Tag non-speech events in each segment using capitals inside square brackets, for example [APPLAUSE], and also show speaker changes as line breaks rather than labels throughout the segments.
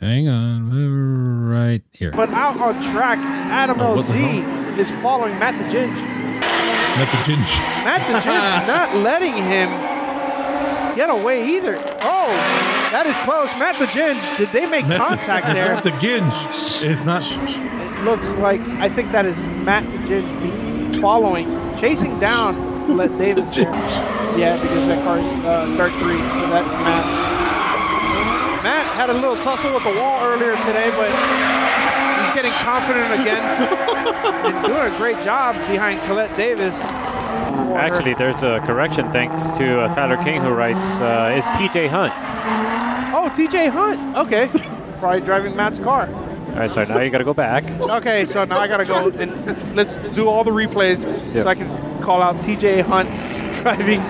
Hang on, right here.
But out on track, Adam
Oh, what the
LZ is following Matt the Ginge.
Not the ginge.
Matt the Ginge
[LAUGHS]
not letting him get away either. Oh, that is close. Matt the Ginge, did they make
Not the-
contact
it's
there?
Not the ginge. It's not.
It looks like I think that is Matt the Ginge be following, chasing down to
[LAUGHS]
let Davis. yeah, because that car's uh, dark green, so that's Matt. Matt had a little tussle with the wall earlier today, but he's getting confident again and doing a great job behind Colette Davis. for her.
Actually, there's a correction thanks to uh, Tyler King who writes, uh, it's TJ Hunt.
oh, T.J. Hunt. Okay, probably driving Matt's car.
All right, so now you got to go back.
Okay, so now I gotta go and let's do all the replays so I can call out TJ Hunt [LAUGHS] driving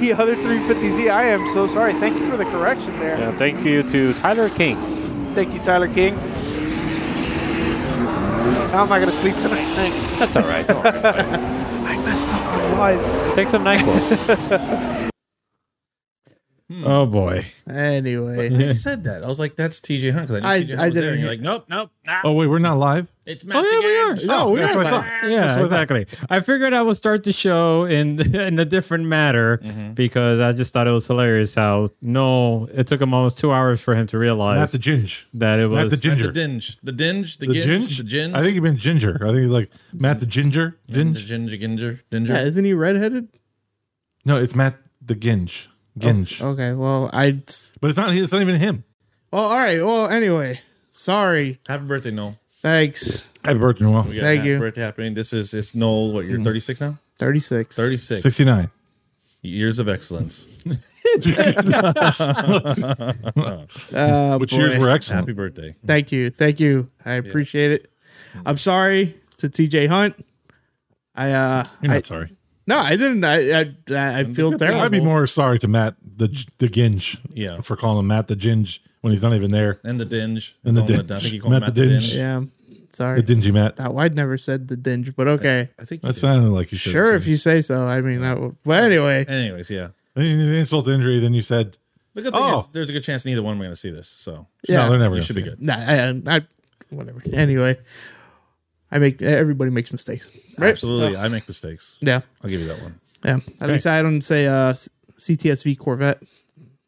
the other 350Z. I am so sorry. Thank you for the correction there.
Yeah, thank you to Tyler King.
Thank you, Tyler King. Now I'm not gonna sleep tonight. Thanks.
That's all right. Don't worry about it.
[LAUGHS] I messed up on live.
Take some NyQuil.
Hmm.
Oh boy.
Anyway,
I said that. I was like, "That's TJ Hunt." Because I,
I-
knew TJ Hunt
I
was there.
didn't
And you're
hear-
like, "Nope, nope, nah,
Oh wait, we're not live.
it's
Oh
Matt
yeah, we are.
the Ginge."
No, we
that's
are.
what I
back.
thought. That's
Yeah,
what I thought.
exactly. I figured I would start the show in [LAUGHS] in a different matter
Mm-hmm.
because I just thought it was hilarious how no, it took him almost two hours for him to
Not
realize
the ginge.
that it
Not
was
the
Matt
ginger.
the Dinge, the Dinge, the,
The
Ginge,
ginge.
the Ginge.
I think he meant ginger. I think he's like Matt the ginger.
the
Ginge.
Ginger, Ginger, Ginger.
yeah, isn't he redheaded?
No, it's Matt the ginge.
Oh.
Ginge.
Okay, well, I.
But it's not. It's not even him.
Well, all right. Well, anyway, sorry.
Happy birthday, Noel.
Thanks.
Happy birthday, Noel.
We got
Thank
happy
you.
Birthday happening. This is it's Noel. What you're 36 now?
36.
36
Mm.
[LAUGHS]
Sixty-nine.
years of excellence.
Uh,
Which years were excellent.
Happy birthday.
Thank you. Thank you. I appreciate it. I'm sorry to TJ Hunt. I, uh,
You're not
I,
sorry.
no, I didn't. I, I, I feel terrible.
I'd be more sorry to Matt the the Ginge.
Yeah.
for calling him Matt the Ginge when he's not even there.
And the Dinge.
And the
Call him
Dinge.
I think you call him
Matt
Matt
the
the
Dinge.
Dinge.
Yeah. Sorry.
The dingy Matt.
Now, I'd never said the dinge, but okay.
I think. You
That
did.
sounded like you said.
Sure, if you say so. I mean, that would, but anyway,
Anyways, yeah.
I mean, an insult to injury. Then you said,
The good thing
Oh.
is there's a good chance neither one we're going to see this. So
yeah.
"No, they're never."
you
gonna
should be
see it.
good.
Nah, I, I, whatever. Anyway, I make everybody makes mistakes, right?
Absolutely,
So,
I make mistakes.
yeah,
I'll give you that one. [LAUGHS]
yeah. At least I don't say uh, C- CTSV Corvette.
[LAUGHS]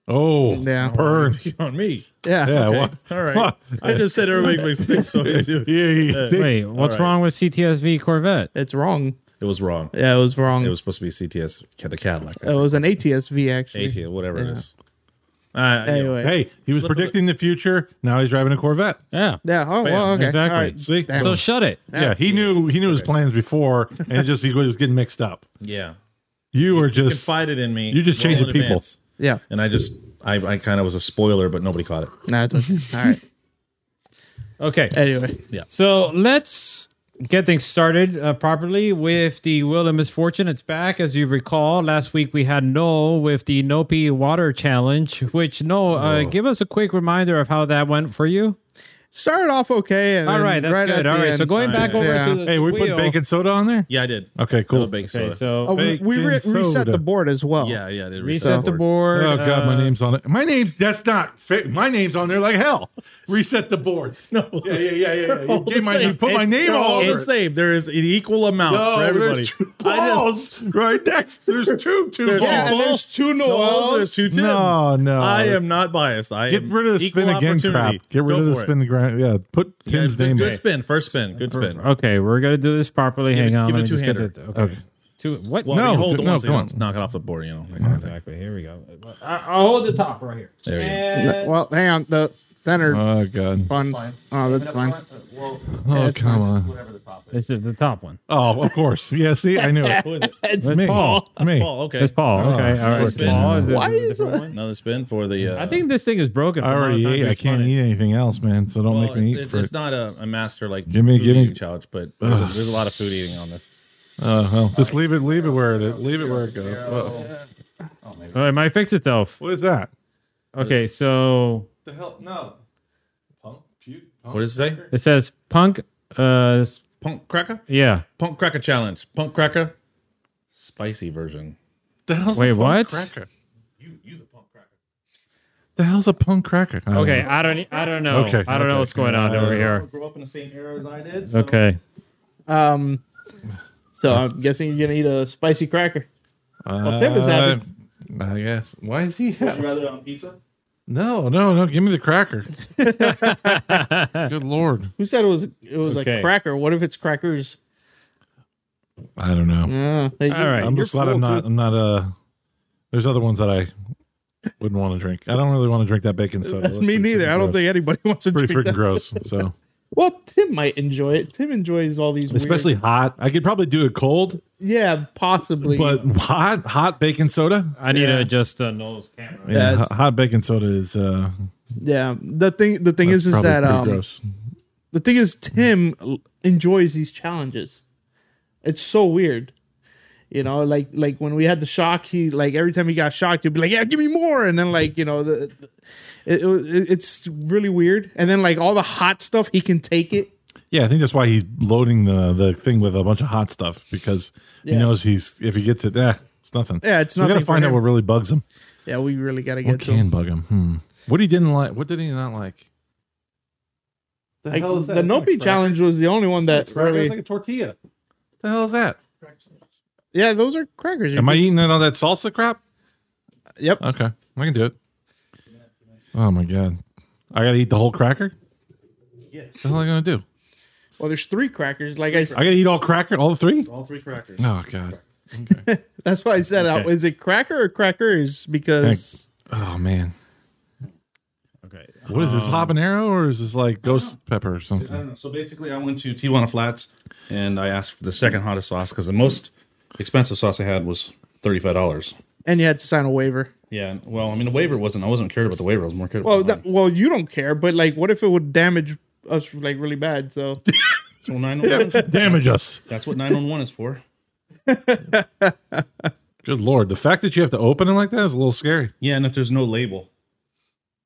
Oh,
Yeah.
[LAUGHS]
burn.
on me.
Yeah,
Yeah,
Okay.
what?
All right. I just said
[LAUGHS]
everybody makes mistakes. So it's you.
Yeah, yeah, yeah. See?
Wait, what's
All right.
wrong with CTSV Corvette?
it's wrong.
It was wrong.
Yeah, it was wrong.
It was supposed to be CTS Cad- the Cadillac. I
It
Oh,
was an ATSV actually.
said. AT, whatever it is. Uh,
Anyway,
Hey, he was
Slip of
predicting the future. Now he's driving a Corvette.
Yeah.
yeah. Oh, well, okay.
exactly.
All right.
See?
Damn.
So shut it.
Yeah, he knew he knew his plans before, and it just he was getting mixed up.
yeah.
You were just
Confided in me.
You just
well in
changing people.
advance.
yeah.
And I just, I, I kind of was a spoiler, but nobody caught it.
Nah, it's [LAUGHS] okay. All right.
Okay.
Anyway,
So let's get things started uh, properly with the Wheel of Misfortune. It's back. As you recall, last week we had Noel with the Nopi Water Challenge, which, Noel, uh, give us a quick reminder of how that went for you.
started off okay. And
All
then
right, that's
right
good. All right, so going back over
Yeah.
to the
hey, we put
wheel-
baking soda on there.
Yeah, I did.
Okay,
Cool.
cool.
Baking soda.
Okay, so
Oh, we we re-
Baking
reset
soda.
the board as well.
yeah, yeah. I did
reset the board.
Oh god, my
uh,
name's on it. My name's that's not fit. My name's on there like hell. Reset the
[LAUGHS]
board. No. [LAUGHS] Yeah, yeah, yeah, yeah. yeah. You, gave my, you put my name all over
It's
it.
saved. There is an equal amount
No,
for everybody.
there's two
I just-
balls right next. There's two, two
there's
balls.
Yeah, and there's two
Noels,
Noels.
There's two Tims.
No, no.
I am not biased. I
Get
am
rid of the
equal
spin again crap.
opportunity.
Get rid
Go
of the
for it.
spin the ground. Yeah, put
Yeah,
Tim's
good-
name
Good
back.
spin. First spin. Good spin.
Okay, we're going to do this properly.
Give
Hang
it-
on.
give
let
it
me just get
two-hander.
to- okay. Two, what?
Well,
No,
you hold
d-
the
no,
one so you
come
don't
on.
knock it off the board, you know. That kind of thing.
Exactly. Here we go. I, I'll hold the top right here.
There you go.
And-
Well, hang on. The
Uh,
center
Oh god.
fun. Oh, that's fine.
Oh come on.
This is the top one.
Oh, of course. Yeah. See, I knew
[LAUGHS]
it.
Who is it?
It's
It's me.
Paul.
It's me.
Paul, okay.
It's Paul. okay. All right.
fucking
Paul. is it-
Why
is it a
is
different one?
Another spin for the. Uh,
I think this thing is broken.
I
from all
already
the times
ate.
we
I can't
spun it.
eat anything else, man. So don't
well,
make me
it's,
eat
it's,
for
it's
it.
not a, a master like
Give me-
food
give me-
eating challenge, but there's a, there's a lot of food eating on this.
Oh well, just leave it. Leave it where it is. Leave it where it goes. Uh-oh.
Oh, it might fix itself.
What is that?
Okay, so
The hell? No. Punk? Puke?
Oh.
What does it say?
it says punk. Uh, s-
Punk cracker,
yeah.
punk cracker challenge, punk cracker, spicy version.
The hell?
Wait, what?
Cracker.
You use a punk cracker.
The hell's a punk cracker? I don't
Okay,
know.
I don't. e, I don't know.
Okay,
I don't know
okay.
what's going on over here.
Grew up in the same era as I did.
Okay.
Um, so I'm guessing you're gonna eat a spicy cracker. Well, Tim is happy.
Uh, I guess. Why is he
Would
happy?
you rather on pizza?
No, no, no. Give me the [LAUGHS] cracker. Good lord.
Who said it was? It was
Okay.
a cracker. What if it's crackers?
I don't know.
Uh, hey, you-
All right.
I'm
you're
just glad I'm
full,
not.
too.
I'm not. Uh, there's other ones that I wouldn't want to drink. I don't really want to drink that
[LAUGHS]
bacon soda. That's pretty
Me neither.
freaking
I don't
gross.
think anybody [LAUGHS] wants to
Pretty
drink
freaking
that.
gross.
[LAUGHS]
So
Well, Tim might enjoy it. Tim enjoys all these, weird-
especially hot. I could probably do it cold,
yeah, possibly.
but hot, hot bacon soda.
I need to adjust the nose camera.
Yeah,
That's-
hot, hot baking soda is. uh
yeah, the thing the thing
that's
is is
probably
that
pretty
um
gross.
the thing is Tim l- enjoys these challenges. It's so weird. You know, like like when we had the shock, he like every time he got shocked, he'd be like, "Yeah, give me more," and then like you know, the, the- it, it was- it- it's really weird. And then like all the hot stuff, he can take it.
Yeah, I think that's why he's loading the the thing with a bunch of hot stuff because
Yeah.
he knows he's if he gets it, eh, it's nothing.
Yeah, it's
We
nothing
gotta
for
find out
him.
what really bugs him.
Yeah, we really gotta get
What
to him.
can bug him? Hmm. What he didn't like? What did he not like? The
Like, the Nopi challenge was the only one that
Really?
really.
a tortilla. The hell is that?
Yeah, those are crackers. You
Am I
can-
eating it on that salsa crap?
Yep.
Okay, I can do it. Oh my god, I gotta eat the whole cracker. Yes. The hell am I gonna do?
Well, there's three crackers. Like I, s-
I gotta eat all cracker, all three.
All three crackers.
Oh god.
that's why I said, uh,
Okay.
is it cracker or crackers? Because
Oh man.
Okay.
What is this habanero or is this like ghost pepper or
I don't
something?
know. So basically, I went to Tijuana Flats and I asked for the second hottest sauce because the most expensive sauce I had was thirty-five dollars.
and you had to sign a waiver.
Yeah. Well, I mean, the waiver wasn't. I wasn't cared about the waiver. I was more cared.
Well,
about
that, well, you don't care, but like, what if it would damage us like really bad? So
so nine one one.
Damage us.
That's what nine one one is for.
Good lord. The fact that you have to open it like that is a little scary.
Yeah, and if there's no label,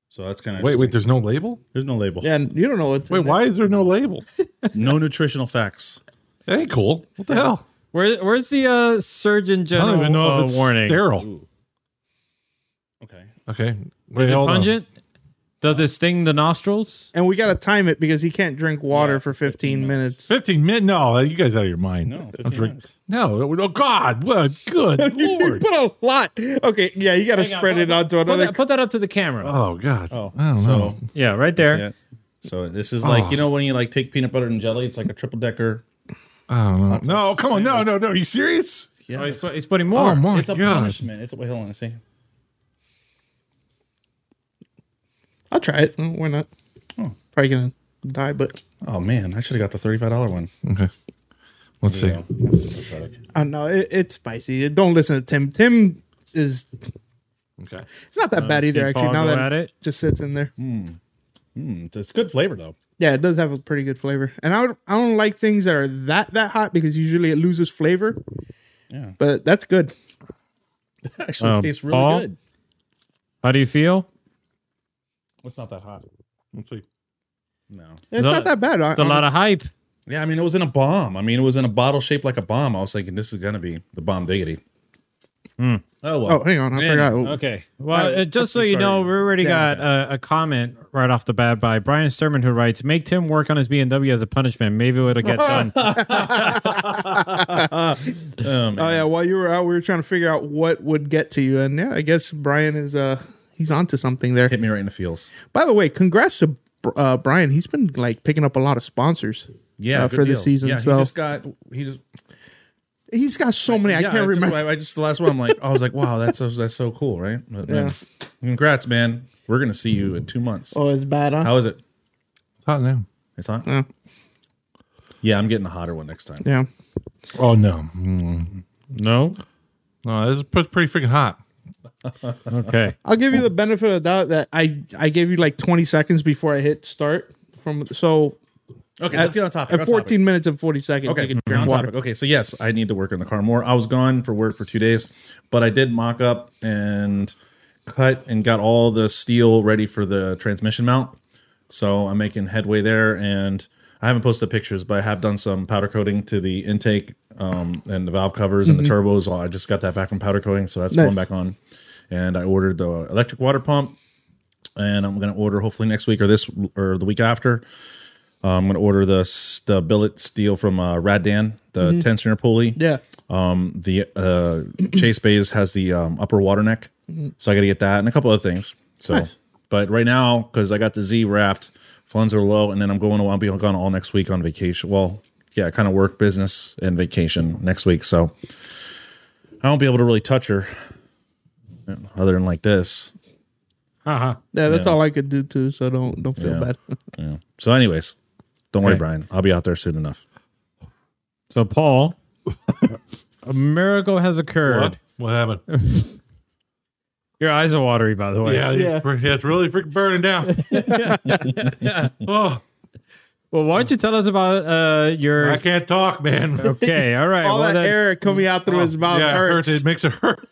so that's kind of
Wait, wait, there's no label?
There's no label.
yeah, and you don't know what.
Wait, why is there no label?
No nutritional facts.
That ain't cool. What the hell?
Where, where's the uh, surgeon
I
general
don't even know
uh,
if it's
warning?
sterile.
Ooh. Okay.
Okay. Wait,
Is it
hold on.
pungent? Does it sting the nostrils?
And we gotta time it because he can't drink water for fifteen minutes.
15 minutes? No, you guys out of your mind.
No.
I'm
15
drink-
minutes.
No. Oh, God. What? Good
[LAUGHS] You
lord.
put a lot. Okay, yeah, you gotta
Hang on,
spread
put-
it onto
Put
another.
that, put that up to the camera.
Oh, God.
Oh,
I don't
so
know. Ah.
yeah, right there.
yeah. So this is like you know when you like take peanut butter and jelly, it's like a triple decker.
Oh, I don't know.
a
No, come on. No, no, no. you serious?
Yeah.
Oh, he's,
it's,
put, he's putting more.
Oh, my
it's a
God.
punishment. It's a wait. Hold on. See.
I'll try it. Mm, Why not? Probably gonna die, but
Oh man, I should have got the thirty-five dollar one.
Okay. Let's see.
I don't know. uh, It, it's spicy. Don't listen to Tim. Tim is
Okay.
it's not that bad
Uh, see
either. Actually,
Paul
now
go
that
at
it just sits in there.
Mm, it's good flavor though. [LAUGHS]
Yeah, it does have a pretty good flavor. And I don't, I don't like things that are that that hot because usually it loses flavor.
Yeah.
But that's good.
Actually,
Uh,
Um,
it tastes really
Paul?
good.
How do you feel?
It's not that hot.
Let's see.
No.
It's
No,
not that bad.
It's a lot of hype.
Yeah, I mean, it was in a bomb. I mean, it was in a bottle shaped like a bomb. I was thinking this is gonna be the bomb diggity. Oh well.
Oh, hang on, I
Man,
forgot.
Okay. Well,
Right,
uh, just
let's
so
get
you know,
started.
we already
Yeah.
got uh, a comment right off the bat by Brian Sturman who writes, "Make Tim work on his BMW as a punishment. Maybe
[LAUGHS]
it'll get done."
Um,
Oh yeah, while you were out, we were trying to figure out what would get to you, and yeah, I guess Brian is uh he's onto something there.
hit me right in the feels.
By the way, congrats to uh, Brian. He's been like picking up a lot of sponsors.
Yeah,
uh,
good
for the
deal.
season.
Yeah,
so
he
he
just got he just
has got so many.
yeah,
I can't
just-
remember.
I, I just the last one. I'm like, I was like, wow, that's so, that's so cool, right? But, man, congrats, man. We're gonna see you in two months.
oh, it's bad, huh?
How is it?
Hot now.
It's hot.
Yeah.
Yeah, I'm getting the hotter one next time.
yeah.
Oh, no. Mm.
no.
No, this is pre- pretty freaking hot.
Okay.
I'll give you the benefit of the doubt that I I gave you like 20 seconds before I hit start from so
Okay,
At-
let's get on topic.
at
on
14
topic.
minutes and 40 seconds. you
Okay,
can
on
drink water.
topic. Okay, so yes, I need to work in the car more. I was gone for work for two days, but I did mock up and cut and got all the steel ready for the transmission mount. So I'm making headway there, and I haven't posted pictures, but I have done some powder coating to the intake um, and the valve covers and the
Mm-hmm.
turbos. I just got that back from powder coating, so that's
Nice.
going back on. And I ordered the electric water pump. and I'm going to order hopefully next week or this or the week after. Uh, I'm going to order the, s- the billet steel from uh, Radan, the tensioner pulley.
Yeah.
Um, the uh, Chase Bays has the um, upper water neck, so I got to get that and a couple other things. So, but right now because I got the Z wrapped, funds are low, and then I'm going to I'll be gone all next week on vacation. Well, yeah, kind of work, business, and vacation next week, so I won't be able to really touch her uh, other than like this.
Uh-huh.
Yeah, that's all I could do too. So don't don't feel
Yeah. [LAUGHS]
bad.
Yeah. So, anyways, don't worry,
Okay.
Brian. I'll be out there soon enough.
So, Paul, a miracle has occurred.
What? What happened?
Your eyes are watery, by the way.
[LAUGHS] Yeah, yeah. it's really freaking burning down. oh,
Well, why don't you tell us about uh,
[LAUGHS]
your?
I can't talk, man. [LAUGHS]
Okay, all right.
all
well,
that
then-
air coming out
Oh,
through his mouth
yeah, it
hurts.
It makes it hurt.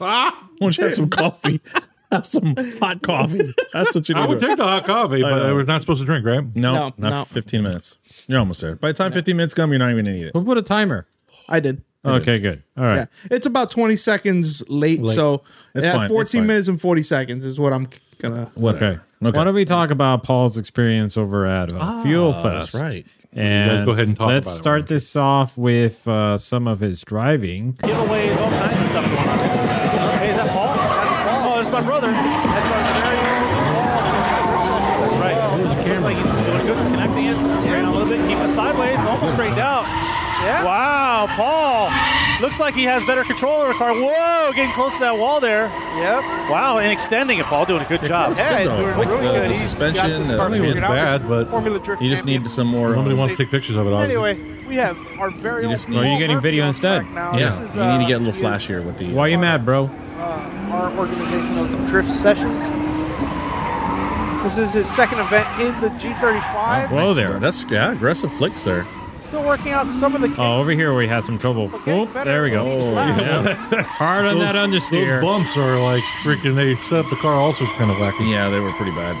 Ah,
Why don't you have some coffee? [LAUGHS] have some hot coffee. [LAUGHS] That's what you
I
need.
would
to-
take the hot coffee, but I
know.
was not supposed to drink, right?
No,
No,
not
no.
15 minutes. You're almost there. By the time 15 minutes come, you're not even going to eat it.
We'll put a timer.
I did.
Okay, good. All right.
Yeah, it's about twenty seconds late. So
It's
yeah,
fine, it's
fourteen
fine.
minutes and forty seconds is what I'm gonna.
Okay.
Whatever. Okay.
Why don't we talk about Paul's experience over at uh,
Ah,
Fuel Fest?
That's right.
And
go ahead and talk
Let's
about it.
start this off with uh, some of his
[LAUGHS]
driving.
Giveaways, all kinds of stuff going on. This is, hey, is that Paul? That's Paul. Oh, that's my brother. That's
That's our very own wall.
right. Looks like he's doing good, connecting it. Straight out a little bit, keep it sideways, almost straightened out.
Yeah.
Wow, Paul. Looks like he has better control over the car. Whoa, getting close to that wall there.
Yep.
Wow, and extending it, Paul, doing a good job.
It's
Yeah,
good,
he's
though.
doing
Like,
really
the-
good.
the
He's got
suspension,
this
uh,
car
I don't think
It's
figured out.
bad, but
Formula Drift
You just
champion.
need some more.
nobody
um,
wants to take pictures of it. Obviously.
Anyway, we have our very
You
own.
just need-
Oh, you're
Paul
getting video
Murphy on
instead.
track Now.
yeah,
This is,
you need to get a
uh,
little
is,
flashier with the.
Why you mad, bro?
uh, our organization of Drift Sessions. This is his second event in the G35.
Whoa there.
That's yeah, aggressive flicks there.
Still working out some of the kinks.
Oh, over here we had some trouble.
getting
Oh,
better
there we go.
at each lap.
Yeah. Hard on that
Those
understeer.
bumps are like freaking. They set up the car. Also, kind of wacky.
Yeah, they were pretty bad.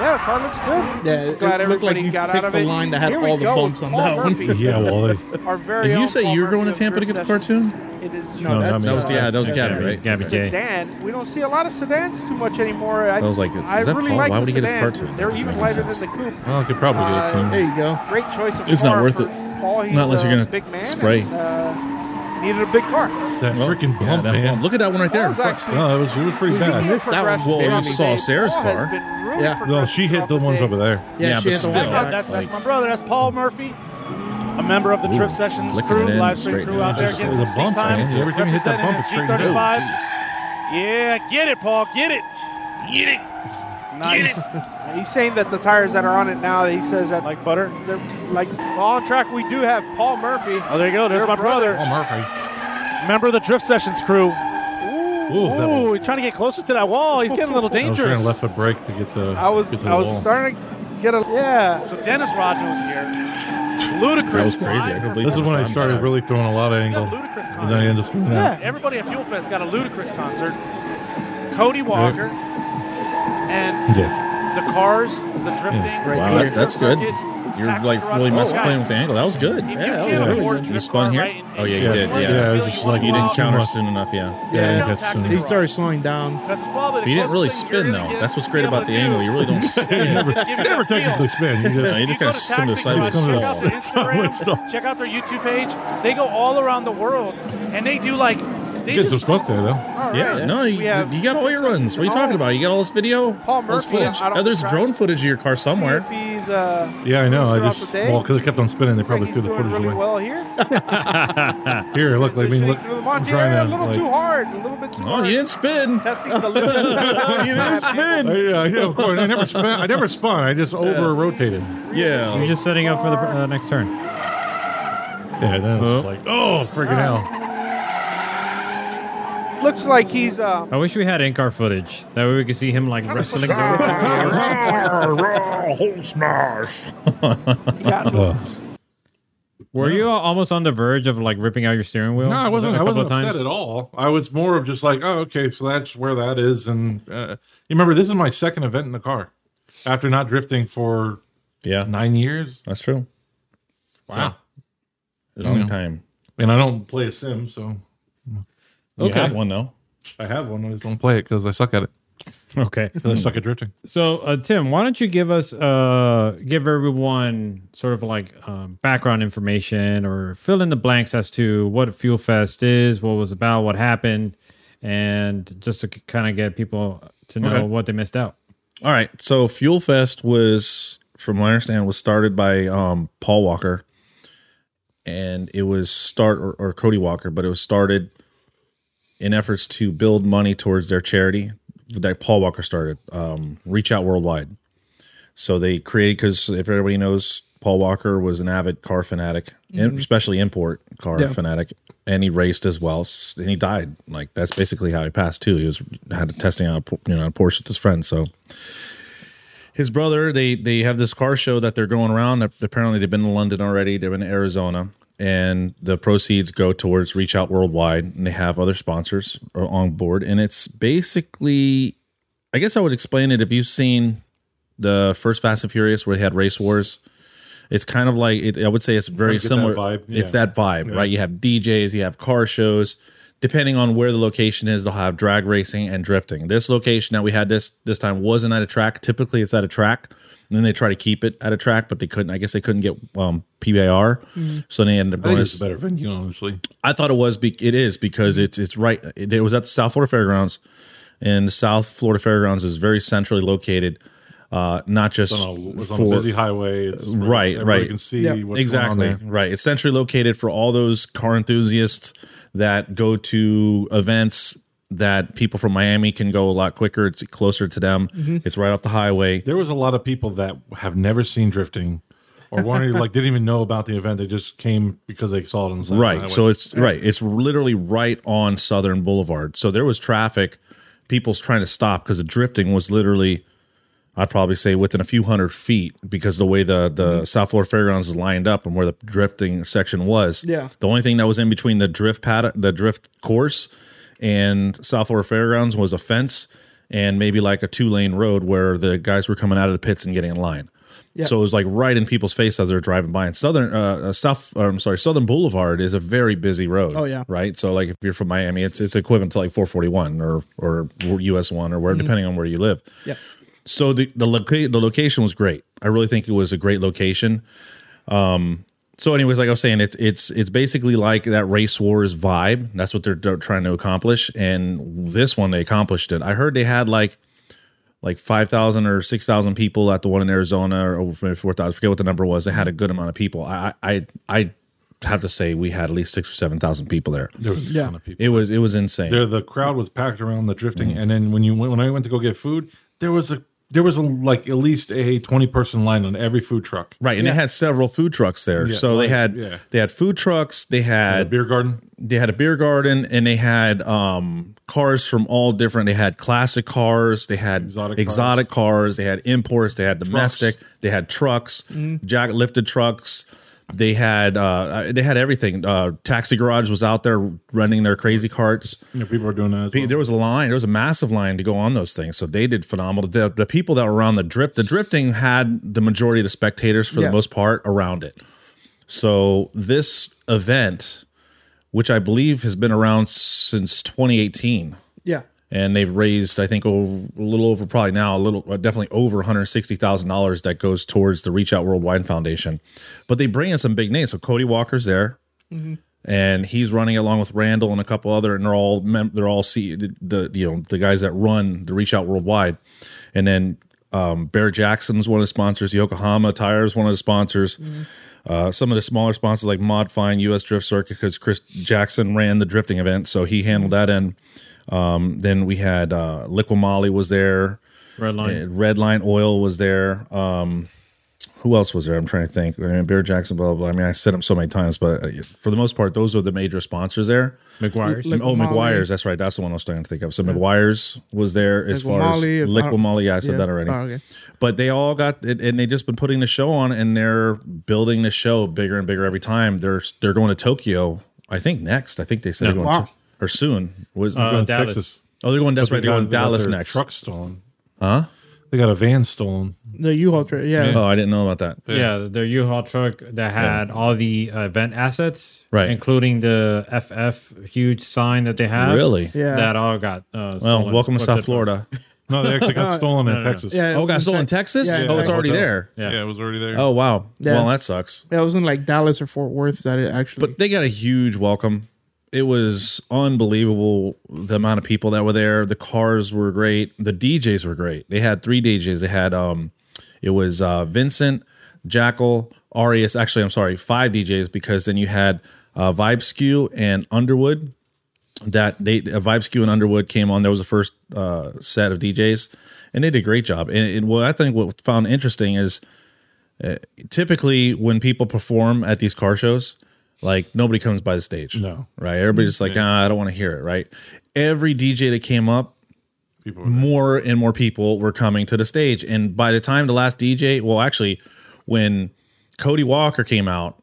Yeah, the car looks good.
Yeah, it
Glad
looked like
everybody
you
got
picked
out of
the
it.
line that had
Here we
all the
go with
bumps on
Paul
that one.
Murphy,
[LAUGHS]
Yeah, well, [LAUGHS] they,
Our very
Did you
own
say
Paul
you were going to
Murphy of
Tampa to get
Drift
the car
Sessions.
too?
It is
No, that's-
That was yeah, that was
Gabby,
Gabby, right?
Gabby J.
sedan. We don't see a lot of sedans too much anymore. I,
was like,
I
is that
really
Paul?
like
Why
the
would he get his
sedans.
parts in? That
They're
doesn't
even
make
lighter
sense.
than the coupe.
well, they could probably
Uh,
do it
There
soon.
you go.
Great choice of
It's
car
not worth
for
it.
Paul, he's
Not unless
a
you're gonna
big man
spray.
and, uh, needed a big car.
That
Well,
freaking
yeah,
bump,
that
man.
bump. Look at that one right there.
Paul's
Fuck. Oh,
actually
No, it was it was pretty
Speaking
bad.
of
missed that
progression
one. Well,
throughout
you
the
saw
day,
Sarah's
Paul has
car.
been really
Yeah.
No, she hit
progressive
the ones
throughout
over there.
Yeah,
Yeah, but
she had the
still.
one
God,
back.
that's, that's
Like-
my brother. That's Paul Murphy, a member of the Trip Sessions
flicking
crew,
it in,
live stream
straighten
crew
it
out
out.
there
Just
getting
the
some seat
bump,
time.
man. Every time you hit that
representing
bump,
his
it straightened out.
G35.
Jeez.
Yeah, get it, Paul. Get it. Get it. Nice.
day. He's saying that the tires that are on it now, he says that
like butter.
they're like well, on track. We do have Paul Murphy.
Oh, there you go. There's
Your
my brother.
Oh, Murphy.
Member of the Drift Sessions crew.
Ooh, that was-
Ooh, he's trying to get closer to that wall. He's getting a little
I was trying
dangerous.
to left a break to get the.
I was
get to the
I was
wall.
starting to get a yeah.
So Dennis Rodman was here. Ludicrous.
That was crazy. I couldn't believe
This is when I started really throwing a lot of
We
angle.
got a ludicrous
And then I
concert.
ended up screwing up.
Everybody at Fuel Fest got a ludicrous concert. Cody Walker and
Yeah.
the cars, the drifting.
Wow,
the
that's, that's good.
circuit,
You're
taxi
like
garage.
really
Oh,
messing
guys,
playing with the angle. That was good.
If you
Yeah,
can't
that was
afford
good.
to
You
drift
spun
car,
here.
right, and-
Oh yeah,
and
you
Yeah.
did.
afford to
Yeah,
Yeah,
it was
feel
just
you
like
want
you
to
didn't
walk.
counter
much.
soon enough. Yeah,
Yeah,
Yeah,
count
that's-
taxi
He
garage.
started slowing down.
That's probably the
But you didn't really
closest thing
spin
you're
though.
gonna
That's
get-
what's great
be able
about
to
the angle.
do.
You
[LAUGHS]
really don't.
[LAUGHS]
spin.
Give it
You
a
never
feel.
technically spin. You just,
[LAUGHS] No, you
If
just
you go
kind of
to
skim to the
Taxi Garage,
sideways.
check out their
Someone
Instagram,
stop.
check out their YouTube page. They go all around the world, and they do like they
get some
just
smoke there though.
All
Yeah,
right.
no, you,
We have
you got all your runs. What are you talking about? You got all this video,
Paul
all this
Murphy,
footage.
I don't
Oh, there's
track-
drone footage of your car
see
somewhere.
If he's uh,
Yeah, I know. I
throughout
just
the day.
well because it kept on spinning, they
looks like
probably
he's
threw the
doing
footage
really
away.
well here.
Here, look. I mean, look.
Transitioning through the
I'm
Monte
trying
area a
to,
little
like-
too hard, a little bit too
Oh,
hard.
you didn't spin.
Testing the limits.
You didn't spin.
Yeah, yeah,
[LAUGHS]
of course. I never spun. I never spun. I just over rotated.
You're
Yeah.
just setting up for the uh, next turn.
Yeah, then it's like, oh, freaking hell.
Looks like he's um,
I wish we had in-car footage. That way we could see him like wrestling over.
got
[LAUGHS] Were you almost on the verge of like ripping out your steering wheel?
No, I wasn't.
A
I
couple
wasn't
of
upset
times?
at all. I was more of just like, oh, okay, so that's where that is. And uh, you remember, this is my second event in the car after not drifting for
Yeah,
nine years.
that's true.
Wow.
A long
Yeah.
time.
And I don't play a sim, so
You
Okay.
have one though.
I have one. I just don't play it because I suck at it.
Okay.
Let's suck at drifting.
So, uh, Tim, why don't you give us, uh, give everyone sort of like um, background information or fill in the blanks as to what Fuel Fest is, what it was about, what happened, and just to kind of get people to know
Okay.
what they missed out.
All right. So Fuel Fest was, from what I understand, was started by um, Paul Walker, and it was start or, or Cody Walker, but it was started in efforts to build money towards their charity that Paul Walker started, um, Reach Out Worldwide. So they created because if everybody knows, Paul Walker was an avid car fanatic, and especially import car fanatic, and he raced as well, s- and he died. Like that's basically how he passed too. He was had a testing out, a Por- you know, a Porsche with his friend. So his brother they they have this car show that they're going around apparently they've been in london already they've been in arizona and the proceeds go towards reach out worldwide and they have other sponsors on board and it's basically i guess i would explain it if you've seen the first fast and furious where they had race wars it's kind of like it, i would say it's very
get that
similar
vibe,
it's
yeah.
that vibe right you have djs you have car shows depending on where the location is they'll have drag racing and drifting this location that we had this this time wasn't at a track typically it's at a track and then they try to keep it at a track but they couldn't i guess they couldn't get um pbar so they ended up
Mm-hmm. I think
going
it's a
to
better venue, honestly.
I thought it was. Be- it is because it's it's right. It, it was at the South Florida Fairgrounds, and South Florida Fairgrounds is very centrally located. Uh, not just
It's on a, it's on a
for-
busy highway. It's,
Right,
everybody
right.
can see what's
exactly
going on there.
right. It's centrally located for all those car enthusiasts that go to events that people from Miami can go a lot quicker. It's closer to them.
Mm-hmm.
It's right off the highway.
There was a lot of people that have never seen drifting or wanted, like, didn't even know about the event. They just came because they saw it on the side of the
right
highway.
so it's right it's literally right on southern boulevard so there was traffic people's trying to stop because the drifting was literally i'd probably say within a few hundred feet because the way the the south florida fairgrounds is lined up and where the drifting section was
Yeah.
the only thing that was in between the drift pad the drift course and south florida fairgrounds was a fence and maybe like a two lane road where the guys were coming out of the pits and getting in line so it was like right in people's face as they're driving by. And Southern, uh, uh, South, or I'm sorry, Southern Boulevard is a very busy road.
Oh, yeah.
right. So like if you're from Miami, it's it's equivalent to like 441 or or US one or where
Mm-hmm.
depending on where you live.
Yeah.
So the the, loca- the location was great. I really think it was a great location. Um. So, anyways, like I was saying, it's it's it's basically like that race wars vibe. That's what they're, they're trying to accomplish, and this one they accomplished it. I heard they had like like 5,000 or 6,000 people at the one in Arizona or maybe 4,000. I forget what the number was. They had a good amount of people. I, I, I have to say we had at least six or 7,000 people there.
there was a
Yeah.
ton of people.
It was, it was insane.
there the crowd was packed around the drifting
Mm.
and then when you went, when I went to go get food there was a there was a, like at least a 20 person line on every food truck
right. And they had several food trucks there.
Yeah,
so they
right,
had,
yeah.
they had food trucks. They
the
had,
beer garden
they had a beer garden and they had, um, cars from all different. They had classic cars. They had
Exotic
exotic, cars. They had imports. They had domestic. They had trucks, jack lifted trucks. They had uh, they had everything. Uh, Taxi garage was out there running their crazy carts.
you know, people are doing that as well.
There was a line. There was a massive line to go on those things. So they did phenomenal. The, the people that were around the drift, the drifting had the majority of the spectators for
Yeah.
the most part around it. So this event, which I believe has been around since 2018
Yeah.
and they've raised i think over, a little over probably now a little uh, definitely over $160000 that goes towards the reach out worldwide foundation but they bring in some big names so cody walker's there and he's running along with randall and a couple other and they're all mem- they're all see the, the you know the guys that run the reach out worldwide and then um, bear jackson's one of the sponsors yokohama tires one of the sponsors uh, some of the smaller sponsors like mod fine us drift circuit because chris jackson ran the drifting event so he handled that end then we had uh liquid molly was there
Red line.
Uh, red line oil was there um who else was there i'm trying to think i mean bear jackson blah blah, blah. i mean i said them so many times but uh, for the most part those are the major sponsors there
McGuire's.
Liqui
oh
Moly.
mcguire's that's right that's the one i was trying to think of so mcguire's was there as
Liqui
far
Moly, if
as
I
liquid
don't-
molly yeah i said
Yeah.
that already
Oh, okay.
but they all got and- and they just been putting the show on and they're building the show bigger and bigger every time they're they're going to tokyo i think next i think they said they're going
Wow.
to or soon was
Uh,
Going to
Dallas.
Texas.
oh they're going that's right
They
they're going
got-
to
they got
dallas
their
next
truck stolen
huh
they got a van stolen
The U-Haul trailer. Yeah.
Oh, I didn't know about that.
Yeah, their U-Haul truck that had all the uh, event assets,
Right.
including the FF huge sign that they have.
Really?
Yeah.
that all got uh,
Well,
stolen.
Oh, welcome to
What's
South
it-
Florida.
No, they
[LAUGHS]
actually got stolen in Texas.
Yeah,
Oh, it got
in
stolen in
fact-
Texas?
yeah.
oh, it's already there.
Yeah. it was already there.
Oh, wow.
Yeah.
Well, that sucks.
Yeah, it was in like Dallas or Fort Worth that it actually.
But they got a huge welcome. It was unbelievable the amount of people that were there. The cars were great. The DJs were great. They had three DJs. They had um it was uh Vincent, Jackal, Arius, actually I'm sorry, five DJs because then you had uh Vibe Skew and Underwood that they uh, Vibe Skew and Underwood came on. That was the first uh set of DJs and they did a great job. And, and what I think what found interesting is uh, typically when people perform at these car shows, like nobody comes by the stage.
No.
Right. Everybody's just like, ah, I don't want to hear it. Right. Every DJ that came up,
People
Mm.
were there.
more and more people were coming to the stage. And by the time the last DJ, well, actually, when Cody Walker came out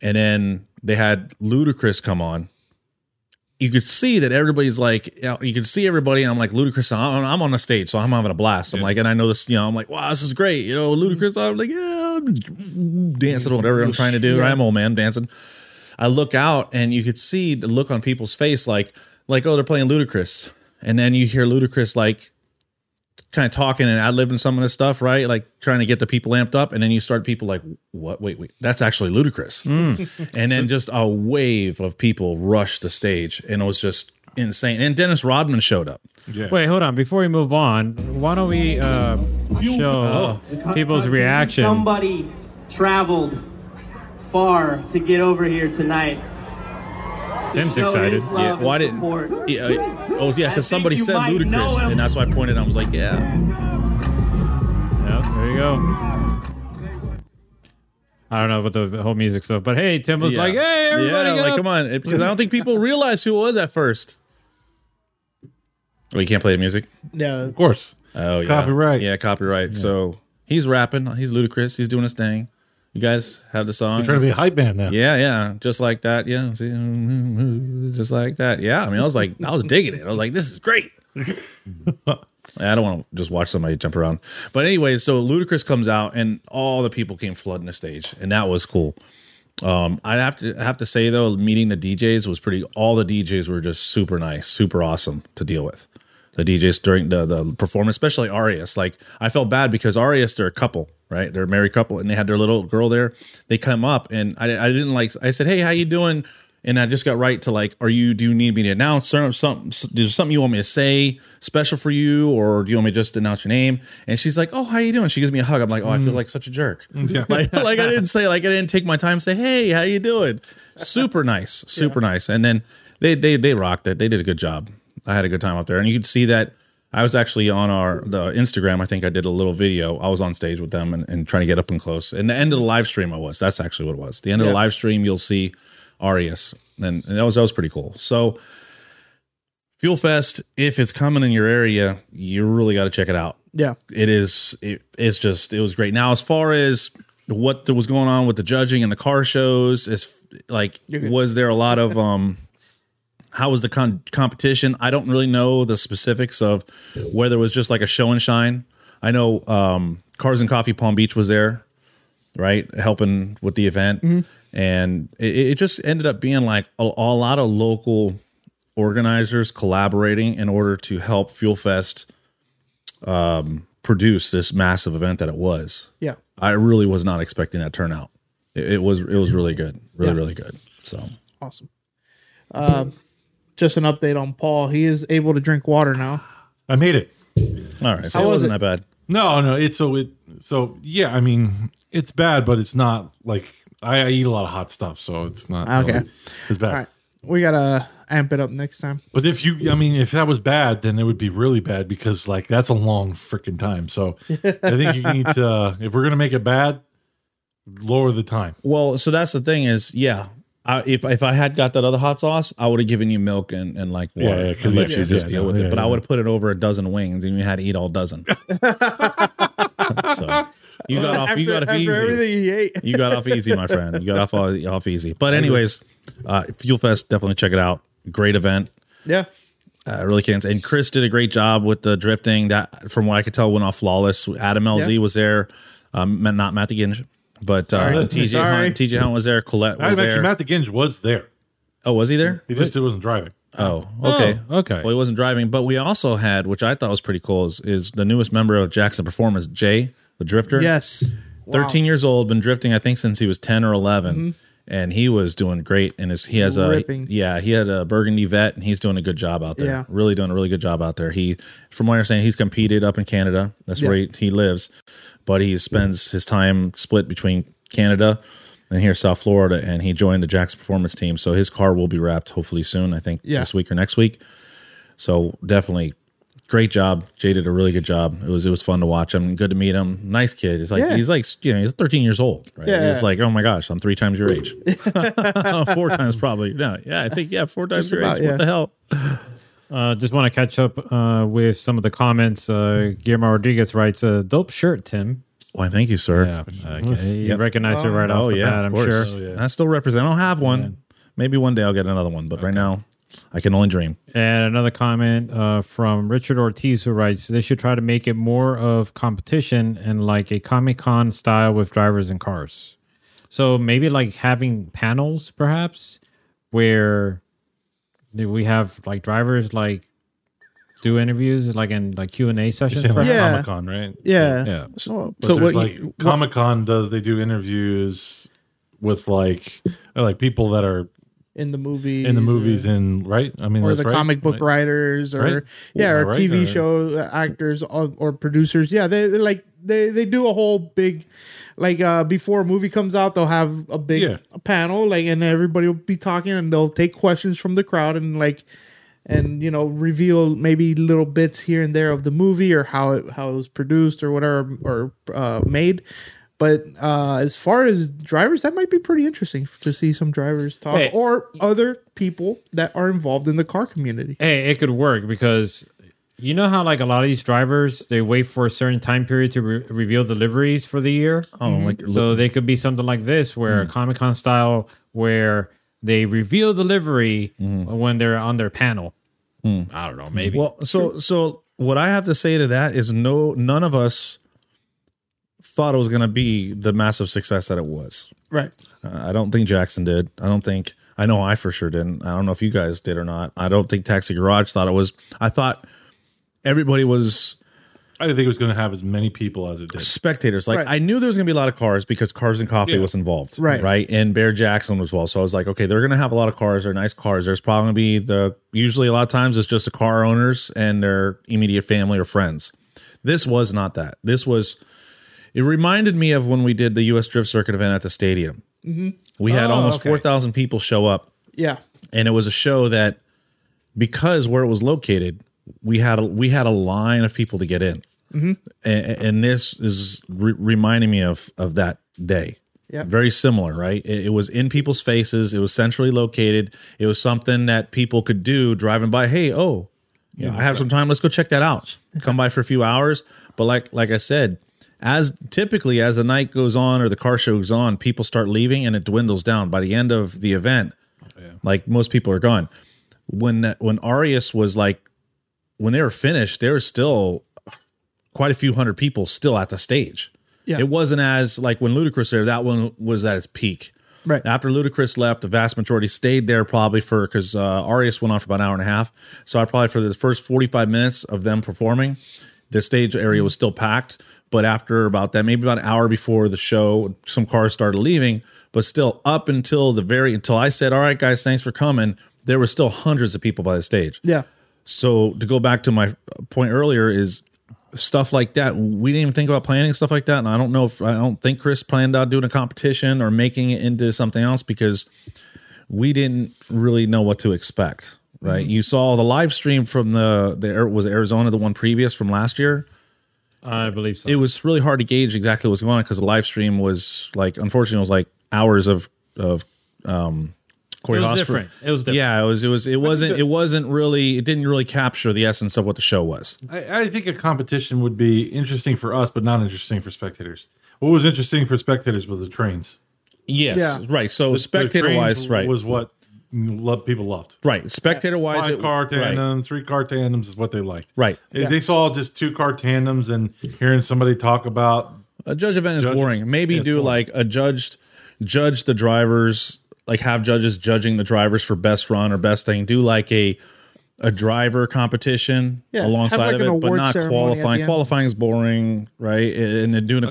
and then they had Ludacris come on, you could see that everybody's like, you know, you could see everybody. And I'm like, Ludacris, I'm, I'm on the stage, so I'm having a blast. I'm like, and I know this, you know, I'm like, wow, this is great. You know, Ludacris, I'm like, yeah, I'm dancing or whatever I'm trying to do. right? I'm old man dancing. I look out and you could see the look on people's face, like, like, oh, they're playing Ludacris. And then you hear Ludacris like kind of talking and ad libbing some of this stuff, right? Like trying to get the people amped up. And then you start people like, what? Wait, wait, that's actually ludicrous. and then just a wave of people rushed the stage. And it was just insane. And Dennis Rodman showed up.
Wait, hold on. Before we move on, why don't we uh, show people's reaction?
Somebody traveled far to get over here tonight.
Tim's excited.
Yeah,
why didn't- Yeah, I- oh, yeah, because somebody
you
said
might know
ludicrous.
him.
And that's why I pointed. I was like, yeah.
Yep, there you go. I don't know about the whole music stuff, but hey, Tim was
yeah.
like, "Hey, everybody,
Yeah,
get
like,
up.
come on. It- because I don't think people realized who it was at first. Oh, you can't play the music?
Yeah,
Of course.
Oh yeah,
Copyright.
Yeah, copyright. So he's rapping. He's ludicrous. He's doing his thing. You guys have the song.
We're trying to be a hype band now.
yeah, yeah, just like that. Yeah, see, [LAUGHS] just like that. Yeah, I mean, I was like, I was digging it. I was like, this is great. I don't want to just watch somebody jump around. But anyway, so Ludacris comes out, and all the people came flooding the stage, and that was cool. Um, I have to I have to say though, meeting the DJs was pretty. All the DJs were just super nice, super awesome to deal with. The DJs during the the performance, especially Arius. Like I felt bad because Arius, they're a couple, right? They're a married couple, and they had their little girl there. They come up, and I I didn't like. I said, hey, how you doing? And I just got right to like, are you? Do you need me to announce certain something? There's something you want me to say special for you, or do you want me to just announce your name? And she's like, oh, how you doing? She gives me a hug. I'm like, oh, I feel like such a jerk.
Yeah.
like, like I didn't say like I didn't take my time to say hey how you doing super nice super nice and then they they they rocked it they did a good job I had a good time up there and you could see that I was actually on our the Instagram I think I did a little video I was on stage with them and, and trying to get up and close and the end of the live stream I was that's actually what it was the end of the live stream you'll see Arius and, and that was that was pretty cool so. Fuel Fest, if it's coming in your area, you really got to check it out
yeah.
it is it, it's just it was great now as far as what there was going on with the judging and the car shows is like was there a lot of um how was the con- competition i don't really know the specifics of whether it was just like a show and shine i know um cars and coffee palm beach was there right helping with the event and it, it just ended up being like a, a lot of local organizers collaborating in order to help fuel fest produce this massive event that it was.
Yeah.
I really was not expecting that turnout. It, it was it was really good, really
Yeah.
really good. So
Awesome. Um, just an update on Paul. He is able to drink water now.
I made it.
all right, so
How
it
was
wasn't
it?
that bad.
No, no, it's so it so yeah. I mean, it's bad, but it's not like I, I eat a lot of hot stuff, so it's not
Okay.
really- it's bad.
All right, we gotta amp it up next time.
But if you, I mean, if that was bad, then it would be really bad because like that's a long freaking time. So I think you need to [LAUGHS] if we're gonna make it bad, lower the time.
Well, so that's the thing is, yeah. I, if if I had got that other hot sauce, I would have given you milk and, and like
Yeah,
water.
yeah,
Yeah,
'cause
let
yeah,
you
yeah,
just
yeah,
deal with
yeah,
it. But I
yeah.
would have put it over a dozen wings, and you had to eat all
[LAUGHS]
dozen. so you got
Oh,
off. You got off
after
easy.
everything he ate.
you got off easy, my friend. You got off all- off easy. But anyways, uh, Fuel Fest definitely check it out. Great event.
Yeah,
I uh, really can't. say- And Chris did a great job with the drifting. That, from what I could tell, went off flawless. Adam LZ
Yeah.
was there, um, ma- not Matt DeGinge, but uh, TJ
Sorry.
Hunt. TJ Hunt was there. Colette was
Actually,
there.
Matt the Ginge was there.
oh, was he there?
He just wasn't driving.
Oh, okay.
Oh, okay.
Well, he wasn't driving, but we also had, which I thought was pretty cool, is, is the newest member of Jackson Performance, Jay, the drifter.
Yes.
13 years old, been drifting I think since he was 10 or 11. And he was doing great, and his, he has a
Mm-hmm. Ripping.
yeah, he had a burgundy vet, and he's doing a good job out there.
Yeah.
really doing a really good job out there. He, from what I understand, he's competed up in Canada. That's where
Yeah.
he, he lives, but he spends his time split between Canada and here South Florida. And he joined the Jackson Performance team, so his car will be wrapped hopefully soon. I think
Yeah.
this week or next week. So definitely great job. Jay did a really good job. It was it was fun to watch him. Good to meet him. Nice kid. It's like
Yeah.
he's like you know he's 13 years old. Right?
Yeah.
He's like oh my gosh, I'm three times your [LAUGHS] age. four times probably. No, yeah, I think yeah, four times your
about,
age.
yeah.
What the hell?
Uh, just want to catch up uh, with some of the comments. Uh, Guillermo Rodriguez writes, uh, "Dope shirt, Tim."
Why thank you, sir.
Yeah. Okay.
Uh, You
Yep.
recognize it right
Oh,
off the bat, I'm sure. Oh,
I still represent. I don't have one. Maybe one day I'll get another one, but right now I can only dream.
And another comment uh, from Richard Ortiz who writes, "They should try to make it more of competition and like a Comic Con style with drivers and cars. So maybe like having panels, perhaps, where we have like drivers like do interviews, like in like Q and A sessions.
Like
perhaps?
Yeah.
Comic Con, right?
Yeah.
yeah.
So,
But so
what?
like
you-
Comic Con does they do interviews with like like people that are
in the movie?
in the movies and right? I mean,
or
that's
the
right?
comic book
Right.
writers or
Right.
yeah or
Right, uh,
tv
or-
show actors or, or producers yeah they they like they they do a whole big like uh before a movie comes out they'll have a big
Yeah.
panel like and everybody will be talking and they'll take questions from the crowd and like and you know reveal maybe little bits here and there of the movie or how it how it was produced or whatever or uh made but uh, as far as drivers, that might be pretty interesting to see some drivers talk
Hey.
or other people that are involved in the car community.
hey, it could work because you know how like a lot of these drivers they wait for a certain time period to re- reveal deliveries for the year.
Oh, like
So they could be something like this, where Comic Con style, where they reveal the livery when they're on their panel. I don't know, maybe.
Well, so so what I have to say to that is no none of us thought it was going to be the massive success that it was.
Right.
Uh, I don't think Jackson did. I don't think I know I for sure didn't. I don't know if you guys did or not. I don't think Taxi Garage thought it was. I thought everybody was
I didn't think it was going to have as many people as it did.
spectators. Like
Right.
I knew there was gonna be a lot of cars because Cars and Coffee
Yeah.
was involved,
Right.
Right, and Bear Jackson was well. So I was like, okay, they're gonna have a lot of cars. They're nice cars. There's probably gonna be the usually a lot of times it's just the car owners and their immediate family or friends. This was not that. This was. It reminded me of when we did the U.S. Drift Circuit event at the stadium. We had
Oh,
almost
okay.
four thousand people show up
Yeah.
and it was a show that because where it was located we had a, we had a line of people to get in A- a- and, this is re- reminding me of of that day
Yep.
very similar right it, it was in people's faces it was centrally located it was something that people could do driving by hey oh you know, i have some time let's go check that out come by for a few hours but like like i said as typically as the night goes on or the car show goes on people start leaving and it dwindles down by the end of the event like most people are gone. When that, when Arius was like when they were finished, there was still quite a few hundred people still at the stage.
Yeah.
It wasn't as like when Ludacris there, that one was at its peak.
Right.
After Ludacris left, the vast majority stayed there probably for because uh, Arius went on for about an hour and a half. So I probably for the first forty five minutes of them performing, the stage area was still packed. But after about that, maybe about an hour before the show, some cars started leaving. But still, up until the very until I said, "All right, guys, thanks for coming," there were still hundreds of people by the stage.
Yeah.
So to go back to my point earlier is stuff like that. We didn't even think about planning stuff like that, and I don't know if I don't think Chris planned out doing a competition or making it into something else because we didn't really know what to expect. Right? You saw the live stream from the the Ar- was it Arizona the one previous from last year.
I believe so.
It was really hard to gauge exactly what's going on because the live stream was like unfortunately it was like hours of of um.
It was
choreography-
different. It was different.
yeah, it was. It was. It wasn't. It wasn't really. It didn't really capture the essence of what the show was.
I, I think a competition would be interesting for us, but not interesting for spectators. What was interesting for spectators was the trains.
Yes,
Yeah.
right. So spectator wise, right,
was what lo- people loved.
right. Spectator wise,
Five
it
car
right,
tandems, three car tandems is what they liked.
right.
If They saw just two car tandems and hearing somebody talk about
A judge event is
Judge-
boring. Maybe
yeah, it's
do
boring.
like a judged, judge the drivers like have judges judging the drivers for best run or best thing. Do like a a driver competition
Yeah, have
alongside
like
of
an
it, but
award
not
ceremony at the
qualifying.
end.
Qualifying is boring, right? And then doing a,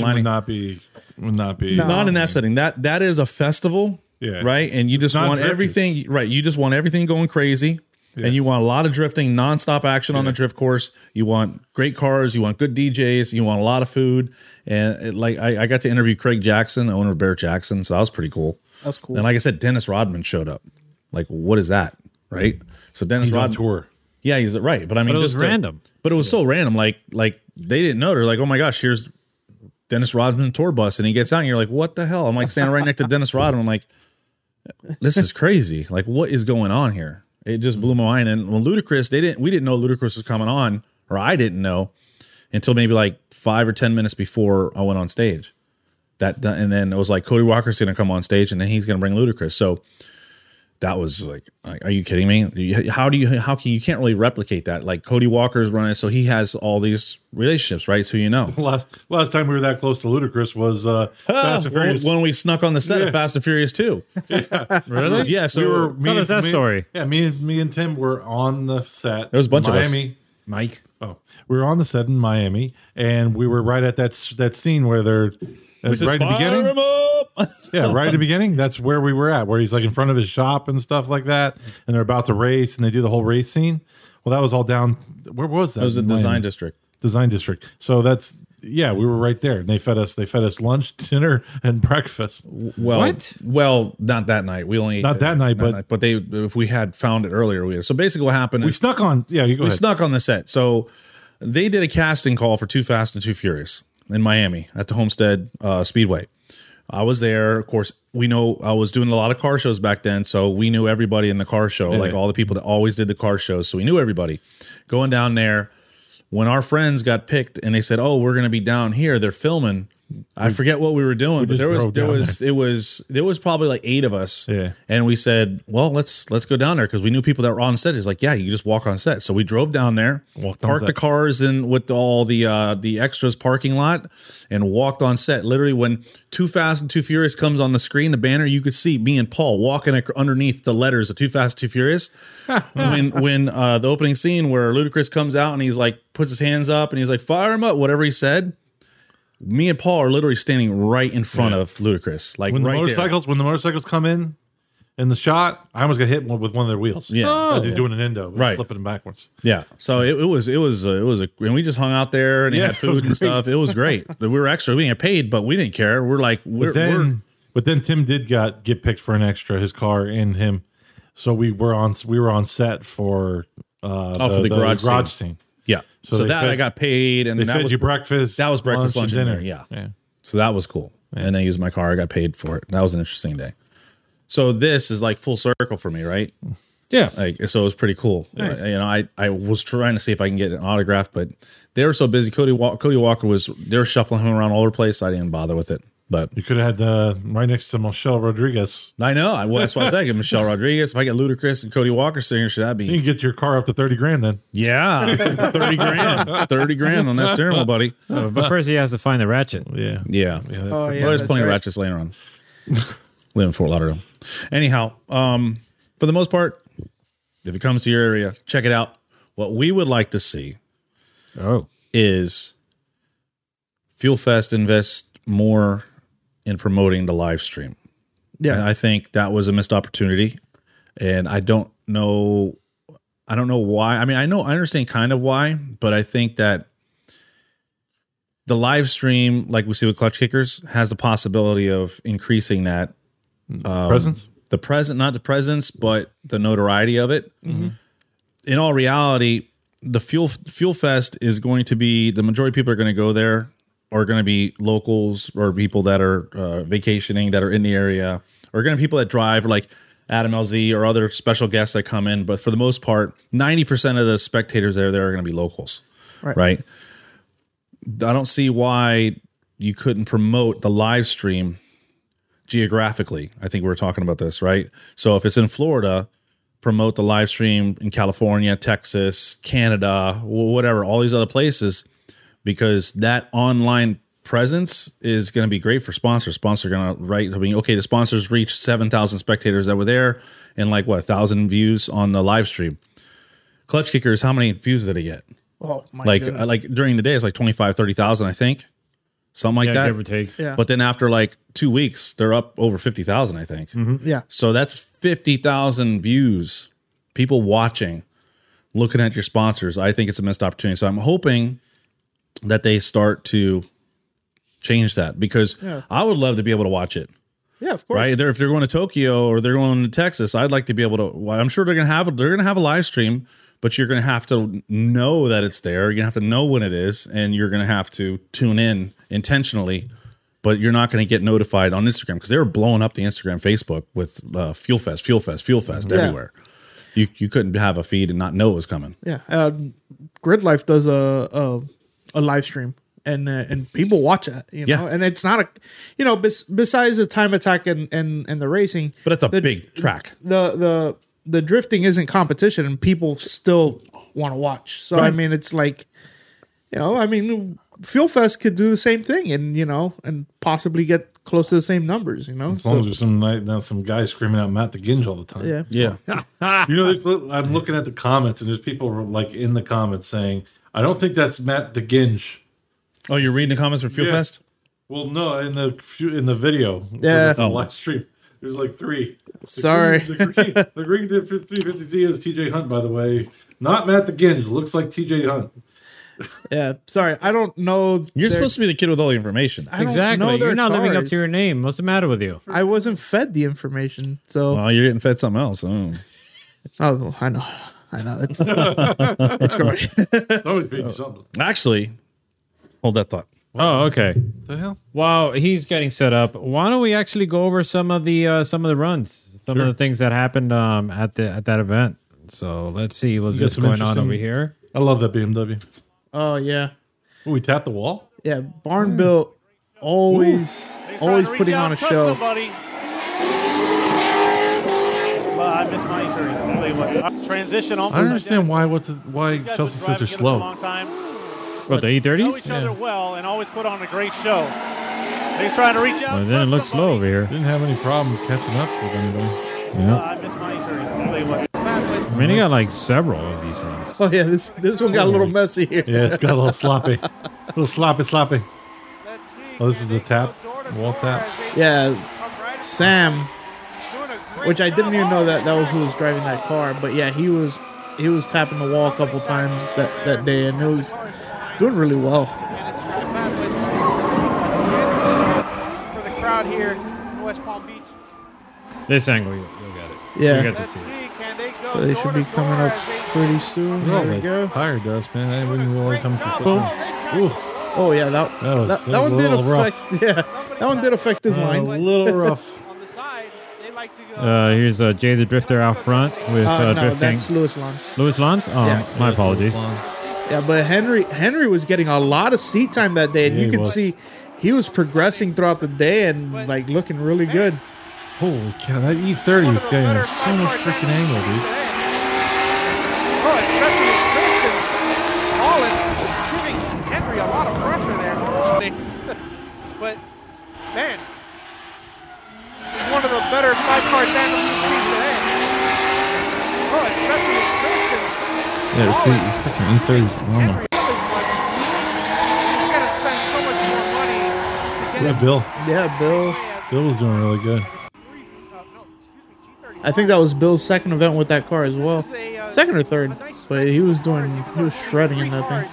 competition would
lining
not be would not be
No.
not in that setting. That that is a festival,
Yeah.
right? And you just
not
want
drifters.
everything right. You just want everything going crazy, and you want a lot of drifting, nonstop action on the drift course. You want great cars. You want good DJs. You want a lot of food. And it, like I, I got to interview Craig Jackson, owner of Bear Jackson, so that was pretty cool.
That's cool.
And like I said, Dennis Rodman showed up. Like, what is that? Right. So Dennis
He's on
Rodman.
tour.
Yeah, he's right. But I mean,
it was
just
random.
But it was so random. Like, like they didn't know. They're like, oh my gosh, here's Dennis Rodman tour bus, and he gets out, and you're like, what the hell? I'm like standing right next to Dennis Rodman. I'm like, this is crazy. Like, what is going on here? It just blew my mind. And when Ludacris, they didn't, we didn't know Ludacris was coming on, or I didn't know until maybe like five or ten minutes before I went on stage. That and then it was like Cody Walker's going to come on stage, and then he's going to bring Ludacris. So that was like, like, are you kidding me? You- How do you, how can you can't really replicate that? Like Cody Walker's running, so he has all these relationships, right? So you know.
Last last time we were that close to Ludacris was uh, [LAUGHS]
Ah,
Fast and
when,
Furious.
when we snuck on the set of Fast and Furious 2. [LAUGHS]
Really?
Yeah, so
we were me
Tell
and-
us that
me-
story.
Yeah, me and me and Tim were on the set.
There was a bunch of us.
Miami.
Mike.
Oh, we were on the set in Miami, and we were right at that s- that scene where they're uh,
Just
right at the
fire
beginning.
him up! [LAUGHS]
Yeah, right at the beginning. That's where we were at, where he's like in front of his shop and stuff like that, and they're about to race, and they do the whole race scene. Well, that was all down. Where was that?
It was the
In Miami.
design district.
Design district. So that's yeah, we were right there, and they fed us. They fed us lunch, [LAUGHS] dinner, and breakfast.
Well,
What?
well, not that night. We only
Not that night, but-
but they if we had found it earlier, we so basically what happened
We
is
snuck on. Yeah, you go
we
ahead.
snuck on the set. So they did a casting call for Too Fast and Too Furious in Miami at the Homestead uh, Speedway. I was there. Of course, we know I was doing a lot of car shows back then, so we knew everybody in the car show, like all the people that always did the car shows. So we knew everybody. Going down there, when our friends got picked and they said, "Oh, we're going to be down here," they're filming. I forget what we were doing,
just
but there was
drove
there
down
was it was there was probably like eight of us.
Yeah.
And we said, well, let's let's go down there because we knew people that were on set. He's like, yeah, you just walk on set. So we drove down there,
Walked on
parked the
set.
cars in with all the uh, the extras parking lot, and walked on set. Literally, when Too Fast and Too Furious comes on the screen, the banner, you could see me and Paul walking ac- underneath the letters of Too Fast, Too Furious. when when uh, the opening scene where Ludacris comes out and he's like puts his hands up and he's like fire him up, whatever he said. Me and Paul are literally standing right in front of Ludacris, like
when the
right there.
motorcycles when the motorcycles come in in the shot, I almost got hit with one of their wheels.
Yeah. Oh.
as he's doing an endo,
Right.
flipping him backwards.
Yeah. So it, it was it was uh, it was a and we just hung out there and they
Yeah, [LAUGHS]
had
it was
food and stuff. It was
[LAUGHS]
great. we were extra. We didn't get paid, but we didn't care. We're like we're,
But then,
we're
but then Tim did got get picked for an extra, his car and him. So we were on we were on set for uh
Oh, for the garage
scene.
yeah. So,
So they
that
fed-
I got paid and
They
that
fed
was
you breakfast.
that was breakfast, lunch, and dinner. Yeah.
yeah.
So that was cool. And I used my car. I got paid for it. That was an interesting day. So this is like full circle for me, right?
Yeah.
Like so, it was pretty cool. Uh, You know, I I was trying to see if I can get an autograph, but they were so busy. Cody Wa- Cody Walker was they were shuffling him around all over the place. I didn't bother with it, but
You could have had the right next to Michelle Rodriguez.
I know. I, well, that's why I said I get Michelle Rodriguez. If I get Ludacris and Cody Walker signature, that'd
You
be
can get your car up to thirty grand then.
yeah, [LAUGHS] thirty grand, thirty grand on that steering wheel, buddy.
But first he has to find the ratchet.
Yeah.
Yeah.
Oh, yeah,
well, there's
that's
plenty of
right.
ratchets laying around. [LAUGHS] Live in Fort Lauderdale. Anyhow, um, for the most part, if it comes to your area, check it out. What we would like to see
Oh.
is Fuel Fest invest more in promoting the live stream.
Yeah.
And I think that was a missed opportunity. And I don't know I don't know why. I mean, I know I understand kind of why, but I think that the live stream, like we see with clutch kickers, has the possibility of increasing that
Presents?
the present, not the presence, but the notoriety of it. In all reality, the fuel fuel fest is going to be the majority of people are going to go there are going to be locals or people that are uh, vacationing that are in the area or going to be people that drive like Adam LZ or other special guests that come in. But for the most part, ninety percent of the spectators that are there are going to be locals, right? right? I don't see why you couldn't promote the live stream geographically. I think we were talking about this, right? So if it's in Florida, promote the live stream in California, Texas, Canada, wh- whatever, all these other places, because that online presence is going to be great for sponsors. Sponsors are going to write, I mean, okay, the sponsors reached 7,000 spectators that were there and like what, 1,000 views on the live stream. Clutch Kickers, how many views did it get?
Oh my
like
goodness.
uh, like during the day it's like 25 30,000 I think. Something like
yeah,
that.
give or take.
Yeah.
But then after like 2 weeks they're up over 50,000 I think.
yeah.
So that's 50,000 views, people watching, looking at your sponsors. I think it's a missed opportunity. So I'm hoping that they start to change that because I would love to be able to watch it.
Yeah, of course.
Right? They're, if they're going to Tokyo or they're going to Texas, I'd like to be able to well, I'm sure they're going to have they're going to have a live stream, but you're going to have to know that it's there. You're going to have to know when it is and you're going to have to tune in intentionally. But you're not going to get notified on Instagram because they were blowing up the Instagram, Facebook with uh, Fuel Fest, Fuel Fest, Fuel Fest everywhere. You you couldn't have a feed and not know it was coming.
Yeah, uh, Grid Life does a a, a live stream, and uh, and people watch it. You know,
Yeah.
and it's not a, you know, bes- besides the time attack and and and the racing,
But it's a
The-
big track.
the the the drifting isn't competition, and people still want to watch. So I
Right.
mean, it's like, you know, I mean, Fuel Fest could do the same thing, and you know, and possibly get close to the same numbers. You know,
As long as
so
there's some night, not some guy screaming out Matt the Ginge all the time.
yeah,
Yeah.
You know, there's, I'm looking at the comments, and there's people who are, like in the comments saying, "I don't think that's Matt the Ginge."
Oh, you're reading the comments for Fuel
Yeah.
Fest?
Well, no, in the few- in the video,
Yeah.
the live stream, there's like three. The
Soree.
green- the green, the green 350Z is TJ Hunt, by the way. Not Matt the Ginge. Looks like TJ Hunt.
yeah. Sorry, I don't know.
You're
their-
supposed to be the kid with all the information.
I don't know
Exactly.
their
You're not living up
cars.
to your name. What's the matter with you?
I wasn't fed the information, so
Well, you're getting fed something else. Oh.
Oh, well, I know. I know. It's, [LAUGHS] it's great.
It's always being something.
Actually, hold that thought.
Oh, okay.
The hell?
While he's getting set up, why don't we actually go over some of the uh, some of the runs, some of the things that happened um, at the at that event. So let's see what's
You got
just
some
going on
interesting-
over here.
I love that BMW.
Oh yeah,
Oh, we tapped the wall.
yeah. Barn built always,
He's trying
always
to reach
putting
out
on a
and touch
show.
Somebody. Well, I missed my injury. I'll tell you what. Transition
I don't
almost.
understand why what's why
These guys
Chelsea says
been driving
they're
together for a
slow.
long time.
What the E
Know
E
each
E30s?
other well and always put on a great show. He's trying to reach out.
Well,
and
then it
touch
looks slow over
somebody.
here.
Didn't have any problem catching up with anybody.
Uh,
Yeah.
I missed my injury. I'll tell you what.
I mean, they got like several of these runs.
Oh yeah, this this one got a little messy here.
Yeah, it's got a [LAUGHS] little sloppy, a little sloppy, sloppy.
Let's see.
Oh, this is
can
the
they
tap,
go door to
wall
door
tap.
as they
Yeah,
come right-
Sam,
doing a great
which I didn't
job
even know that that was who
already.
was driving that car, but yeah, he was he was tapping the wall a couple times that that day, and it was doing really well.
for the crowd here in West Palm Beach.
This angle, you'll, you'll get it.
Yeah.
You get to
Let's
see it.
see, can they go
So they should be coming up pretty soon.
Look at all
There we
that
go.
tire dust, man. I didn't realize how much. Oof.
Oh yeah, that
That was-
that,
that
that
was
one
a
did
little rough. Uh,
affect. [LAUGHS] Yeah, that one did affect his
A
line. Uh,
little [LAUGHS] rough.
on the side. They like to go.
Uh, here's uh, Jay the Drifter out front with uh,
Uh, no,
drifting.
that's Lewis Lance.
Louis Lons? Oh,
Yeah.
my apologies.
Yeah, but Henry Henry was getting a lot of seat time that day, and
Yeah,
you
he
could
was.
see he was progressing throughout the day and like looking really good.
Holy cow, that E30 is getting so much freaking angle, dude.
Oh, especially Kristen Holland giving Henry a lot of pressure there. but man, one of the better five-car dynamics we've seen today. Oh, especially Kristen
Oh. Yeah, it's the freaking E30's
Henry.
armor.
always wants- He's gonna spend so much more money to get
Yeah,
him
Bill.
Yeah, Bill.
Bill was doing really good.
three. Uh, no, excuse me, G35.
I think that was Bill's second event with that car as well,
This is a, uh,
second or third.
a nice
But he was doing
If you
he was
look,
shredding in
three
that thing.
cars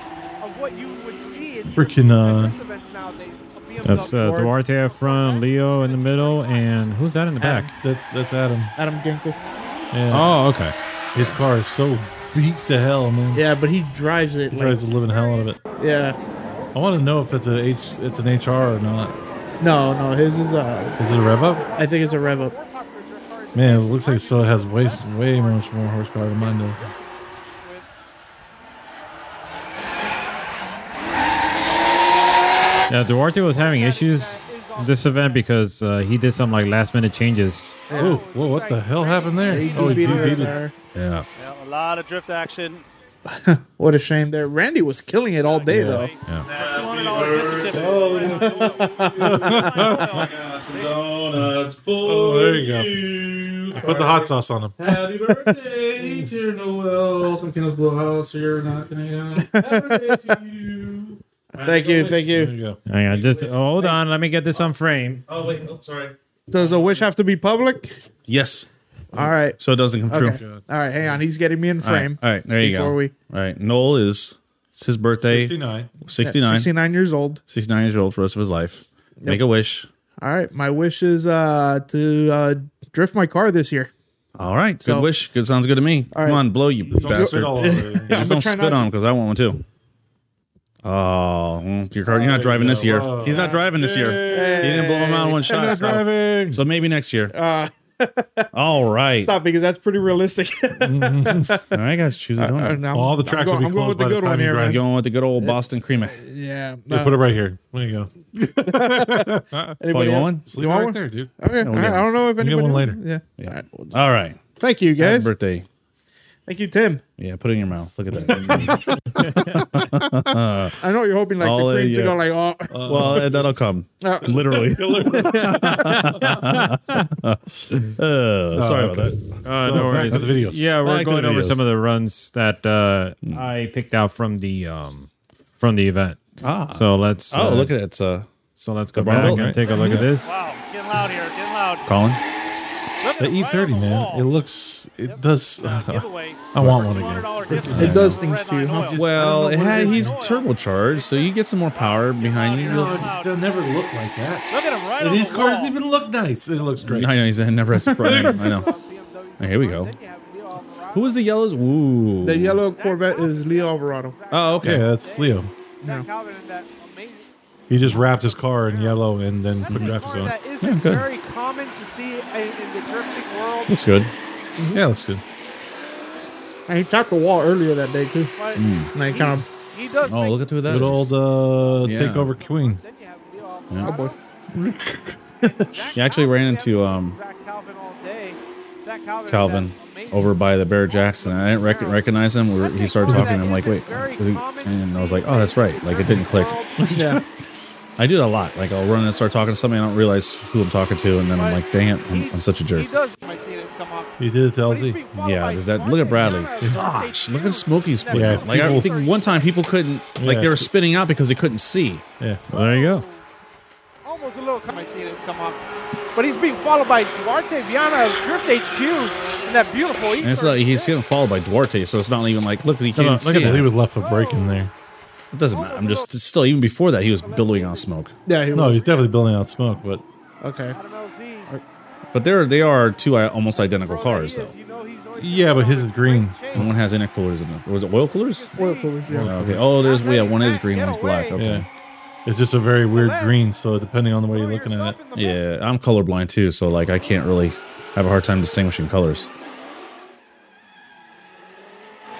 Of what you would see in
Freaking, uh,
drift events nowadays, a BMW
That's uh,
Ford.
Duarte out front, Leo Oh, in the middle, and who's that in the back?
That's that's Adam.
Adam Ginkel.
Yeah.
Oh, okay.
His car is so beat to hell, man.
Yeah, but he drives it
He
like
drives the living hell out of it.
yeah.
I want to know if it's a H, it's an HR or not.
No, no, his is uh
Is it a rev up?
I think it's a rev up.
Man, it looks like it still has way way much more horsepower than mine does.
Yeah, Duarte was having issues this event because uh, he did some like last minute changes.
Oh, whoa, what the hell happened there?
He
Oh, he
beat
beat
her
it.
there.
Yeah.
Yeah, a lot of drift action.
what a shame there. Randy was killing it all day though.
Donuts for
Oh, there you go.
you.
Put the hot sauce on them.
Happy birthday, dear Noel. Some peanuts blow house, so you're not gonna. Happy birthday to you.
Thank you, thank
There
you.
you go.
Hang on, just hold on. Let me get this on frame.
Oh wait, oh sorry.
Does a wish have to be public?
Yes,
All right.
so it doesn't come true.
Okay. All right, hang on. He's getting me in
All right,
frame.
all right, there you
Before
go.
we-
All right, Noel is it's his birthday,
69.
69,
69 years old.
69 years old for the rest of his life. Make a wish.
All right. My wish is uh to uh drift my car this year.
All right, good
So-
wish. Good sounds good to me.
All
Come
right.
on, blow you
Don't
bastard.
spit all [LAUGHS]
[LAUGHS]
over.
Just
I'ma
don't
try
spit
not-
on him because I want one too. Oh, mm, your car! You're
There
not
you
driving this
go.
year.
Whoa.
He's not driving this year. He didn't blow him out in one
I'm
shot.
not
So.
driving.
so maybe next year.
[LAUGHS]
All right.
Uh, Stop because that's pretty realistic. [LAUGHS]
All right, guys, choose a donut.
Uh, No,
All the
I'm
tracks
going-
will be
I'm
closed
going with the
by the
good
time
one
you
here,
drive.
man.
Going with the good old Boston creamer.
Yeah.
Yeah,
no.
put it right here. There you go.
Oh,
Anybody
you want
else?
one?
Just leave it
want
right
one?
there, dude.
Okay. all right, I don't know if
We'll get
anybody
one
else-
later.
Yeah.
Yeah. All right.
Thank you
Happy
guys.
birthday.
Thank you, Tim.
Yeah, put it in your mouth. Look at that.
I know you're hoping like
All in
the cream to
you.
go like oh [LAUGHS]
well, eh, that'll come. Literally. [LAUGHS] Uh, sorry about that.
No,
Uh, no
back
worries.
to the videos.
Yeah, we're
Back to the
going over
videos.
some of the runs that uh, I picked out from the um, from the event.
Ah.
So let's.
Oh,
uh,
look at that. It's uh,
So let's go
the barbell,
back
right?
and take a look at this.
Wow, it's getting loud here. it's Getting loud.
Colin.
The
E
E30, man. It looks, it does. [SIGHS]
Giveaway.
I want one again.
$200 gift
It does
for
things
Red
to you,
Line
huh?
Oil.
Well, it had, he's
Oil.
turbocharged, so you get some more power behind you.
No, it just- they'll never look like that.
Look at him right
And
on
these
the
cars
wall.
even look nice. It looks great.
I know he's never has a front end. I know. Hey, here we go. Who was the yellows? Ooh.
the yellow Corvette is Leo Alvarado.
Oh, okay.
Yeah, that's Leo.
Zach Calvin in that amazing.
He just wrapped his car in yellow and then
That's
put
a
graphics
car
on.
that isn't very common to see in, in the drifting world.
Looks good.
Yeah, looks good.
And he tapped the wall earlier that
[LAUGHS]
day too.
But
And I kind of
he does.
Oh,
make-
look at who that
Good old
is.
uh,
Yeah.
takeover queen.
Then you have Leo
Yeah.
Alvarado.
oh boy.
Zach
[LAUGHS] He actually ran
Calvin,
into,
we haven't
um,
seen Zach Calvin all day. Zach Calvin, in
Calvin
that amazing-
over by the Bear Jackson. and I didn't rec- recognize him. We were, he started talking. and I'm like, wait, and I was like, oh, that's right. Like it didn't click.
Yeah.
I do it a lot. Like I'll run and start talking to somebody. I don't realize who I'm talking to, and then I'm like, dang it, I'm, I'm such a jerk.
He does. I see it come up.
He did it to
But he's
LZ.
being followed
Yeah,
by
does that look at Bradley?
Martin Mariota.
Gosh, look at Smokey's split.
Yeah,
like I
people-
think one time people couldn't, like
Yeah.
they were spitting out because they couldn't see.
Yeah.
There you go.
Almost a little come. I see it come up. But he's being followed by Duarte Viana of Drift HQ in that beautiful. E
And it's like he's getting followed by Duarte, so it's not even like look, he can't
Look at
see.
that. He
him.
was left a break in there.
It doesn't matter. I'm just still even before that he was billowing on smoke.
Yeah, he
No,
was.
he's definitely building out smoke, but
Okay.
But they're they are two uh, almost identical cars though.
Yeah, but his is green.
And one has intercoolers in it. Was it oil coolers?
Oil coolers, yeah.
Okay. Oh, there's yeah. One is green. One's black. Okay.
yeah. It's just a very weird green, so depending on the way you're looking at it.
Yeah. I'm colorblind too, so like I can't really have a hard time distinguishing colors.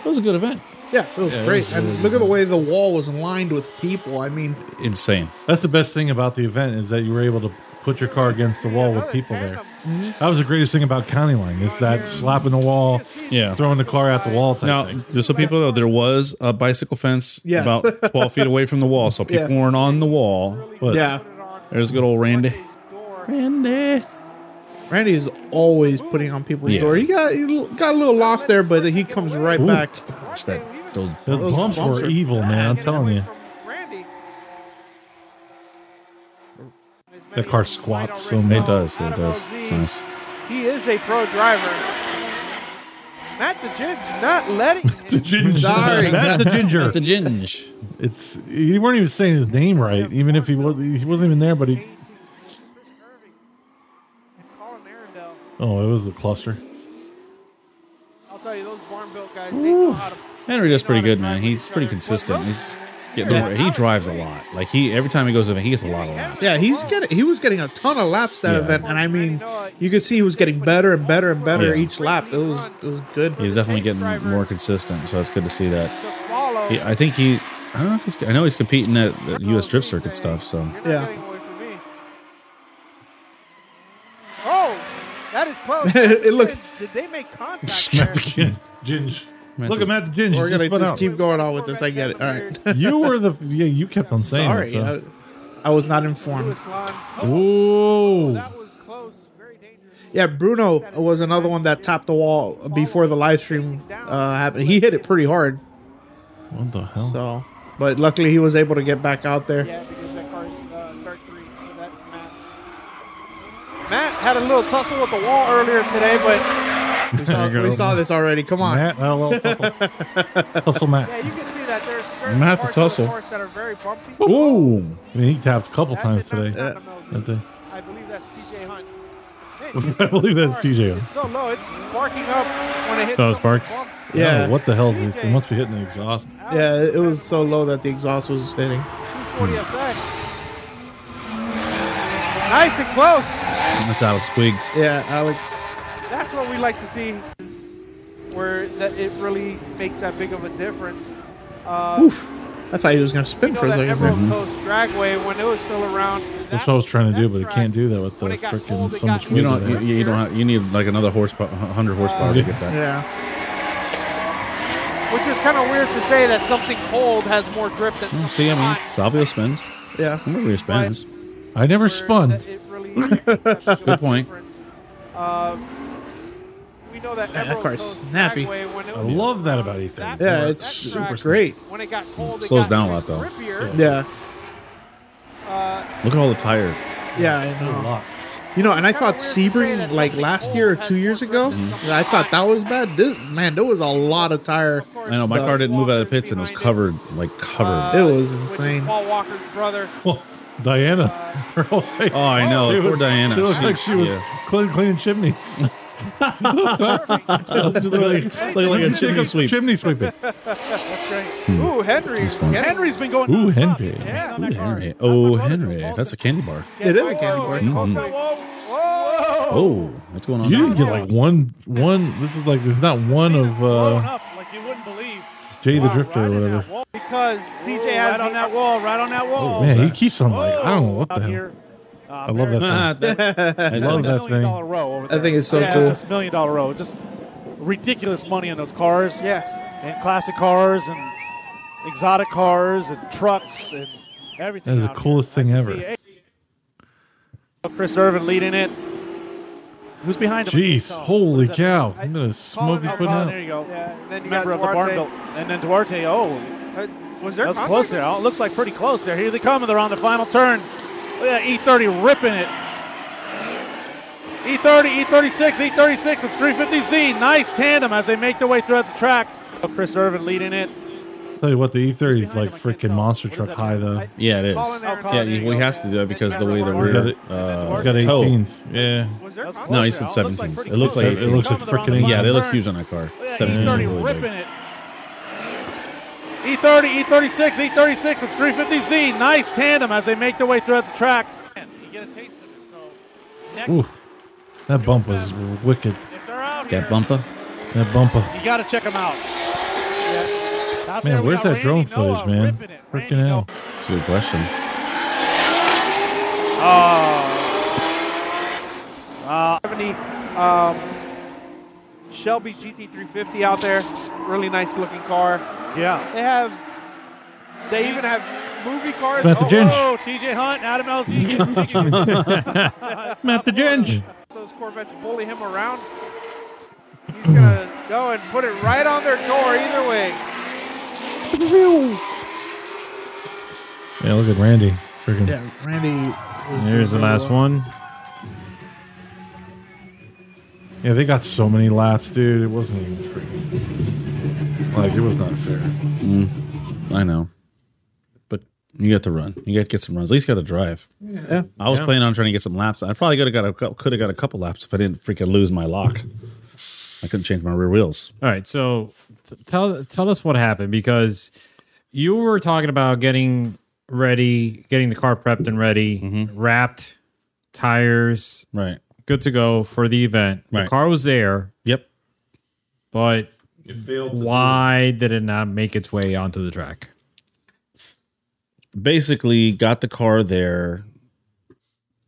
It was a good event.
Yeah, it was great. And look at the way the wall was lined with people. I mean,
Insane.
That's the best thing about the event is that you were able to put your car against the wall with people there. That was the greatest thing about County Line is that slapping the wall,
Yeah.
throwing the car at the wall type
Now,
thing.
just so people know, there was a bicycle fence
Yeah.
about 12 feet away from the wall, so people
Yeah.
weren't on the wall.
But
yeah.
There's good old Randy. Randy.
Randy is always putting on people's
Yeah.
door. He got he got a little lost there, but he comes right
Ooh.
back.
Gosh, that, those,
those
Those
bumps,
bumps
were
are
evil, man. I'm telling you. That car squats so much.
it does. It does. It's nice.
He is a pro driver. Matt the Judge
[LAUGHS]
not letting him.
Sorry.
Matt the ginger.
The ginge.
It's you weren't even saying his name right, even if he was he wasn't even there. But he
Chris Irving and Colin Arundel.
oh, it was the [LAUGHS] cluster.
I'll tell you, those barn built guys, they know how to.
Henry does pretty good, man. He's pretty consistent. He's getting over it. He drives a lot. Like he every time he goes in, he gets a lot of laps.
Yeah, he's getting he was getting a ton of laps that
Yeah.
event, and I mean, you could see he was getting better and better and better
Yeah.
each lap. It was it was good.
He's definitely getting more consistent, so it's good to see that.
to follow.
He, I think he. I don't know if he's. I know he's competing at the U.S. Drift Circuit stuff. So
You're not
Yeah.
getting away from me. Oh, that is close.
It looked-
Oh, Did they make contact
Smack the
there?
kid. Ginge. Look at Matt the Ginge.
We're
We're
gonna
going
just keep going on with this. I get it. All
[LAUGHS]
right.
You were the yeah. You kept on
[LAUGHS]
saying.
Sorry,
It,
I, I was not informed.
Lewis Lons.
so. Ooh.
That was close. Very dangerous.
Yeah, Bruno was another one that topped the wall before the live stream uh, happened. He hit it pretty hard.
What the hell?
So, but luckily he was able to get back out there.
Yeah, because that car's uh, third three, so that's Matt. Matt had a little tussle with the wall earlier today, but
We saw,
There you
we
go.
saw this already. Come on.
Matt, a little tussle.
[LAUGHS]
tussle
Yeah,
Matt.
you can see that there's certain
Not the
parts of
tussle.
the course that are very bumpy.
Boom.
I mean, he tapped a couple
That
times
did not
today.
sound
That
amazing.
day.
I believe that's TJ Hunt.
[LAUGHS] I believe that's TJ Hunt.
It's so low, it's sparking up when it hits.
So it
some
sparks.
bumps.
Yeah.
Oh, what the hell is it? It must be hitting the exhaust.
Yeah, it was so low that the exhaust was hitting.
240 SX. Nice and close.
That's Alex Quigg.
Yeah, Alex.
That's what we like to see, is where that it really makes that big of a difference. Uh,
Oof. I thought he was gonna spin
you know
for a
that
second.
Emerald
there.
Coast Dragway when it was still around.
That's what I was trying to do, but
it
it can't do that with the
when it got cold,
freaking
it
so much
got-
You
weight.
don't.
in
You,
there.
you don't. Have, you need like another horsepower, hundred horsepower to get that.
Yeah.
Which is kind of weird to say that something cold has more grip than
Mm,
something
See, I mean,
hot.
Salvio spins.
Yeah.
Remember he spins.
I never spun.
That it really makes a
Good point.
difference. Um, we know that
that
Emerald
car's
Coast
snappy.
Dragway, when it
I
was
love that
around,
about E30.
that-
Yeah,
that
it's
track,
it's great.
When it got cold, it
Slows
got
down a
even
lot, though.
Grippier.
Yeah.
Uh,
Look at all the tire.
Yeah, I
A
know.
lot.
You know, and I
It's kinda
thought
weird to say
Sebring
that
like
something
last
cold
year or
has
two
more
years
grip
ago,
than something
I thought
hot.
that was bad. This man, there was a lot of tire.
of course,
I know my
Dust.
car didn't move out of the pits and it
Walker's
was
behind
covered, like covered.
It
Uh,
was
which is
insane.
Paul Walker's brother.
Well, Diana, [LAUGHS] her whole face.
oh, I know.
She
Poor
was-
Diana.
She looked
She-
like she was
yeah.
clean, cleaning
[LAUGHS]
chimneys.
Looked like, looked like a chimney sweep. Uh-huh.
Chimney sweeping.
Ooh, Henry.
fun.
Henry's been going.
Ooh,
nonstop.
Henry.
He's been on
Ooh,
that car.
Henry. Oh, Henry. That's a candy bar.
It is a candy
Whoa,
bar.
whoa, whoa, whoa.
Oh, what's going on?
You didn't get like one, one. This is like there's not one
Cena's
of
blown
uh,
up like you wouldn't believe.
Jay the
Wow,
Drifter
right
or
in that
whatever.
wall.
Because TJ
Ooh,
has
Oh, right on
the-
that wall, right on that wall.
Oh man, he keeps on like I don't know
Whoa,
what the
out
hell.
here. Uh,
I love that.
Ah,
Thing.
that-
I
that's
love
like-
that
million
thing.
dollar row over there.
I think it's so
yeah,
cool.
Just million dollar row. Just ridiculous money on those cars.
Yeah.
And classic cars and exotic cars and trucks and everything.
That is the
out here.
coolest thing
Nice to
ever.
see. Chris Irvin leading it. Who's behind him?
Jeez,
Oh,
holy
who's that?
cow! I'm gonna smoke
Oh,
he's putting
Colin, there
out.
you go.
Yeah, and then you
Member
got
of the barn
Duarte.
belt. And then Duarte. Oh,
Uh, was there
that was
contact?
close there. Oh, it looks like pretty close there. Here they come, and they're on the final turn. Look at that E30 ripping it. E E30, E36, E36, and 350Z. Nice tandem as they make their way throughout the track. Chris Irvin leading it.
Tell you what, the E30 is like
behind him, I can't
freaking
tell.
monster
What is
truck
that
high though.
I-
yeah, it is.
Colin Aaron-
Oh,
Yeah,
Colin
he,
Aaron.
well, he has to do it because the way the
He's [LAUGHS] got
rear
it-
uh,
He's got
toe.
18s. Yeah.
Was there contact?
No, he said
Close there. Oh, it looks like
17s.
pretty
It looks
close.
like
It looks like
Coming around the
freaking-
yeah, they look
turn.
huge on that car.
Look at that
17s are
E30
really big.
ripping E it. E30, E36, E36, and 350Z. Nice tandem as they make their way throughout the track. And you get a taste of it. So next,
Ooh, that bump was wicked.
if they're out here,
That bumper.
That bumper.
you got to check them out. Out
Man,
there we
where's
got
that drone
Randy Noah
footage, man?
ripping it. Randy
Freaking hell.
That's a good question.
Um, Shelby GT350 out there, really nice looking car.
Noah. Yeah.
They have, they even have movie cars.
About the
Oh,
Ginge.
Oh, TJ Hunt,
[LAUGHS]
Adam Elzey.
Matt the Ginge.
Those Corvettes bully him around. He's gonna go and put it right on their door either way.
Yeah, look at Randy. Freaking.
Yeah, Randy. Was
Here's the
doing
last
really
one.
Yeah, they got so many laps, dude. It wasn't even freaking. Like, it was not fair.
I know. But you got to run. You got to get some runs. At least you got to drive. Yeah. I was planning on trying to get some laps. I probably could have got a cou- could have got a couple laps if I didn't freaking lose my lock. I couldn't change my rear wheels.
All right, so t- tell tell us what happened because you were talking about getting ready, getting the car prepped and ready,
Mm-hmm.
wrapped, tires
Right.
good to go for the event. The
Right.
car was there,
Yep.
but
It failed.
why did it not make its way onto the track?
basically got the car there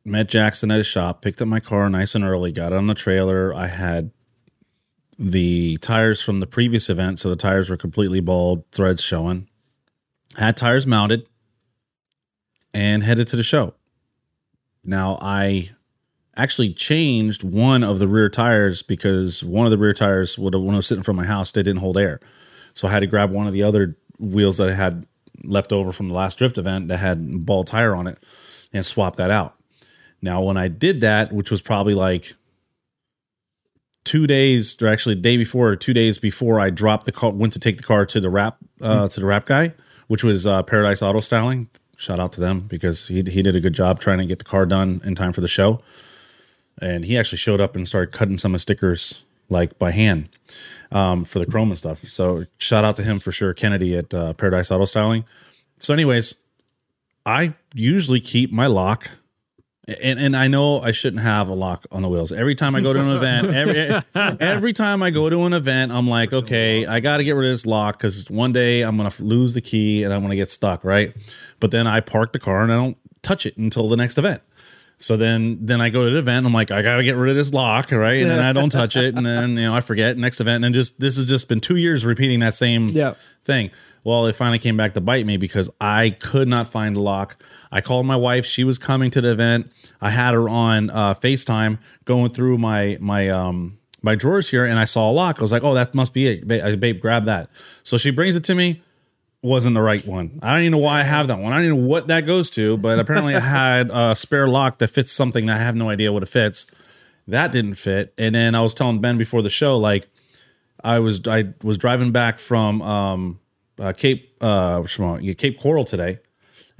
met jackson at his shop picked up my car nice and early got it on the trailer i had the tires from the previous event. So the tires were completely bald, threads showing. Had tires mounted and headed to the show. Now I actually changed one of the rear tires because one of the rear tires would have, when I was sitting from my house, they didn't hold air. So I had to grab one of the other wheels that I had left over from the last drift event that had bald tire on it and swap that out. Now, when I did that, which was probably like two days, or actually the day before, or two days before I dropped the car, went to take the car to the wrap uh, to the wrap guy, which was uh, Paradise Auto Styling. Shout out to them because he he did a good job trying to get the car done in time for the show, and he actually showed up and started cutting some of the stickers like by hand um, for the chrome and stuff. So shout out to him for sure, Kennedy at uh, Paradise Auto Styling. So, anyways, I usually keep my lock and and I know I shouldn't have a lock on the wheels. Every time I go to an event, every every time I go to an event, I'm like, okay, I got to get rid of this lock because one day I'm gonna lose the key and I'm gonna get stuck, right? But then I park the car and I don't touch it until the next event. So then then I go to the event, I'm like, I got to get rid of this lock, right? And then I don't touch it, and then you know I forget next event, and just this has just been two years repeating that same
Yeah.
thing. Well, it finally came back to bite me because I could not find the lock. I called my wife; she was coming to the event. I had her on uh, Facetime, going through my my um my drawers here, and I saw a lock. I was like, "Oh, that must be it, babe, I- babe grab that." So she brings it to me. Wasn't the right one. I don't even know why I have that one. I don't even know what that goes to, but apparently I had a spare lock that fits something that I have no idea what it fits. That didn't fit. And then I was telling Ben before the show, like, I was I was driving back from um uh, Cape uh what's wrong? Yeah, Cape Coral today,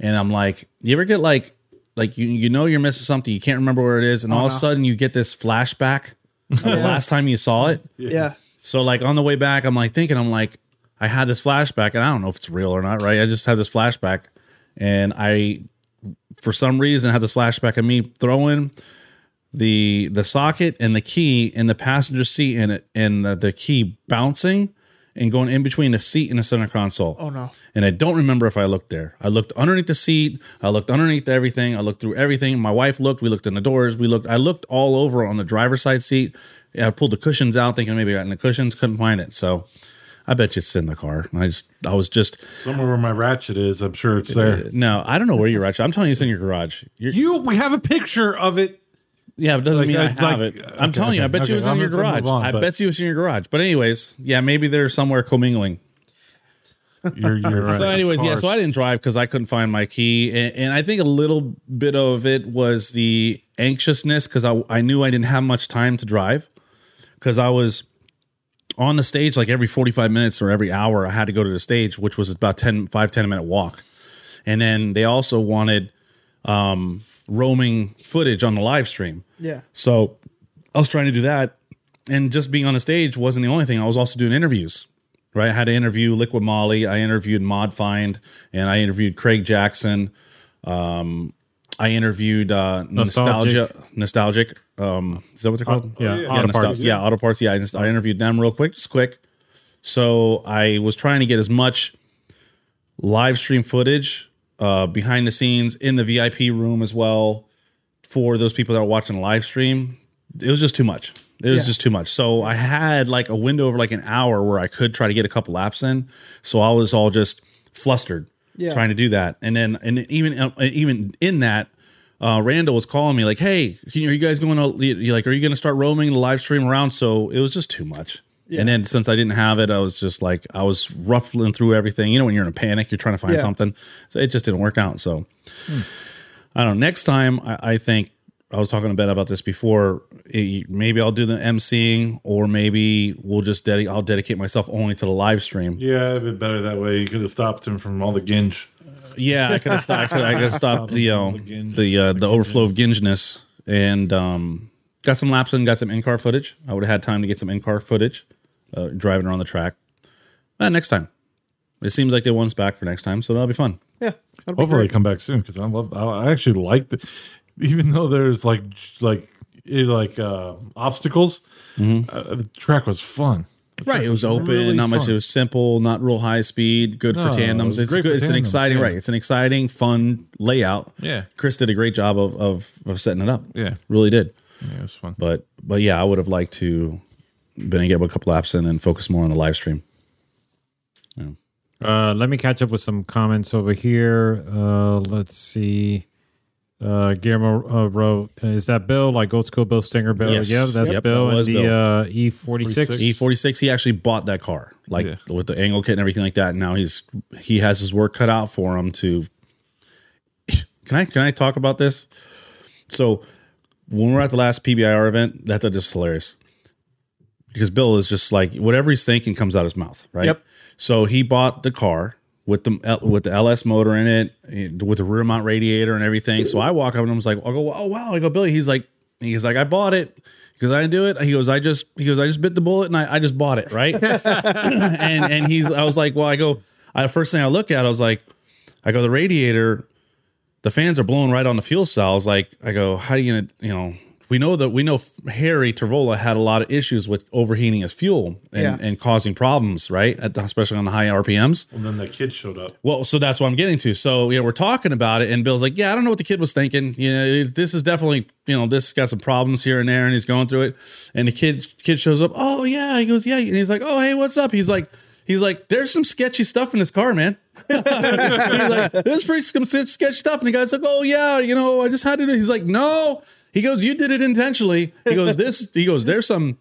and I'm like, you ever get like like you you know you're missing something, you can't remember where it is, and all of a sudden you get this flashback of the last time you saw it.
Yeah.
So like on the way back, I'm like thinking, I'm like, I had this flashback, and I don't know if it's real or not, right? I just had this flashback, and I for some reason had this flashback of me throwing the the socket and the key in the passenger seat in it and the, the key bouncing and going in between the seat and the center console. Oh
no.
And I don't remember if I looked there. I looked underneath the seat, I looked underneath everything, I looked through everything. My wife looked, we looked in the doors, we looked I looked all over on the driver's side seat. Yeah, I pulled the cushions out thinking maybe I got in the cushions, couldn't find it. So I bet you it's in the car. I just I was just
Somewhere where my ratchet is, I'm sure it's there.
no, I don't know where you're at. I'm telling you it's in your garage. You're,
You, we have a picture of it.
Yeah, but it
Like,
doesn't mean I,
I-
have
like,
it. I'm
okay,
telling you, I
okay,
bet you
okay,
it's in
I'm
your
gonna
garage.
move on,
I
but-
bet you it's in your garage. But anyways, yeah, maybe they're somewhere commingling.
[LAUGHS] You're, you're right.
So, anyways, yeah,
Cars.
so I didn't drive because I couldn't find my key, and, and I think a little bit of it was the anxiousness because I I knew I didn't have much time to drive because I was on the stage like every 45 minutes or every hour I had to go to the stage, which was about 10, 5, 10 minute walk, and then they also wanted um, roaming footage on the live stream.
Yeah.
So I was trying to do that. And just being on a stage wasn't the only thing. I was also doing interviews, right? I had to interview Liquid Molly. I interviewed Mod Find and I interviewed Craig Jackson. Um, I interviewed uh, Nostalgia. Nostalgic. Um, is that what they're called?
yeah,
Yeah,
Auto
Nostal-
Parts.
yeah, Auto Parts. Yeah, I, just, I interviewed them real quick, just quick. So I was trying to get as much live stream footage uh, behind the scenes in the VIP room as well for those people that are watching the live stream. It was just too much. It was just too much. So I had like a window of like an hour where I could try to get a couple laps in. So I was all just flustered trying to do that. And then and even uh, even in that uh, Randall was calling me like, "Hey, can you, are you guys going to you- you like are you going to start roaming the live stream around?" So it was just too much. And then since I didn't have it, I was just like I was ruffling through everything. You know, when you're in a panic, you're trying to find
Yeah.
something. So it just didn't work out. So I don't know. Next time, I, I think I was talking to Ben about this before. It- maybe I'll do the emceeing, or maybe we'll just dedicate. I'll dedicate myself only to the live stream.
Yeah, it'd been better that way. You could have stopped him from all the ginge.
Yeah, I could have stopped. I could have stopped the uh,
ginge.
the uh, the overflow of gingeness and um, got some laps in, got some in car footage. I would have had time to get some in car footage uh, driving around the track. Uh, next time, it seems like they want us back for next time, so that'll be fun.
Hopefully, they come back soon because I love. I- I actually like the, even though there's like j- like eh, like uh, obstacles.
Mm-hmm.
Uh, the track was fun.
Right, it was open,
really
not much.
fun.
It was simple, not real high speed. Good
No,
for tandems.
it was
It's
great
good.
for
It's an
tandems,
exciting,
yeah.
right? It's an exciting, fun layout.
Yeah.
Chris did a great job of of, of setting it up.
Yeah.
really did.
Yeah, it was fun.
But but yeah, I would have liked to been able to get a couple laps in and focus more on the live stream.
Uh, let me catch up with some comments over here. Uh, let's see. Uh, Guillermo uh, wrote, "Is that Bill? Like old school Bill Stinger Bill?
Yes.
Yeah, that's
Yep,
Bill
that
and
was
the
Bill. E
Uh, E46.
E46, he actually bought that car, like
Yeah.
with the angle kit and everything like that. And now he's he has his work cut out for him to. Can I can I talk about this? So when we we're at the last PBIR event, that that just hilarious because Bill is just like whatever he's thinking comes out his mouth, right?
Yep.
So he bought the car with the with the LS motor in it, eh, with the rear mount radiator and everything. So I walk up and I was like, I go, oh wow, I go Billy. He's like, he's like, I bought it. He goes, I didn't do it. He goes, I just he goes, I just bit the bullet and I, I just bought it, right? and and he's I was like, well, I go, I first thing I look at, I was like, I go, the radiator, the fans are blowing right on the fuel cell. I was like, I go, how are you gonna, you know, we know that we know Harry Travola had a lot of issues with overheating his fuel and,
Yeah.
and causing problems, right? At the, especially on the high RPMs.
And then the kid showed up.
Well, so that's what I'm getting to. So yeah, we're talking about it, and Bill's like, "Yeah, I don't know what the kid was thinking. You know, this is definitely, you know, this got some problems here and there, and he's going through it." And the kid kid shows up. Oh yeah, he goes, "Yeah," and he's like, "Oh hey, what's up?" He's like, he's like, "There's some sketchy stuff in this car, man." [LAUGHS] he's like, "There's pretty some sketchy stuff," and the guy's like, "Oh yeah, you know, I just had to." do it." He's like, "No," he goes, "You did it intentionally." He goes, "This," he goes, "There's some."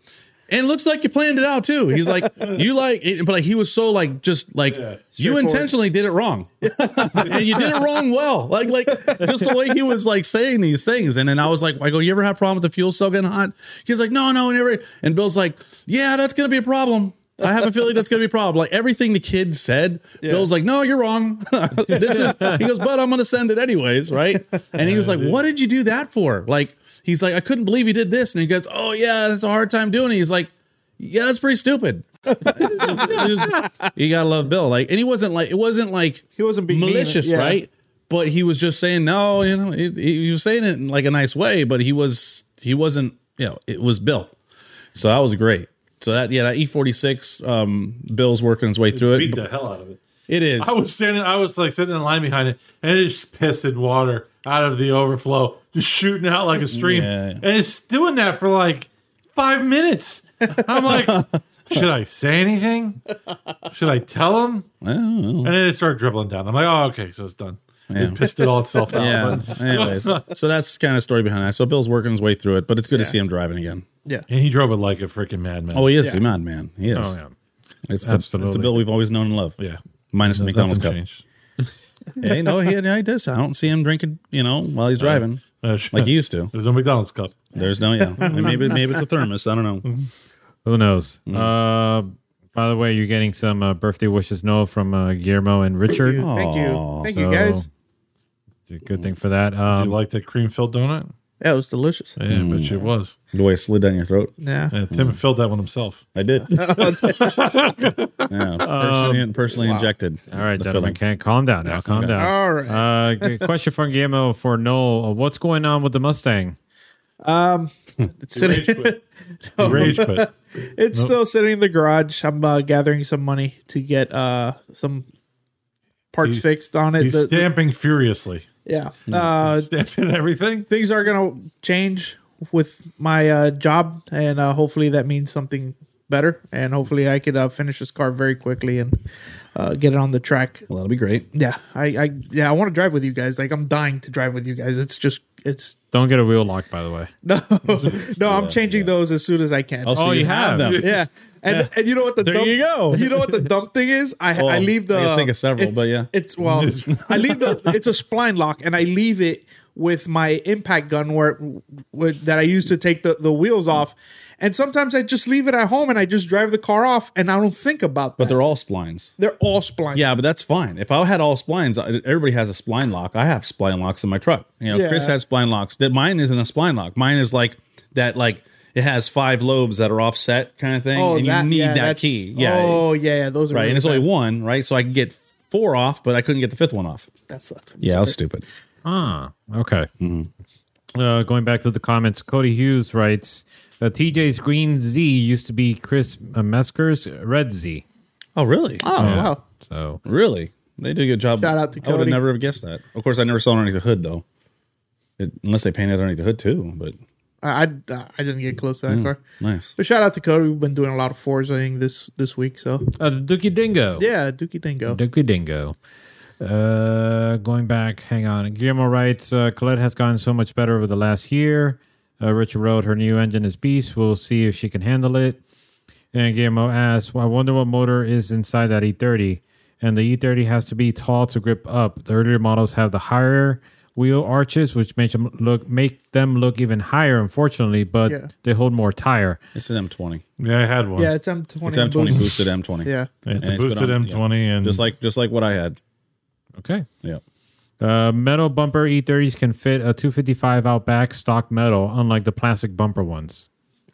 And it looks like you planned it out too. He's like, you like, it, but like he was so like, just like, you intentionally did it wrong, and you did it wrong well. Like, like just the way he was like saying these things. And then I was like, I go, you ever have a problem with the fuel cell getting hot? He's like, no, no, never. And Bill's like, yeah, that's gonna be a problem. I have a feeling that's gonna be a problem. Like everything the kid said, Bill's like, no, you're wrong. [LAUGHS] this is. He goes, but I'm gonna send it anyways, right? And he was like, what did you do that for? Like. He's like, I couldn't believe he did this. And he goes, Oh, yeah, that's a hard time doing it. He's like, yeah, that's pretty stupid. [LAUGHS] Just- you gotta love Bill. Like, and he wasn't like it wasn't like
He wasn't being mean,
malicious,
yeah.
right? But he was just saying no. You know, he, he was saying it in like a nice way, but he was he wasn't. You know, it was Bill. So that was great. So that yeah, that E forty six. Um, Bill's working his way through it.
Beat the hell out of it.
It is.
I was standing, I was like sitting in line behind it, and it's just pissing water out of the overflow, just shooting out like a stream.
Yeah.
And it's doing that for like five minutes. I'm like, [LAUGHS] should I say anything? Should I tell him?
I don't know.
And then it started dribbling down. I'm like, oh, okay, so it's done.
Yeah.
It [LAUGHS] pissed it all itself out.
Yeah.
But-
Anyways, so that's kind of story behind that. So Bill's working his way through it, but it's good to see him driving again.
and he drove it like a freaking madman.
Oh, he is a madman. He is.
Oh, yeah.
It's the, it's the
Absolutely.
Bill we've always known and loved.
Yeah.
Minus the McDonald's
Nothing
cup.
changed.
hey, no, he, he does. I don't see him drinking, you know, while he's driving
Uh, sh-
like he
[LAUGHS]
used to.
There's no McDonald's cup.
There's no, yeah. And maybe maybe it's a thermos. I don't
Mm-hmm.
know.
Who knows?
Mm-hmm.
Uh, by the way, you're getting some uh, birthday wishes, no, from uh, Guillermo and Richard.
Thank you.
Aw,
Thank you, guys.
So, It's a good thing for that.
Do
Um,
you like that cream filled donut?
That was delicious.
Yeah, I
Mm.
bet you it was.
The way it slid down your throat.
Yeah.
Yeah,
Mm.
Tim filled that one himself.
I did. yeah. Personally, personally injected.
all right,
the
gentlemen,
filling.
can't calm down now. Calm down.
All right.
Uh, good question from Guillermo for Noel. Uh, What's going on with the Mustang?
Um, it's sitting,
rage
[LAUGHS]
quit. He Rage
[LAUGHS]
quit.
it's still sitting in the garage. I'm uh, gathering some money to get uh some parts
He's-
fixed on it.
He's
The- the-
stamping furiously.
[LAUGHS]
yeah.
Hmm,
Uh,
Stamping everything.
things are gonna change with my uh, job, and uh, hopefully that means something better. And hopefully I could uh, finish this car very quickly and uh, get it on the track.
Well, that'll be great.
Yeah, I, I yeah, I want to drive with you guys. Like I'm dying to drive with you guys. It's just it's [LAUGHS]
Don't get a wheel lock, by the way.
no, no. I'm changing those as soon as I can.
Oh, you have.
Yeah, and and you know what the
There
dump,
you go.
You know what the dumb thing is? I I
Well,
leave the
I can think of several,
it's-
but yeah. [LAUGHS]
it's well, I leave the it's a spline lock, and I leave it with my impact gun where, where that I use to take the the wheels off. And sometimes I just leave it at home and I just drive the car off and I don't think about that.
But they're all splines.
they're all splines.
Yeah, but that's fine. If I had all splines, I- everybody has a spline lock. I have spline locks in my truck. You know,
Yeah.
Chris has spline locks. That mine isn't a spline lock. Mine is like that, like it has five lobes that are offset kind of thing,
oh,
and
that,
you need
yeah,
that
that's-
key. Yeah,
Oh yeah, yeah, those are
right.
really
And it's only
bad.
one, right? So I can get four off, but I couldn't get the fifth one off.
That sucks. I'm
Yeah, I was
sorry.
stupid.
Ah, okay. Uh, going back to the comments, Cody Hughes writes uh, TJ's Green Z used to be Chris uh, Mesker's Red Z.
Oh, really?
Oh
Yeah.
wow.
So
Really? They did a good job.
Shout out to
I would have
Cody.
never have guessed that. Of course, I never saw it underneath the hood though, it, unless they painted it underneath the hood too. But
I, I I didn't get close
Hmm.
to that car.
Nice.
But shout out to Cody. We've been doing a lot of Forzaing this this week. So
Uh, the Dookie Dingo.
yeah, Dookie Dingo.
Dookie Dingo. Uh, going back, hang on. Guillermo writes uh, Colette has gotten so much better over the last year. Uh, Richard wrote, her new engine is beast. We'll see if she can handle it. And Guillermo asks, well, I wonder what motor is inside that E30. And the E30 has to be tall to grip up. The earlier models have the higher wheel arches, which makes them look make them look even higher. Unfortunately, but
Yeah.
they hold more tire.
It's an M20.
Yeah, I had one.
Yeah, it's M twenty.
It's M20 boosted M20.
Yeah,
And
it's a
it's been
boosted
on-
M20 and
Just like just like what I had.
Okay.
Yeah.
Uh, metal bumper E30s can fit a 255 Outback stock metal, unlike the plastic bumper ones.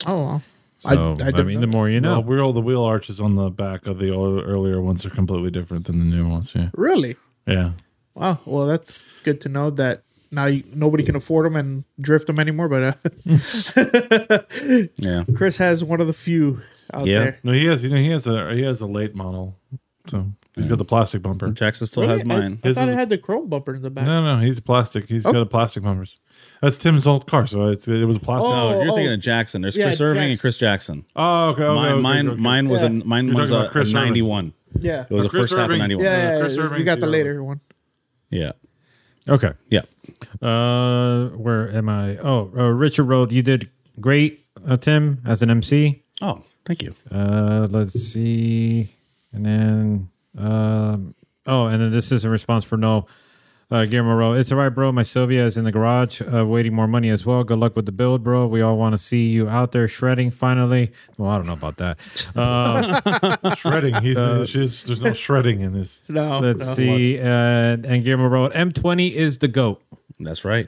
Oh, wow.
So, I,
didn't
mean,
know.
the more you
no,
know.
wheel the wheel arches on the back of the o- earlier ones are completely different than the new ones. Yeah,
really.
yeah.
Wow. Well, that's good to know that now you, nobody can afford them and drift them anymore. But uh,
[LAUGHS] Yeah.
Chris has one of the few out
Yeah.
there.
No, he has. You know, he has a he has a late model, so he's got the plastic bumper.
Jackson still
Really?
has mine.
I, I
His
thought
is-
it had the chrome bumper in the back.
No, no, he's plastic.
Oh.
He's got a plastic bumpers. That's Tim's old car, so it's it was a plastic.
Oh,
No, you're
oh.
thinking of Jackson. There's
Yeah,
Chris Irving
Jackson.
and Chris Jackson.
Oh, okay. okay,
mine,
okay,
mine,
okay.
mine was
Yeah.
a mine
You're
was
talking
a,
about Chris
a
Irving.
91.
Yeah.
It was
Or
the
Chris
first half of
Irving.
91.
Oh, Yeah, yeah,
Chris
yeah,
Irving's
we got
the
the
other
later one.
yeah.
Okay.
Yeah.
Uh, where am I? Oh, uh, Richard Road, you did great, uh, Tim, as an MC.
Oh, thank you.
Uh, let's see. And then, um, oh, and then this is a response for no. Uh, Guillermo Rowe, it's all right, bro. My Sylvia is in the garage, uh, waiting more money as well. Good luck with the build, bro. We all want to see you out there shredding finally. Well, I don't know
[LAUGHS]
about that. Um,
shredding.
[LAUGHS]
He's
Uh,
she's, there's no shredding in this.
No.
let's
no.
see. Uh, and Guillermo Rowe, M20 is the GOAT.
That's right.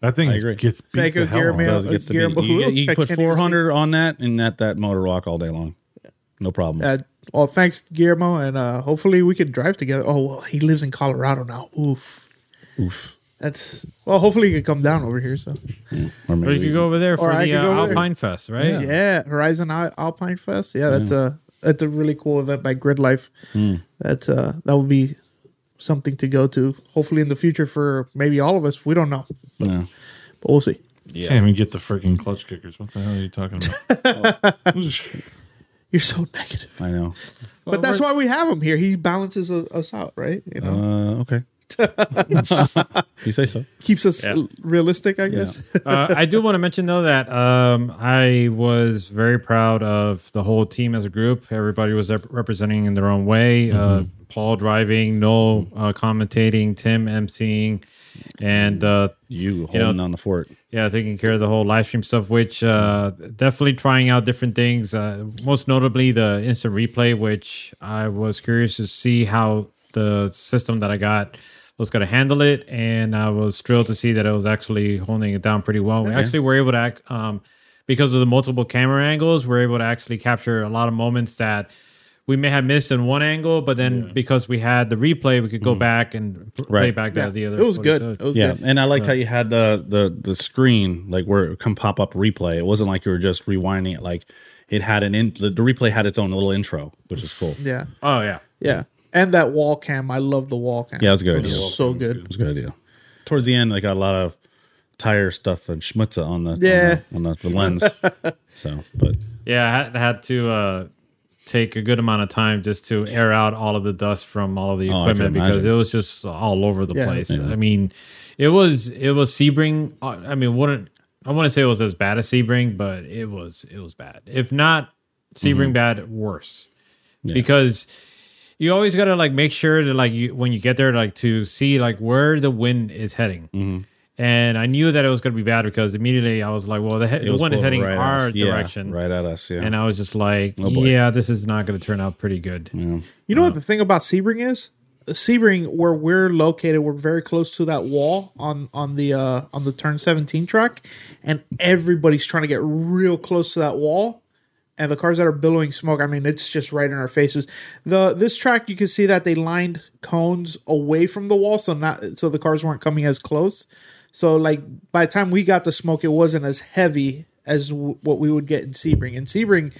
That thing
I agree.
gets beat
Psycho
the hell
Guillermo.
out.
Does
uh,
gets to
Guillermo-
be. You, get- you
I
can put
can't even
400 on that and that that motor rock all day long. No problem.
Uh, well, thanks, Guillermo, and uh, hopefully we can drive together. Oh well, he lives in Colorado now. Oof.
Oof.
That's well. Hopefully he can come down over here. So
Or
Or
maybe
you could go over there for
Or I
the
could
uh,
go over there.
Alpine Fest, right?
yeah, Horizon Al- Alpine Fest. Yeah, that's a that's a really cool event by Grid Life.
Hmm.
That's uh that would be something to go to. Hopefully in the future for maybe all of us. We don't know,
Yeah.
but we'll see.
Can't even get the freaking clutch kickers. What the hell are you talking [LAUGHS] about?
You're so negative,
I know.
but that's why we have him here. He balances u- us out, right? You know,
Uh, okay. you say so.
keeps us realistic, I guess. [LAUGHS]
uh, I do want to mention though that um, I was very proud of the whole team as a group. Everybody was rep- representing in their own way. Uh, Paul driving, Noel uh, commentating, Tim emceeing, and uh,
You holding
know-
on the fort.
yeah, taking care of the whole live stream stuff, which uh, definitely trying out different things. Uh, most notably, the instant replay, which I was curious to see how the system that I got was going to handle it, and I was thrilled to see that it was actually holding it down pretty well. We actually were able to act um, because of the multiple camera angles. We're able to actually capture a lot of moments that. We may have missed in one angle, but then because we had the replay, we could go back and pl- play
Right.
back the, the other.
It was
footage.
good.
So-
It was
Yeah,
good.
and I liked how you had the the the screen like where it can pop up replay. It wasn't like you were just rewinding it. Like it had an in the, the replay had its own little intro, which is cool.
Yeah.
Oh yeah,
Yeah. And that wall cam. I love the wall cam.
Yeah, it was a good
It was
idea.
so good.
It's a good idea. Towards the end, they got a lot of tire stuff and schmutz on the on the-
Yeah.
on the, the lens. so, but
Yeah, I had, had to uh, take a good amount of time just to air out all of the dust from all of the
Oh, I can
equipment because
imagine.
it was just all over the
Yeah.
place. I mean, it was it was Sebring. uh, I mean, wouldn't I want to say it was as bad as Sebring, but it was it was bad. If not
Mm-hmm.
Sebring bad, worse because you always got to like make sure to like you, when you get there like to see like where the wind is heading.
Mm-hmm.
And I knew that it was going to be bad because immediately I was like, well, the, he- the
was
wind is
blowing
heading
right at
our
us. Yeah,
direction,
right at us. Yeah,
and I was just like,
Oh, boy.
yeah, this is not going to turn out pretty good.
Mm.
You
uh,
know what the thing about Sebring is? Sebring, where we're located, we're very close to that wall on on the uh, on the turn seventeen track, and everybody's trying to get real close to that wall. And the cars that are billowing smoke, I mean, it's just right in our faces. The this track, you can see that they lined cones away from the wall, so not so the cars weren't coming as close. So like by the time we got the smoke, it wasn't as heavy as w- what we would get in Sebring. In Sebring,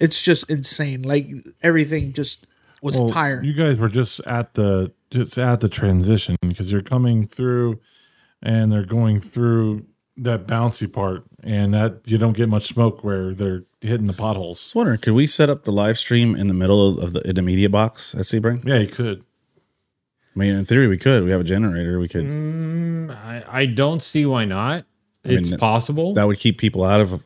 it's just insane. Like everything just was
Well,
tired.
You guys were just at the just at the transition because you're coming through, and they're going through that bouncy part, and that you don't get much smoke where they're hitting the potholes.
Just wondering, could we set up the live stream in the middle of, of the in the media box at Sebring?
Yeah, you could.
I mean, in theory, we could. We have a generator. We could.
Mm, I, I don't see why not.
I mean,
It's possible.
That would keep people out of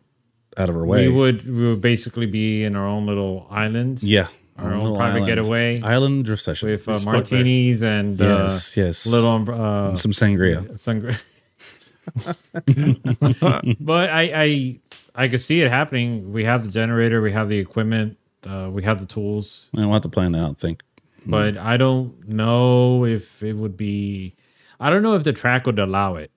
out of our way.
we would we would basically be in our own little island.
Yeah.
Our own
little
private
island.
getaway.
Island drift session.
with uh,
We're stuck there.
martinis and
Yes,
uh,
yes.
little um, uh,
And some sangria.
sangria. [LAUGHS] but I, I I could see it happening. We have the generator, we have the equipment, uh, we have the tools.
And we'll have to plan that out. Think.
But I don't know if it would be. I don't know if the track would allow it,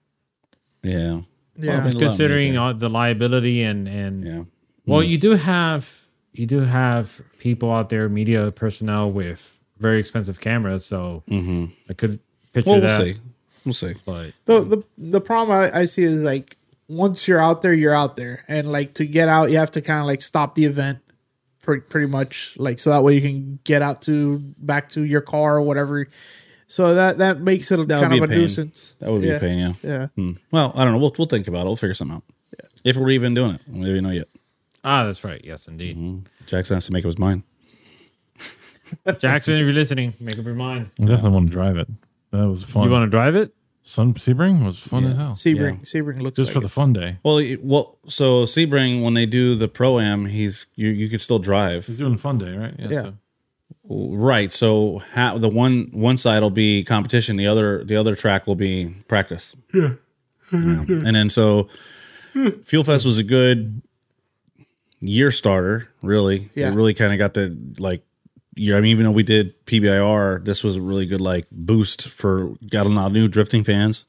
Yeah. Well,
Yeah.
they'd allow me
considering
to-
all the liability and and.
Yeah. Mm.
Well, you do have you do have people out there, media personnel with very expensive cameras, so
Mm-hmm.
I could picture
Well, we'll
that.
see. We'll see.
But
Hmm.
the the the problem I, I see is like once you're out there, you're out there, and like to get out, you have to kind of like stop the event, pre- pretty much like so that way you can get out to back to your car or whatever. So that that makes it
That would
kind
be
of a
a pain.
nuisance.
That would be
yeah.
a pain. Yeah.
Yeah,
Hmm. Well, I don't know. We'll we'll think about it. We'll figure something out. If we're even doing it, we don't even know yet.
ah, that's right. Yes, indeed.
Mm-hmm. Jackson has to make up his mind.
Jackson, if you're listening, make up your mind.
I definitely want to drive it. That was fun.
You want to drive it?
Sun Sebring was fun as hell.
Sebring Sebring looks
Just
like
for the
it's-
fun day.
Well, y- well, so Sebring when they do the pro am, he's you you could still drive,
He's doing fun day, right?
Yeah.
so-
right? So ha- the one one side will be competition, the other the other track will be practice. Yeah, and then so Fuel Fest was a good year starter, really.
Yeah.
it really kind of got the like. year. I mean, even though we did PBIR, this was a really good like boost for got a lot of new drifting fans.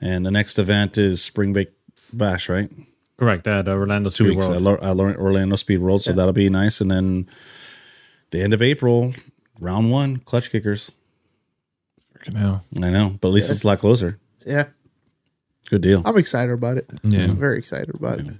And the next event is Spring Break Bash, right?
Correct. That uh, Orlando
two
Speed
weeks at,
World.
Lo- at Lo- Orlando Speed World, so that'll be nice. And then the end of April, round one, clutch kickers.
Freaking hell.
I know, but at least it's a lot closer.
Yeah,
Good deal.
I'm excited about it.
Yeah.
I'm very excited about it.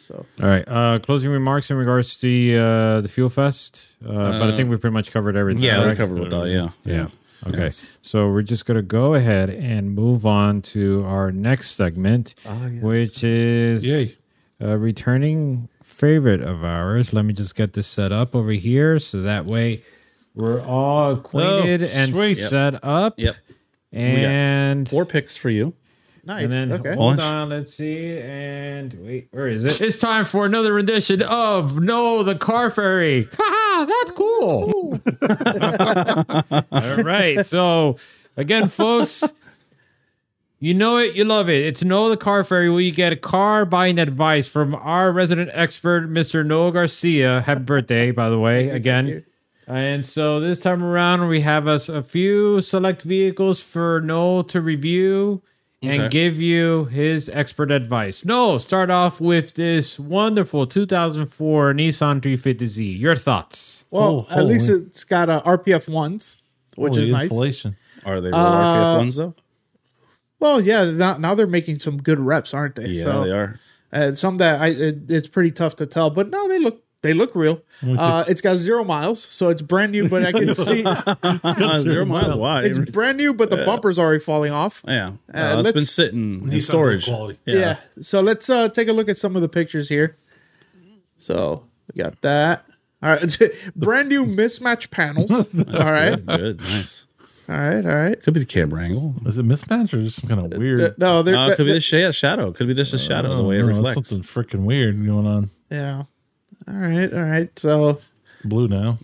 So
All right. Uh, closing remarks in regards to the, uh, the Fuel Fest, uh, but I think we pretty much covered everything.
Yeah, we
correct?
covered with that. Yeah,
Yeah. Okay. So we're just gonna go ahead and move on to our next segment, which is
Ah, Yay.
a returning favorite of ours. Let me just get this set up over here, so that way we're all acquainted and
Oh, sweet. Yep.
set up.
Yep.
And
Four picks for you.
nice.
and then
okay.
hold
Launch.
on, let's see. And wait, where is it? It's time for another rendition of No the Car Fairy. [LAUGHS] Haha, that's cool. [LAUGHS] All right. So again, folks, you know it, you love it. It's No the Car Fairy where you get car buying advice from our resident expert, Mr. Noah Garcia. Happy birthday, by the way. Again. And so this time around, we have us a few select vehicles for Noel to review and
Okay.
give you his expert advice. Noel, start off with this wonderful 2004 Nissan 350Z. Your thoughts?
Well,
Oh,
at least
holy.
it's got uh, RPF ones, which
Holy
is nice.
inflation.
Are they
Uh,
real RKF ones though?
Well, yeah. Now, now they're making some good reps, aren't they?
Yeah,
So-
they are.
Uh, some that I it, it's pretty tough to tell, but no, they look they look real. Uh, it's got zero miles, so it's brand new. But
[LAUGHS]
I can see
[LAUGHS] Uh, Zero miles wide.
it's brand new, but the bumper's already falling off.
yeah, uh,
let's-
it's been sitting in
He's got good
storage.
quality.
Yeah.
Yeah. So let's uh, take a look at some of the pictures here. So we got that. All right, [LAUGHS] brand new
[LAUGHS]
mismatch panels. all right,
Good, good, nice.
all right, all right.
Could be the camera angle.
Is it mismatch or just some kind of
Uh,
weird?
No, they're,
Uh,
th-
could be
th-
the sh- shadow. Could be just a shadow. The way it
I don't know,
reflects.
Oh, Something freaking weird going on.
yeah. All right, all right. So
It's blue now.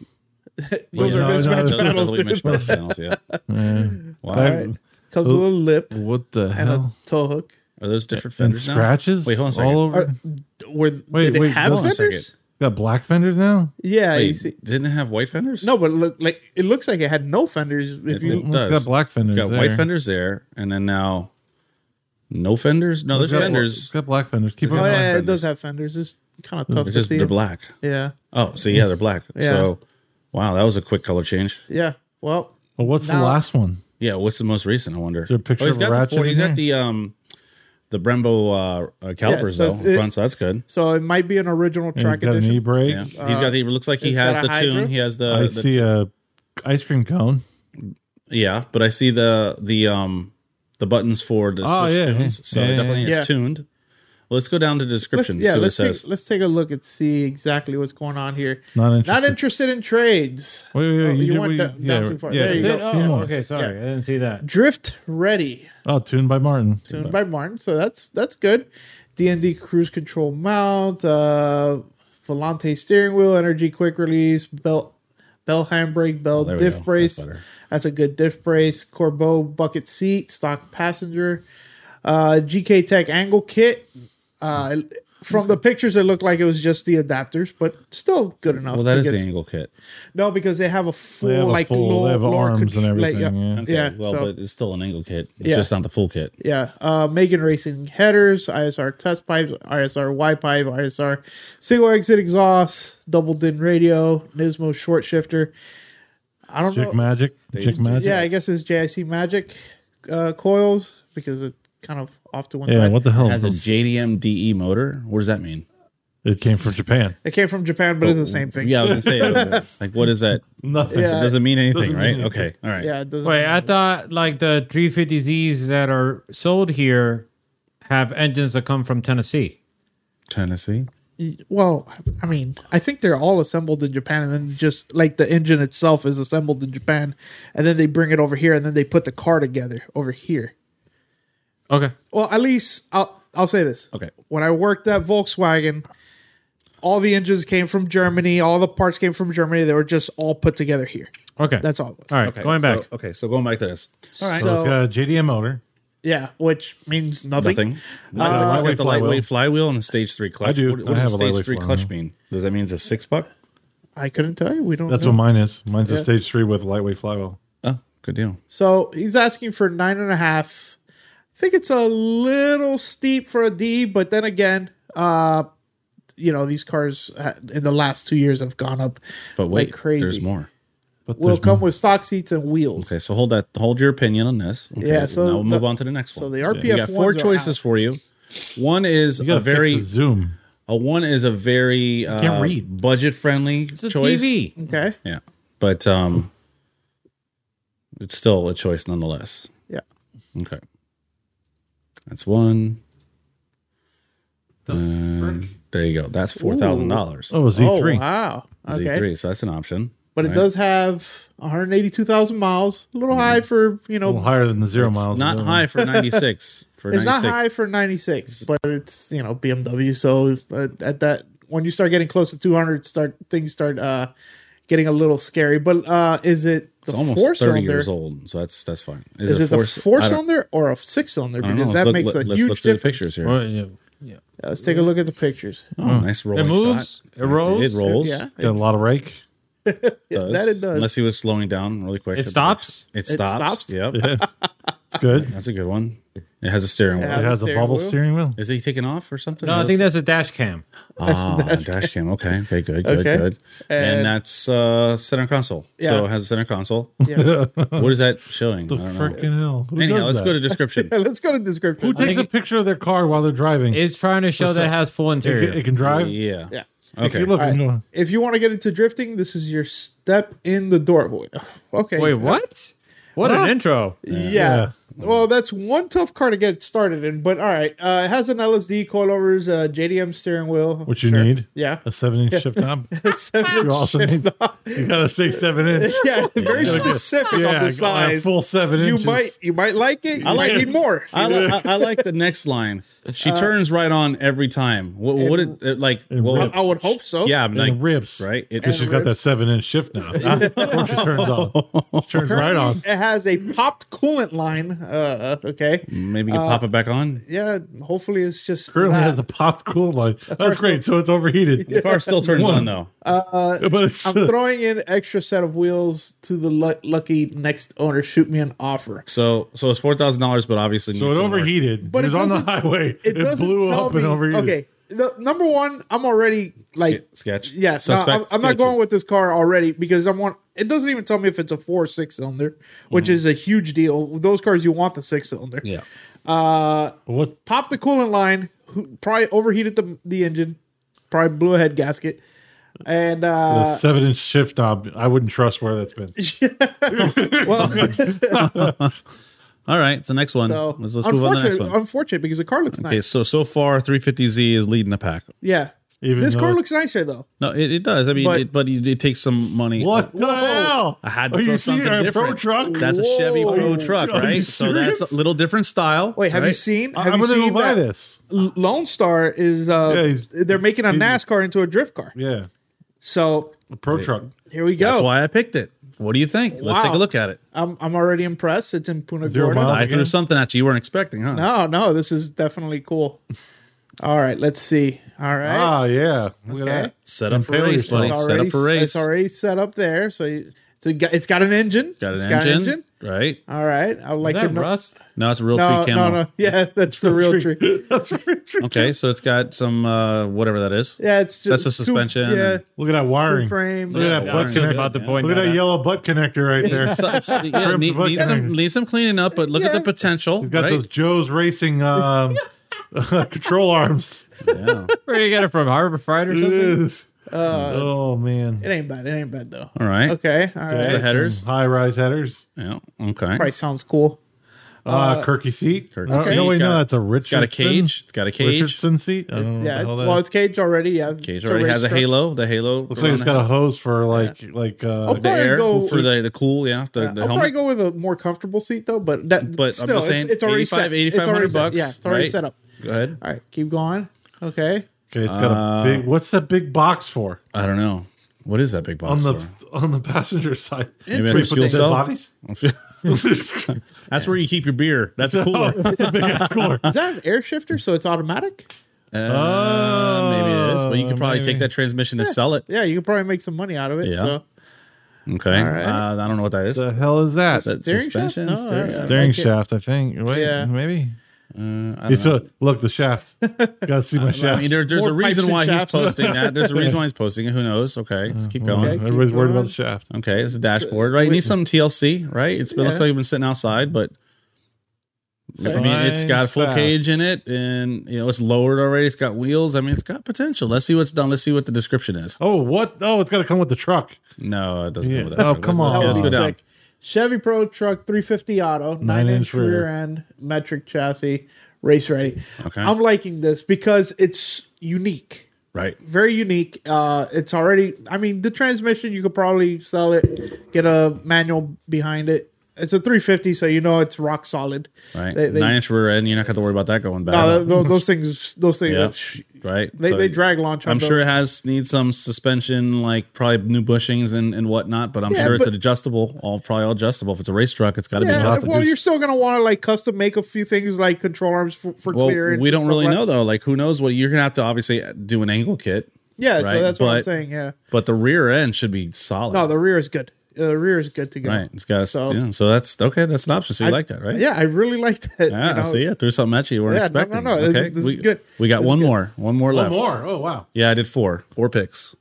those
no,
are
no,
mismatch
those
Those are
panels.
really
Dude.
[LAUGHS]
mismatched panels, yeah.
Yeah.
Wow.
That-
Comes with a lip
What the
and a
hell?
toe hook.
Are those different
And
fenders now?
scratches
Wait, hold on a second.
all over.
Are- Were
Wait,
did it
wait,
have
hold on a
fenders?
second.
got black fenders now?
Yeah,
Wait,
you see.
didn't it have white fenders?
No, but look like it looks like it had no fenders. If
It
you
didn't.
It's
does.
got black fenders.
We've got white
there.
fenders there, and then now no fenders. No,
It's
there's
got-
fenders.
It's got black fenders. Keep on.
oh yeah, it
fenders.
does have fenders. It's kind of tough
They're
to
just
see.
they're
them.
black.
Yeah,
Oh, see, yeah, they're black.
Yeah.
So, wow, that was a quick color change.
yeah. Well,
Well, what's the
Now-
last one?
Yeah, what's the most recent? I wonder.
there a picture
oh, he's
of
got
a
the
ratchet in
he's got
there?
the um the Brembo uh, uh calipers though
so it's-
in
it-
front, so that's good.
so it might be an original
And he's
track
got an e
edition.
brake.
Yeah, Uh, he's got the. it Looks like he
it's
has
got
the
a
tune.
Hydra?
He has the.
I
the
see a ice cream cone.
yeah, but I see the the um the buttons for the
Oh,
Switch
yeah,
tunes.
yeah.
So
Yeah,
it
yeah,
definitely
yeah.
it's tuned. Let's go down to the
Let's,
description. see
yeah,
what it
let's
says.
take, let's take a look and see exactly what's going on here.
Not
Not interested in trades.
Wait, wait, wait,
Oh,
you
you,
did-
went
we-
da- down
yeah,
too far.
yeah,
there you
that's
go.
it? Oh, okay, sorry, I didn't see that.
Drift ready,
Oh, tuned by Martin.
tuned by Martin. So that's that's good. D and D cruise control mount, uh, Volante steering wheel, energy quick release, belt, bell handbrake, bell
there we go.
diff
That's
brace.
better.
That's a good diff brace. Corbeau bucket seat, stock passenger, uh, GK Tech angle kit. Uh, from the pictures, it looked like it was just the adapters, but still good enough.
Well, that
to
is
get
the
s-
angle kit.
No, because they have a full
have a
like
full-
lower,
they have
lower
arms and
contr- like,
everything, yeah.
Okay,
yeah.
well,
so,
but it's still an angle kit. It's
Yeah.
just not the full kit.
yeah. Uh, Megan Racing headers, ISR test pipes, ISR Y pipe, ISR single exit exhaust, double din radio, Nismo short shifter. I don't
Chick
know.
Magic. Chick Magic.
Yeah, I guess it's JIC Magic uh, coils because it kind of off to one
Yeah,
side.
what the hell?
It has a
Those-
JDM DE E motor. What does that mean?
It came [LAUGHS] from Japan.
It came from Japan, but it's the same thing.
Yeah, I was gonna
[LAUGHS]
say like, what is that?
Nothing.
Yeah.
It doesn't mean anything,
Doesn't mean
right?
anything.
Okay, all right.
yeah. It doesn't
Wait, I thought like the 350Zs that are sold here have engines that come from Tennessee.
Tennessee.
well, I mean, I think they're all assembled in Japan, and then just like the engine itself is assembled in Japan, and then they bring it over here, and then they put the car together over here.
Okay.
Well, at least I'll I'll say this.
Okay.
When I worked at Volkswagen, all the engines came from Germany. All the parts came from Germany. They were just all put together here.
Okay.
That's all.
all right.
Okay,
going back.
so- okay, so going back to this.
All right.
So it's got a JDM motor.
yeah, which means nothing.
Nothing.
Uh,
I
lightweight
got the
flywheel.
lightweight flywheel and a stage three clutch.
I do.
What,
I
what does
have
a
a
stage
lightweight
three
flywheel.
clutch mean? Does that mean it's a six buck?
I couldn't tell you. We don't.
That's
know.
what mine is. Mine's a
Yeah.
stage three with lightweight flywheel.
Oh, good deal.
So he's asking for nine and a half. I think it's a little steep for a D, but then again, uh, you know these cars ha- in the last two years have gone up.
But wait,
crazy.
there's more.
But
Will
there's
come with stock seats and wheels.
Okay, so hold that. Hold your opinion on this. Okay,
Yeah, so
now we'll
the-
move on to the next
So
one.
the
we
RPF
got four choices for you. One is
You got
a
to very
very
fix the zoom.
a one is a very
can't
uh,
read.
budget friendly
It's a
choice.
TV.
Okay.
Yeah, but um, it's still a choice nonetheless.
Yeah.
Okay. That's one.
The frick?
There you go. That's four thousand dollars.
Oh,
Oh
Z3.
wow. Okay.
Z three. So that's an option.
But it
right?
does have 182,000 miles. A little high
Mm-hmm.
for you
a
know.
little higher than the zero
It's
miles.
not
though.
high for ninety six. For
It's not
96.
high for 96, but it's you know BMW. So uh, at that, when you start getting close to 200, start things start uh getting a little scary. But uh is it
It's
the
almost
four
thirty years
cylinder?
old, so that's that's fine.
Is it the
c-
four
I don't-
cylinder or a six cylinder?
I don't know.
Because
Let's
that
look-
makes a
let- let's
huge
look through the
difference.
pictures here.
Well, yeah.
Yeah, let's take a look at the pictures.
Oh, nice
It
rolling.
moves. It
shot.
rolls.
It rolls.
Yeah,
Got a lot of rake.
does,
that it does.
Unless he was slowing down really quick.
It stops.
It stops.
stops?
Yep,
Yeah. It's good.
that's a good one. It has a steering
Yeah.
wheel.
It has a
steering
bubble
wheel.
steering wheel.
Is he taking off or something?
No, Uh, I think that's a dash cam.
[LAUGHS]
ah, dash, cam. Okay, okay, good, good,
Okay.
good. And,
And-
that's uh, center console.
Yeah.
So it has a center console.
Yeah.
what is that showing?
The
I don't know.
freaking hell. Who
Anyhow,
does
let's
that?
go
[LAUGHS]
to description.
Yeah, let's go to description.
Who takes a picture of their car while they're driving? It,
It's trying to show that it has full
can-
interior.
it can drive.
yeah.
Yeah.
If
Okay.
you look, you know,
if you want to get into drifting, this is your step in the door. [SIGHS] Okay.
Wait, what? What an intro.
Yeah.
Yeah.
Well, that's one tough car to get started in, but all right. Uh, it has an LSD coilovers, uh, JDM steering wheel.
what you
Sure.
need.
Yeah. [LAUGHS]
A [LAUGHS] seven inch shift knob. You also need. [LAUGHS] You gotta say seven inch.
yeah, very specific
Yeah,
on
a
the size.
full seven
you
inches.
might you might like it. You
like
might
it.
need more.
I, li- I, I like the next line. She
Uh,
turns right on every time. What, what it, it like? well, oh,
I, I would hope so.
yeah, I'm
and it
like
rips
right. It,
because she's got that seven inch shift
[LAUGHS]
now. of course, it turns on. It turns right on.
It has a popped coolant line. Uh, okay.
maybe
uh,
you can pop it back on.
Yeah. Hopefully, it's just
Currently
that.
has a popped cool line. That's great. So it's
[LAUGHS]
overheated.
The car still turns on though.
But it's [LAUGHS]
I'm throwing in extra set of wheels to the lu- lucky next owner. Shoot me an offer.
So so it's four thousand dollars, but obviously
so
needs
it
some work.
overheated.
But
it was
it
on the
doesn't-
highway. It,
doesn't
blew
tell
up and
me-
overheated.
Okay, no, number one, I'm already like
sketch.
Yes, no,
Suspect
I'm, I'm not
sketches.
going with this car already because I'm want. It doesn't even tell me if it's a four or six cylinder,
Mm-hmm.
which is a huge deal. With those cars, you want the six cylinder.
Yeah.
What
Pop the coolant line. who- Probably overheated the the engine. Probably blew a head gasket. And
the
uh,
seven inch
[LAUGHS]
shift knob? I wouldn't trust where that's been.
well,
All right, it's the next one.
So
let's let's move on to the next
unfortunate-
one.
Unfortunate because the car looks
Okay,
nice.
so so far 350Z is leading the pack.
Yeah.
Even
this
though
car
it-
looks nicer though.
No, it, it does. I mean,
But-
it, but it, it takes some money.
What the hell?
I had to
Are
throw
you
something
seeing a
different.
pro truck?
That's a Chevy
Whoa.
Pro
Are you-
truck,
are you
right? So that's
serious?
a little different style.
Wait, have you
right?
seen?
I-
Have
I'm
you
gonna go
seen
buy
that
this.
L- Lone Star is
Yeah,
uh
he's-
they're making a NASCAR into a drift car.
Yeah,
So
a pro truck.
here we go.
That's why I picked it. What do you think? Let's take a
Wow.
look at it.
I'm I'm already impressed. It's in Punta
Zero
Gorda.
miles.
I threw
again?
something at you you weren't expecting, huh?
No, no, this is definitely cool. All right, let's see. All right.
Ah, yeah. Look at
Okay.
that.
Set up for
Imperial
race, buddy.
stuff.
Set up for race.
It's already set up there. So you, it's, a, gu- it's got an engine.
Got an,
It's
engine, right?
All right. I would
Is
like to
that
know.
rust?
No, it's a real
No,
tree
no,
camo.
no. [LAUGHS] Yeah, that's the real tree.
That's a real truck.
Okay, so it's got some uh, whatever that is.
Yeah, it's
That's
just
the
two-
suspension
yeah,
and-
Look at that
two
wiring. Look
frame.
at that
Yeah,
butt
wiring. Just
connector.
about to point
Look at
that
that
out.
yellow butt connector
[LAUGHS]
right there. [LAUGHS]
So,
He's
so, yeah,
Trim
need,
the
need
butt
some
connector.
need some cleaning up, but look at the potential.
got
right?
those Joe's racing
[LAUGHS]
um, [LAUGHS] control arms.
Yeah.
Where you get it from? Harbor Freight or
It
something?
is. oh man.
It ain't bad. It ain't bad though.
All right.
Okay. All right.
the headers?
High rise headers.
Yeah. Okay.
Probably
[LAUGHS]
sounds cool.
Uh, Kirky seat.
Kirky
Uh,
seat.
No, wait,
Got-
no, that's a
It's got
Richardson.
a cage. It's got a cage.
Richardson seat. I
Mm,
don't know
Yeah.
what the hell that
Well,
is.
it's cage already. Yeah.
Cage
It's a
already
race
has a
car.
halo. The halo
Looks like it's got a hose for like like uh,
Oh,
the
Probably
air
go-
for the, the cool. Yeah, the,
Yeah,
the
I'll
helmet.
probably go with a more comfortable seat though, but that
But I'm
still
just saying,
it's, it's already
85
set. It's
8500
already set.
bucks,
Yeah, it's already
right?
set up.
Go ahead.
All right, keep going. Okay.
okay. It's got a big. What's that big box for
I don't know. What is that big box
on the [LAUGHS]
for?
on the passenger side?
Maybe
Where
that's
you
a
put the
fuel
dead
cell? [LAUGHS]
bodies. [LAUGHS]
That's where you keep your beer. That's a cooler.
Oh, It's a big ass
[LAUGHS]
cooler.
Is that an air shifter? So it's automatic?
Uh, maybe it is. But you could
Oh,
probably take
maybe.
that transmission and sell it.
Yeah, you could probably make some money out of it.
Yeah.
So
Okay.
right.
Uh, I don't know what that is.
Eh. The hell is that?
That
Steering shaft?
suspension.
No,
steering-
that's-
Steering
like it.
shaft, I think. Wait,
Yeah.
maybe.
uh, I
You
don't know.
saw, look the shaft.
[LAUGHS]
Gotta see my
I
shaft.
mean, there, there's
More
a
pipes
reason
and
why he's
shafts.
posting that.
[LAUGHS]
There's a reason why he's posting it. Who knows?
Uh,
Okay, just keep going.
Okay.
Okay,
Everybody's
keep
worried about
going.
the shaft.
it's a dashboard, right? It needs some TLC, right? It's been looks
Yeah.
like you've been sitting outside, but I mean, it's got a
Slides
full
fast.
cage in it, and you know it's lowered already. It's got wheels. I mean, it's got potential. Let's see what's done. Let's see what the description is.
Oh, what? Oh, it's got to come with the truck.
No, it doesn't
Yeah.
come with that.
Oh,
Let's-
come
let's-
on.
yeah, Let's
That
go
would be
down.
sick. Chevy Pro Truck 350 Auto, nine, inch
inch rear.
rear end, metric chassis, race ready.
Okay.
I'm liking this because it's unique.
Right.
Very unique. Uh it's already I mean the transmission you could probably sell it, get a manual behind it. It's a 350, so you know it's rock solid.
Right.
They, they,
Nine inch rear end. You're not going to worry about that going
no,
bad.
th- th- those things, those things,
Yeah.
sh-
right.
they,
So-
they drag launch. On
I'm sure it
those.
has needs some suspension, like probably new bushings and, and whatnot. But I'm
Yeah,
sure it's
but-
an adjustable, all probably all adjustable. If it's a race truck, it's got to be
Yeah,
adjustable.
well, you're still gonna want to like custom make a few things like control arms for, for
Well,
clearance.
we
and
don't
stuff
really
like-
know though. Like who knows what you're gonna have to obviously do an angle kit,
Yeah, so
right?
that's what I'm
But-
saying. Yeah,
but the rear end should be solid.
no, the rear is good. The rear is good to go.
right. It's got a,
So-
so, yeah, so that's okay. That's an option. So you
I-
like that, right?
Yeah, I really like that.
Yeah,
you know?
so yeah, threw something at you. you weren't
Yeah, no, no,
expecting.
no, this-
Okay,
this
we,
is good.
we got
This is
one
good.
more, one more
One
left.
more. Oh wow.
Yeah, I did four, four picks,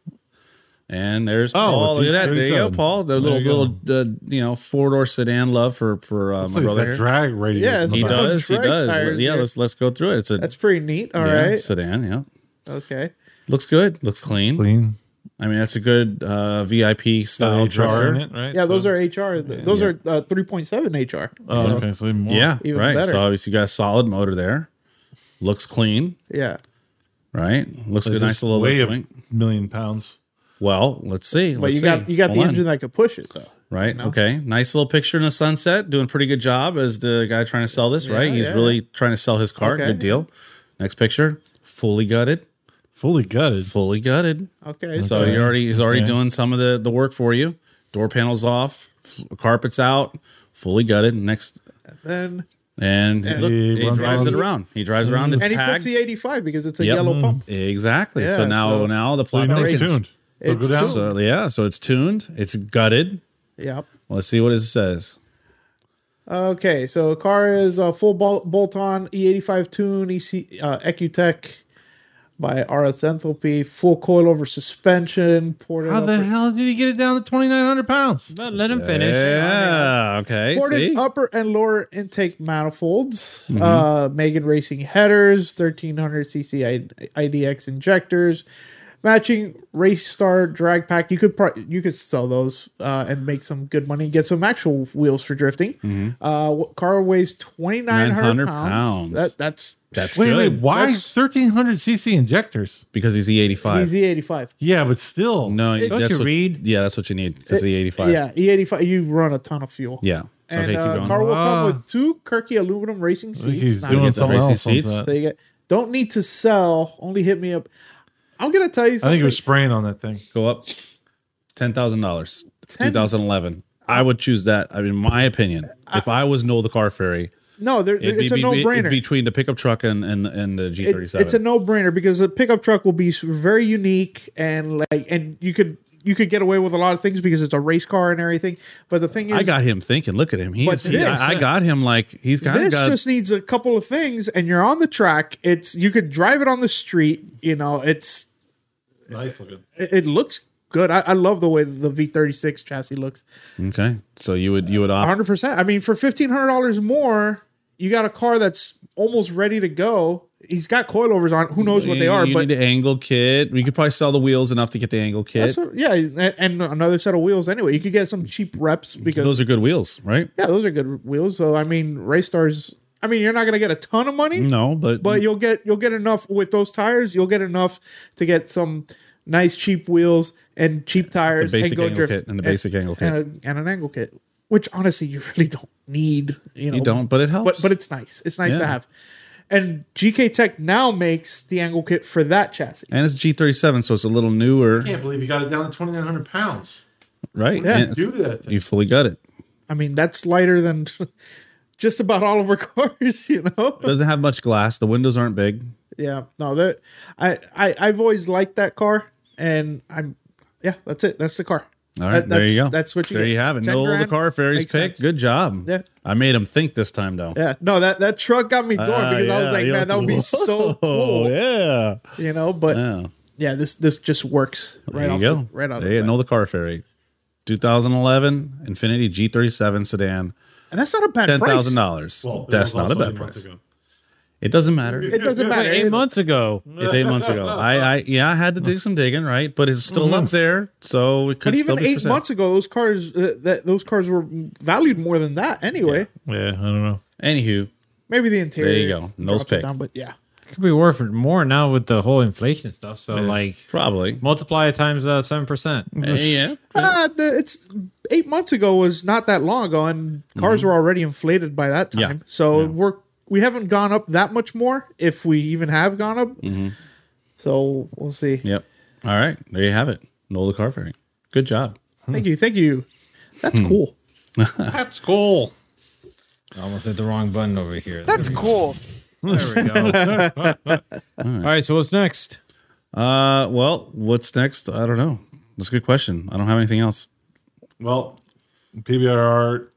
and there's Paul. Look
with
at
the
that. There you go,
37.
Paul. The
Oh, There
little
you go.
little uh, you know four door sedan love for for uh,
Looks
my
like it's
brother.
got
here.
drag radios.
Yeah,
in
it's
the
He
got
back.
does. He
drag
does.
tires
Yeah,
here.
let's let's go through it. It's a
that's pretty neat. All right.
yeah, sedan. Yeah,
Okay.
looks good. Looks clean.
Clean.
I mean, that's a good uh, VIP
Got
style
an HR in
drifter.
it, right?
Yeah, those
So-
are HR. th- Those are uh, 3.7 HR.
Oh,
So,
okay, so even more.
Yeah,
Even
right.
better.
So obviously you got a solid motor there. Looks clean,
Yeah.
right? Looks good. Nice little
weigh
look
a
point.
million pounds.
Well, let's see.
But you got you got the engine that could push it though.
right? Okay, nice little picture in the sunset. Doing a pretty good job as the guy trying to sell this, right? He's
yeah.
really trying to sell his car.
Okay.
Good deal. Next picture, fully gutted,
Fully gutted.
fully gutted.
Okay.
So
So
he already he's already
Okay.
doing some of the the work for you. Door panels off, f- carpets out, fully gutted. Next.
then
And, look,
he
he,
runs
drives
around.
it around. He drives around. It's
Mm. and he
tagged.
puts the 85 because it's a
Yep. Mm.
yellow pump.
Exactly. so
Yeah,
now
so-
now the
So you
plot
know it's
thickens.
tuned. So
It's
go down.
tuned.
So yeah, so it's tuned. It's gutted.
Yep.
Let's see what it says.
Okay, so the car is a full bolt on E85 tune EC, uh, Ecutech by RS Enthalpy, full coilover suspension, ported
How the
upper,
hell did he get it down to twenty nine hundred pounds? oh,
But let him finish.
Yeah. Okay.
ported
see?
upper and lower intake manifolds, uh, Megan Racing headers, 1300cc I- IDX injectors, matching race star drag pack. You could pro- you could sell those uh, and make some good money and get some actual wheels for drifting. Uh, wh- car weighs twenty nine
900
hundred pounds.
pounds.
That that's
That's
Wait,
good.
wait, why 1300 cc injectors?
Because he's E85.
easy eighty five.
Yeah, but still,
no,
E- Don't
that's
you
what,
read?
Yeah, that's what you need because E85.
Yeah, E eighty five. You run a ton of fuel.
Yeah. So,
and
okay, keep
uh,
going.
car will come
Ah.
with two Kirky aluminum racing seats.
He's
Nice.
doing
get the
something
racy
else.
seats.
on that.
So you get don't need to sell. Only hit me up. I'm gonna tell you
I
something.
think it was spraying on that thing.
Go up. $10,000.
Ten-
2011. I would choose that. I mean, in my opinion, if I was Noel the Car Ferry,
no, there,
it'd
it's
be, be-
a no
be-
brainer.
between the pickup truck and, and, and the
It-
G37.
it's a no-brainer because a pickup truck will be s- very unique and like and you could you could get away with a lot of things because it's a race car and everything but the thing is
I got him thinking. Look at him. He's,
But
he,
this-
I, I got him like he's kind
this
of got.
just needs a couple of things and you're on the track it's you could drive it on the street you know it's
Nice looking.
it, it looks good I, I love the way the v36 chassis looks
okay, so you would you would opt
100% i mean for $1500 more you got a car that's almost ready to go he's got coilovers on who knows what they are
You
but
need an angle kit. We could probably sell the wheels enough to get the angle kit.
That's what, yeah, and, and another set of wheels anyway. You could get some cheap reps because
Those are good wheels, right?
yeah, those are good wheels. So I mean, race stars. I mean, you're not gonna get a ton of money,
No, but
but you'll get you'll get enough with those tires. You'll get enough to get some nice cheap wheels and cheap tires
basic
and go
angle
drift
kit and the basic angle kit.
and, a, and an angle kit, which honestly you [LAUGHS] really don't need. You, know,
you don't. But it helps.
but but it's nice. It's nice to
Yeah.
have. And GK Tech now makes the angle kit for that chassis.
and it's G37, so it's a little newer,
Can't believe you got it down to 2,900 pounds.
right?
Yeah.
And
Do that. Thing.
you fully got it.
I mean, that's lighter than [LAUGHS] just about all of our [LAUGHS] cars, you know.
[LAUGHS] Doesn't have much glass. The windows aren't big.
Yeah, no, that I, I I've always liked that car, and I'm yeah, that's it. That's the car.
All right,
That-
there
that's,
you go.
That's what you
there
get.
you have it.
10
Noel the
grand.
Car Fairies
Makes
pick.
sense.
Good job.
Yeah.
I made him think this time though.
Yeah, no that that truck got me going
Ah,
because I was
yeah,
like,
you're
man, that
[LAUGHS]
would be so
Oh
cool,
yeah.
you know. But yeah.
Yeah.
this this just works right
there
off
you go.
the, right off
There you
the bat.
know the car ferry. 2011 Infinity G37 sedan,
and that's not a bad
ten
price.
thousand dollars.
Well,
That's
that was
not
also
a bad
eight months
price.
ago.
It doesn't matter.
It doesn't matter.
Eight
It-
months ago.
It's eight months ago. I, I yeah, I had to do some digging, right? But it's still up
Mm-hmm.
there, so it could
But
still
even
be
eight
for sale.
months ago, those cars uh, that those cars were valued more than that anyway.
Yeah, I don't know.
Anywho,
Maybe the interior.
go. Nose
drops it
pick.
Down, but yeah,
Could be worth more now with the whole inflation stuff. So like
probably.
multiply it times uh, seven percent.
yeah.
Ah, the, it's eight months ago was not that long ago, and cars were already inflated by that time.
Mm-hmm. Yeah.
So we're we haven't gone up that much more, if we even have gone up.
Mm-hmm.
So we'll see.
Yep. All right. There you have it. Nola Car Ferry. Good job.
Thank you, thank you. That's
Hmm.
cool.
That's cool.
I almost hit the wrong button over here.
That's cool.
there we go. [LAUGHS] All right, so what's next?
Uh, well, what's next? I don't know. That's a good question. I don't have anything else.
Well, PBR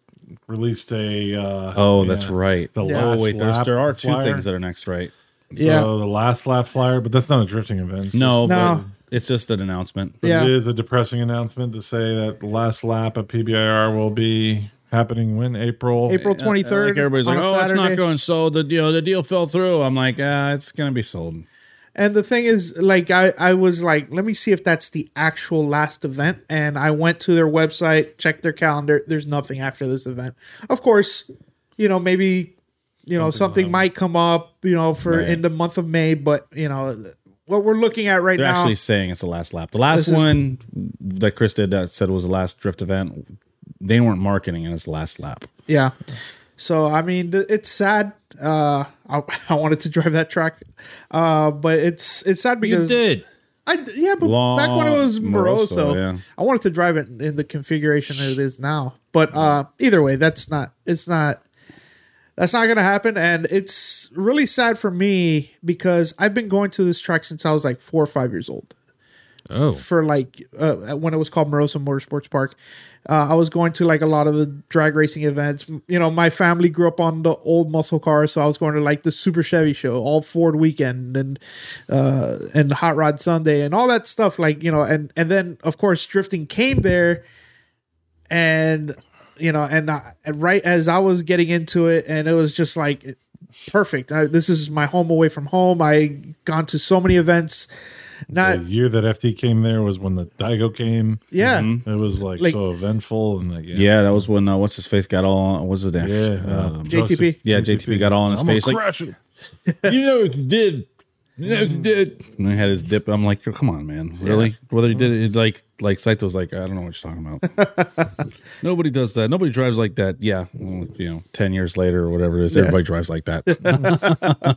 released a. Uh,
Oh,
yeah,
that's right.
The
Oh,
last
wait. There's
lap
there are two
flyer.
things that are next, right?
yeah,
So the last lap flyer, but that's not a drifting event.
No,
No.
but it's just an announcement.
But
Yeah.
it is a depressing announcement to say that the last lap at PBIR will be happening when April.
April twenty third.
Like everybody's like, oh, it's not going sold. The deal, the deal fell through. I'm like, ah, it's gonna be sold.
And the thing is, like, I, I was like, let me see if that's the actual last event. And I went to their website, checked their calendar. There's nothing after this event. Of course, you know, maybe, you know, something might come up, you know, for
Right.
in the month of May. But, you know, what we're looking at right
They're
now.
actually saying it's the last lap. The last
This is-
one that Chris did that said was the last drift event. They weren't marketing it as the last lap.
Yeah. So I mean, th- it's sad. Uh, I, [LAUGHS] I wanted to drive that track, uh, but it's it's sad
You
because
did.
I d- yeah, but back when it was
Long-
Moroso,
Moroso, yeah.
I wanted to drive it in the configuration it is now. But uh, either way, that's not it's not that's not gonna happen, and it's really sad for me because I've been going to this track since I was like four or five years old
Oh,
for like uh, when it was called Moroso Motorsports Park. Uh, I was going to like a lot of the drag racing events. M- You know, my family grew up on the old muscle cars, so I was going to like the Super Chevy show, all Ford weekend, and uh, and Hot Rod Sunday, and all that stuff. Like you know, and and then of course drifting came there, and you know, and, I, and right as I was getting into it, and it was just like perfect. I, this is my home away from home. I gone to so many events
the
Not
year that FT came there was when the Daigo came.
Yeah.
Mhm. it was like,
Like-
so eventful and like yeah,
Yeah, that was when uh, what's his face got all what's his name?
Yeah, uh,
Um,
JTP.
Yeah, JTP got all in his
I'm
face.
gonna
Like
crash it.
you know what you did. You know what you did. And he had his dip. I'm like, come on, man, really? Whether he did it, it like like Saito's like, I don't know what you're talking about. [LAUGHS] Nobody does that. Nobody drives like that. Yeah, well, you know, ten years later or whatever it is, everybody drives like
[LAUGHS]
that.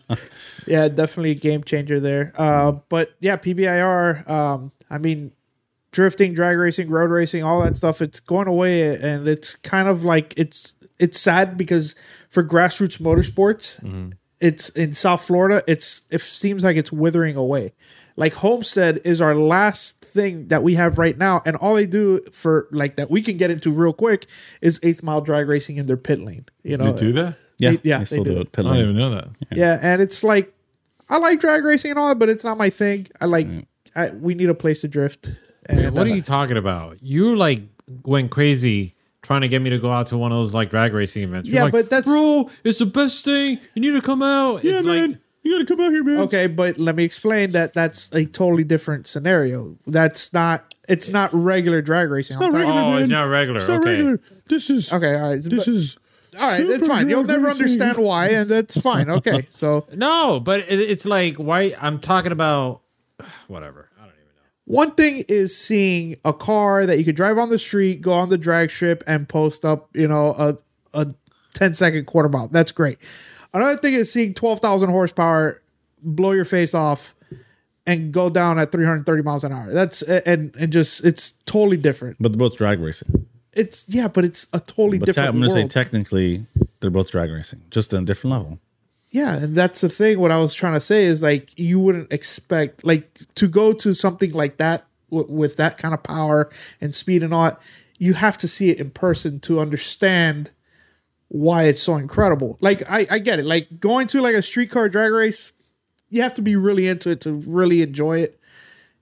yeah, definitely a game changer there. Uh, but yeah, PBIR. Um, I mean, drifting, drag racing, road racing, all that stuff. It's going away, and it's kind of like it's it's sad because for grassroots motorsports, it's in South Florida. It's it seems like it's withering away. Like Homestead is our last thing that we have right now, and all they do for like that we can get into real quick is eighth mile drag racing in their pit lane. You know,
They do that?
yeah,
They- yeah,
I
they
still
do
do
it.
it. Pit
I don't
lane.
even know that.
yeah, and it's like I like drag racing and all that, but it's not my thing. I like I, we need a place to drift. And
Wait, what are you talking about? You like went crazy trying to get me to go out to one of those like drag racing events. You're
Yeah,
like,
but that's-
bro, it's the best thing. You need to come out. Yeah, it's like
You gotta come out here, man.
uh, okay? But let me explain that that's a totally different scenario. That's not it's not regular drag racing. I'm talking-
oh, it's not regular. okay.
This is
Okay, all right,
This
but-
is
all right. It's fine. You'll never understand why, and that's fine. Okay, so
No, but it, it's like why I'm talking about whatever. I don't even
one thing is seeing a car that you could drive on the street, go on the drag strip, and post up, you know, a, a 10 second quarter mile. That's great. Another thing is seeing 12,000 horsepower blow your face off and go down at 330 miles an hour. That's and and just it's totally different.
But they're both drag racing.
It's yeah, but it's a totally
But te-
different
I'm gonna say
world.
technically they're both drag racing, just on a different level.
Yeah, and that's the thing. What I was trying to say is like you wouldn't expect like to go to something like that w- with that kind of power and speed and all. that, You have to see it in person to understand why it's so incredible. Like I, I get it. Like going to like a streetcar drag race, you have to be really into it to really enjoy it.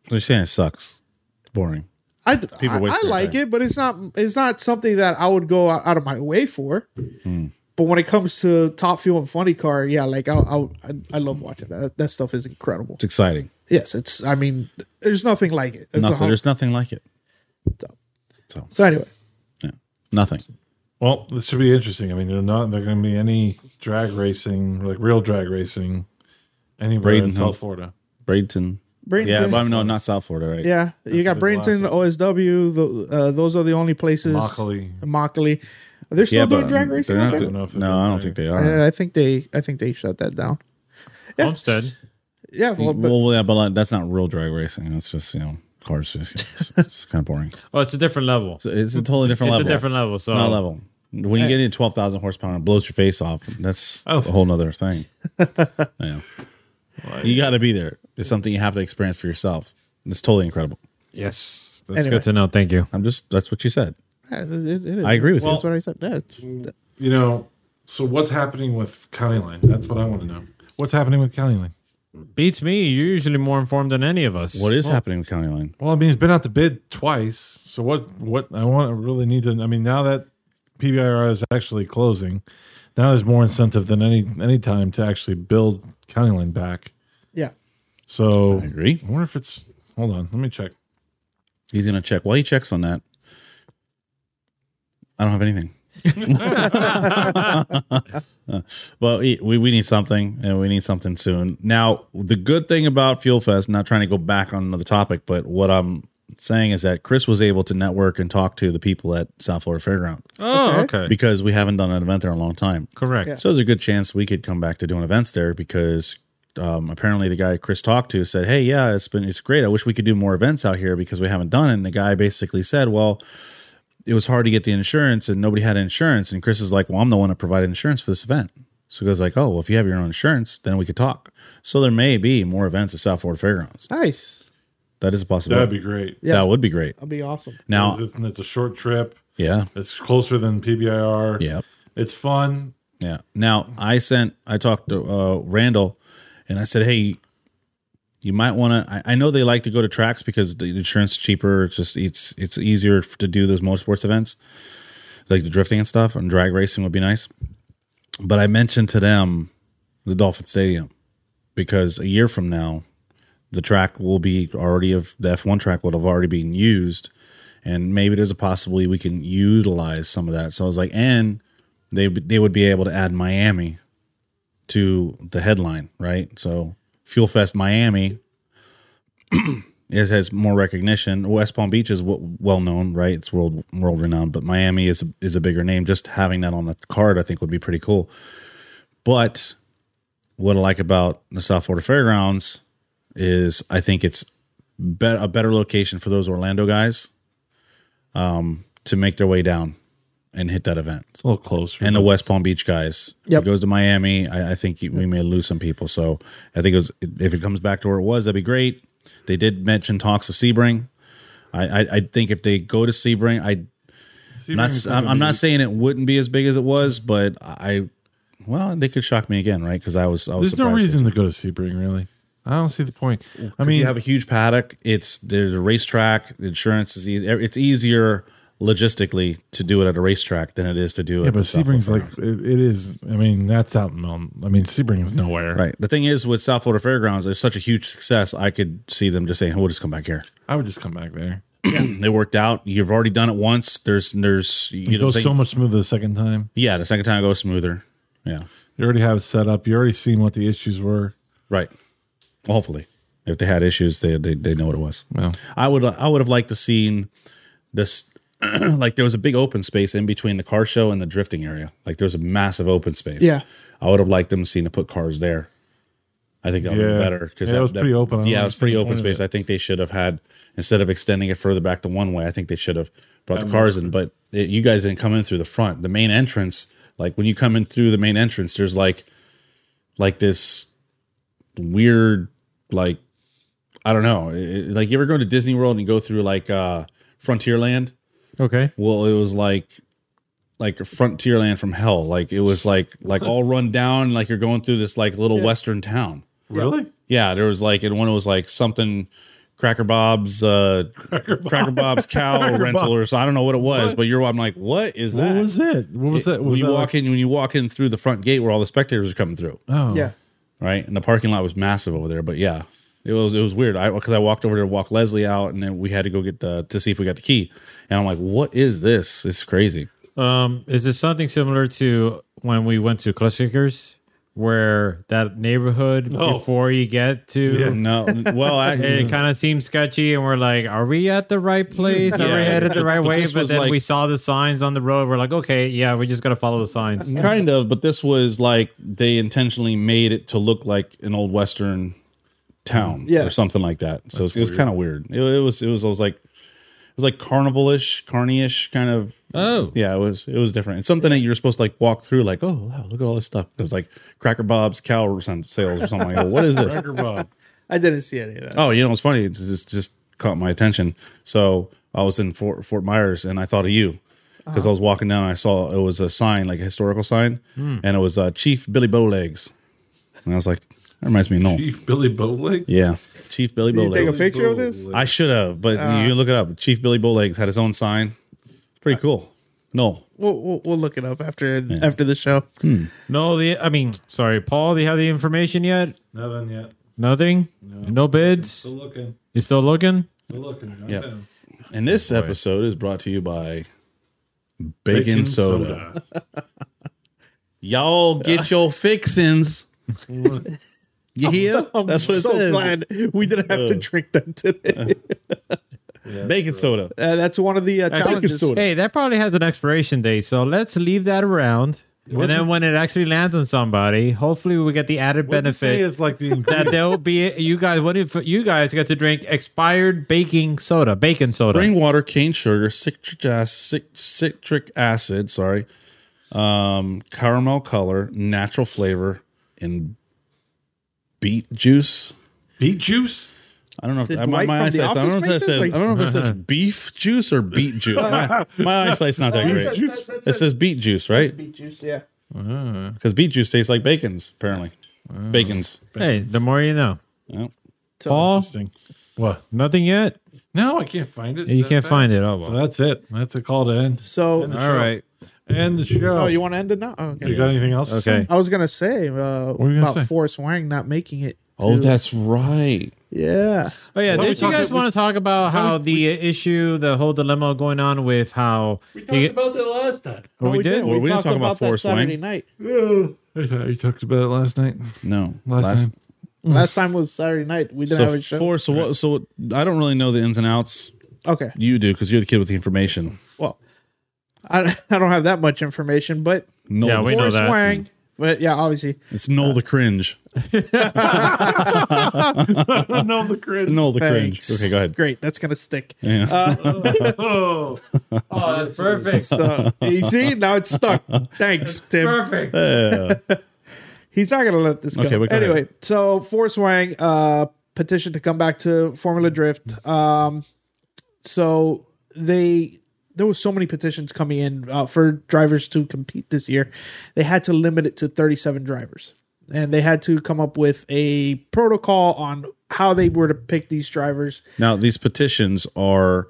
They're saying it sucks. It's boring.
I, I,
waste their
I like
time.
it, but it's not it's not something that I would go out out of my way for.
Hmm.
But when it comes to Top Fuel and Funny Car, yeah, like I I, I love watching that. That stuff is incredible.
It's exciting.
Yes, it's I mean, there's nothing like it. It's a
Nothing.
hum-
There's nothing like it.
so anyway,
Nothing.
Well, this should be interesting. I mean, they're not there going to be any drag racing, like real drag racing, anywhere
Braden
in South
Hill.
Florida.
Bradenton.
Bradenton.
Yeah, but I mean, no, not South Florida, right?
Yeah, you got
been
Bradenton, OSW. The, uh, those are the only places.
Mockley.
Mockley. They're still
yeah,
doing
but
drag
um,
racing.
they're
out
not
there?
doing-
I don't know if they're
no,
doing
I don't
drag
think they are.
Uh, I think they I think they shut that down.
know. Homestead.
Yeah, well, but,
well, yeah, but like, that's not real drag racing. That's just you know cars. Just, it's,
[LAUGHS]
kind of boring.
Oh, it's a different level. It's
So it's a totally different
a
level.
different level. So
not level. When you get into twelve thousand horsepower and it blows your face off, that's
Oh.
a whole nother
[LAUGHS]
thing. yeah, you got to be there. It's something you have to experience for yourself. And It's totally incredible.
yes, that's
Anyway.
good to know. Thank you.
I'm just that's what you said.
yeah, it- it- it is.
I agree with
That's
you.
what I said. Yeah, it's-
You know, so what's happening with County Line? That's what I want to know. What's happening with County Line?
Beats me. You're usually more informed than any of us.
What is happening with County Line?
Well, I mean, it's been out to bid twice. So what? What I want I really need to. I mean, now that PBIR is actually closing, now there's more incentive than any any time to actually build County Line back.
yeah.
So I
Agree.
wonder if it's. Hold on, let me check.
He's gonna check. While he checks on that, I don't have anything. well, we, we need something, and we need something soon. Now, the good thing about Fuel Fest, not trying to go back on another topic, but what I'm saying is that Chris was able to network and talk to the people at South Florida Fairground
Oh, okay.
because we haven't done an event there in a long time.
Correct.
So there's a good chance we could come back to doing events there because um, apparently the guy Chris talked to said, "Hey, yeah, it's been it's great. I wish we could do more events out here because we haven't done." It. And the guy basically said, "Well, it was hard to get the insurance and nobody had insurance." And Chris is like, "Well, I'm the one that provided insurance for this event." So he goes like, "Oh, well, if you have your own insurance, then we could talk." So there may be more events at South Florida Fairgrounds.
Nice.
That is a
That'd
possibility.
be great.
That would be great.
That'll be awesome.
Now,
it's, it's a short trip.
yeah,
It's closer than PBIR.
Yep.
It's fun.
Yeah. Now I sent I talked to uh, Randall, and I said, hey, you might want to. I, I know they like to go to tracks because the insurance is cheaper. It's just it's it's easier to do those motorsports events, like the drifting and stuff, and drag racing would be nice. But I mentioned to them the Dolphin Stadium because a year from now, the track will be already of the F1 track would have already been used, and maybe there's a possibility we can utilize some of that. So I was like, and they they would be able to add Miami to the headline, right? So Fuel Fest Miami [CLEARS THROAT] it has more recognition. West Palm Beach is w- well known, right? It's world world renowned, but Miami is is a bigger name. Just having that on the card, I think, would be pretty cool. But what I like about the South Florida Fairgrounds is I think it's be- a better location for those Orlando guys um, to make their way down and hit that event.
It's a little closer.
And the West Palm Beach guys. If
Yep.
it goes to Miami, I, I think we may lose some people. So I think it was, if it comes back to where it was, that'd be great. They did mention talks of Sebring. I, I, I think if they go to Sebring, I not,
Sebring's
I'm,
gonna
I'm
be-
not saying it wouldn't be as big as it was, but I, well, they could shock me again, right? Because I was, I was
There's no
surprised.
reason to go to Sebring, really. I don't see the point. I
I
mean,
mean, you have a huge paddock. It's there's a racetrack. The Insurance is easy. It's easier logistically to do it at a racetrack than it is to do it.
yeah,
at
but
the South Florida
Sebring's like it, it is. I mean, that's out in Mountain. I mean, Sebring is nowhere.
Right. The thing is, with South Florida Fairgrounds, it's such a huge success. I could see them just saying, "We'll just come back here."
I would just come back there.
they worked out. You've already done it once. There's, there's, you
It
know,
goes
they-
so much smoother the second time.
yeah. The second time it goes smoother. Yeah.
You already have it set up. You already seen what the issues were.
Right. Well, hopefully, if they had issues, they they they know what it was.
Well,
I would I would have liked to seen this. [CLEARS THROAT] like there was a big open space in between the car show and the drifting area. Like there was a massive open space.
Yeah.
I would have liked them seen to put cars there. I think that would
Yeah.
be better
Yeah, it was pretty open. I
Yeah,
don't
it was pretty
see the
open
point of
space.
it.
I think they should have had instead of extending it further back the one way. I think they should have brought the cars in. But it, you guys didn't come in through the front. The main entrance, like when you come in through the main entrance, there's like like this weird like I don't know. It- it- like you ever go to Disney World and you go through like uh Frontierland?
Okay.
Well, it was like like Frontierland from hell. Like it was like like all run down like you're going through this like little western town.
really?
Yeah, there was like and one was like something Cracker Bob's uh
[LAUGHS]
Cracker, Bob's cow
Cracker
rental or
Bob's.
so I don't know what it was, but you're I'm like, what is
What
that?
was it? What was that?
when
Was
you
that
walk in [LAUGHS] when you walk in through the front gate where all the spectators are coming through
Like, oh,
Yeah.
right? And the parking lot was massive over there. But yeah, it was it was weird. I because I walked over there to walk Leslie out, and then we had to go get the to see if we got the key. And I'm like, what is this? This is crazy.
Um, is this something similar to when we went to Clutch Kickers, where that neighborhood before you get to?
No,
[LAUGHS]
well, I,
It kind of seems sketchy, and we're like, "Are we at the right place? Are we
Yeah.
headed the right
But
way?"
this
But
was
then
like-
we saw the signs on the road. We're like, "Okay, yeah, we just gotta follow the signs."
kind of, but this was like they intentionally made it to look like an old western town
Yeah.
or something like that. So it was kind of weird. It, it was it was I was like it was like carnivalish, carney-ish kind of.
Oh.
yeah, it was it was different. It's something that you were supposed to like walk through, like oh wow, look at all this stuff. It was like Cracker Bob's cow sen- sales or something. like that. What is this?
Cracker Bob.
I didn't see any of that.
Oh, you know, it's funny. It's just, it's just caught my attention. So I was in Fort, Fort Myers and I thought of you because
Uh-huh.
I was walking down and I saw it was a sign, like a historical sign,
Hmm.
and it was uh, Chief Billy Bowlegs. And I was like, that reminds me of Noel.
Chief Billy Bowleg.
Yeah. Chief Billy
Did you take a
Bowlegs.
picture Uh. of this?
I should have, but you can look it up. Chief Billy Bowlegs had his own sign. It's pretty cool. Noel.
We'll, we'll, we'll look it up after after
[LAUGHS]
the show.
No, the I mean, sorry, Paul. Do you have the information yet?
Nothing yet.
Nothing. No, bids.
Still looking.
You still looking?
Still looking. I
Yep.
know.
And this episode is brought to you by Bacon, soda. Y'all get your
[LAUGHS]
fixins. You hear? That's what it
so
says. Uh.
glad we didn't have to drink that today.
Bacon soda.
[LAUGHS] Uh, that's one of the uh, challenges.
Hey, that probably has an expiration date, so let's leave that around. and then when it actually lands on somebody, hopefully we get the added
What'd you say
benefit
is like the
[LAUGHS] that there'll be you guys. What if you guys get to drink expired baking soda, bacon soda?
Spring water, cane sugar, citric acid, citric acid, sorry, um, caramel color, natural flavor, and beet juice.
beet juice.
I don't know if
Did
I, my,
Dwight
my
from The
eyesight's. I don't know if
Office
that
make
says.
this?
I don't know if it [LAUGHS] says beef juice or beet juice. My, my
[LAUGHS]
eyesight's not that
That's-
great.
that's- that's
It says beet juice, right?
beet juice, yeah.
Because beet juice tastes like bacon's, apparently. Bacon's.
hey, the more you know.
Yeah.
Paul,
Interesting. What?
nothing yet.
No, I can't find it.
You
that
can't
fast.
find it. Oh
So
well.
that's it. That's a call to end.
So,
End the
All
show.
right.
End the show.
oh, you want to end it now? Oh,
You
okay.
got anything else? to
Okay.
say?
I was gonna say uh,
were you gonna
about
say?
Forrest Wang not making it.
Oh,
to-
that's right.
Yeah.
Oh yeah,
Why don't
did
we
you
talk-
guys
we-
want to talk about how the issue, the whole dilemma going on with how
We talked
you get- Oh,
about that last time.
Well, we did. Well, we didn't
talked
talk about
that
Forrest
Saturday
Wayne.
night.
I thought you talked about it last night.
No,
Last, time.
Last time was Saturday night. We didn't have
So
a show.
four. So what? So what- I don't really know the ins and outs.
okay.
You do because you're the kid with the information.
Well, I, [LAUGHS] I don't have that much information, but
No,
Yeah, we know
Forrest
that.
Wang. But yeah, obviously.
It's Noel the cringe.
[LAUGHS]
no, the cringe.
Noel the
Thanks.
cringe. Okay, go ahead.
Great. That's going
[LAUGHS]
to stick.
Yeah.
Oh,
Oh, that's perfect.
So, you see, now it's stuck. Thanks, Tim.
[LAUGHS] perfect.
He's not going to let this go.
Okay, but go ahead.
anyway, so Forrest Wang uh, petitioned to come back to Formula Drift. Um, so they there was so many petitions coming in uh, for drivers to compete this year. They had to limit it to 37 drivers, and they had to come up with a protocol on how they were to pick these drivers.
Now, these petitions are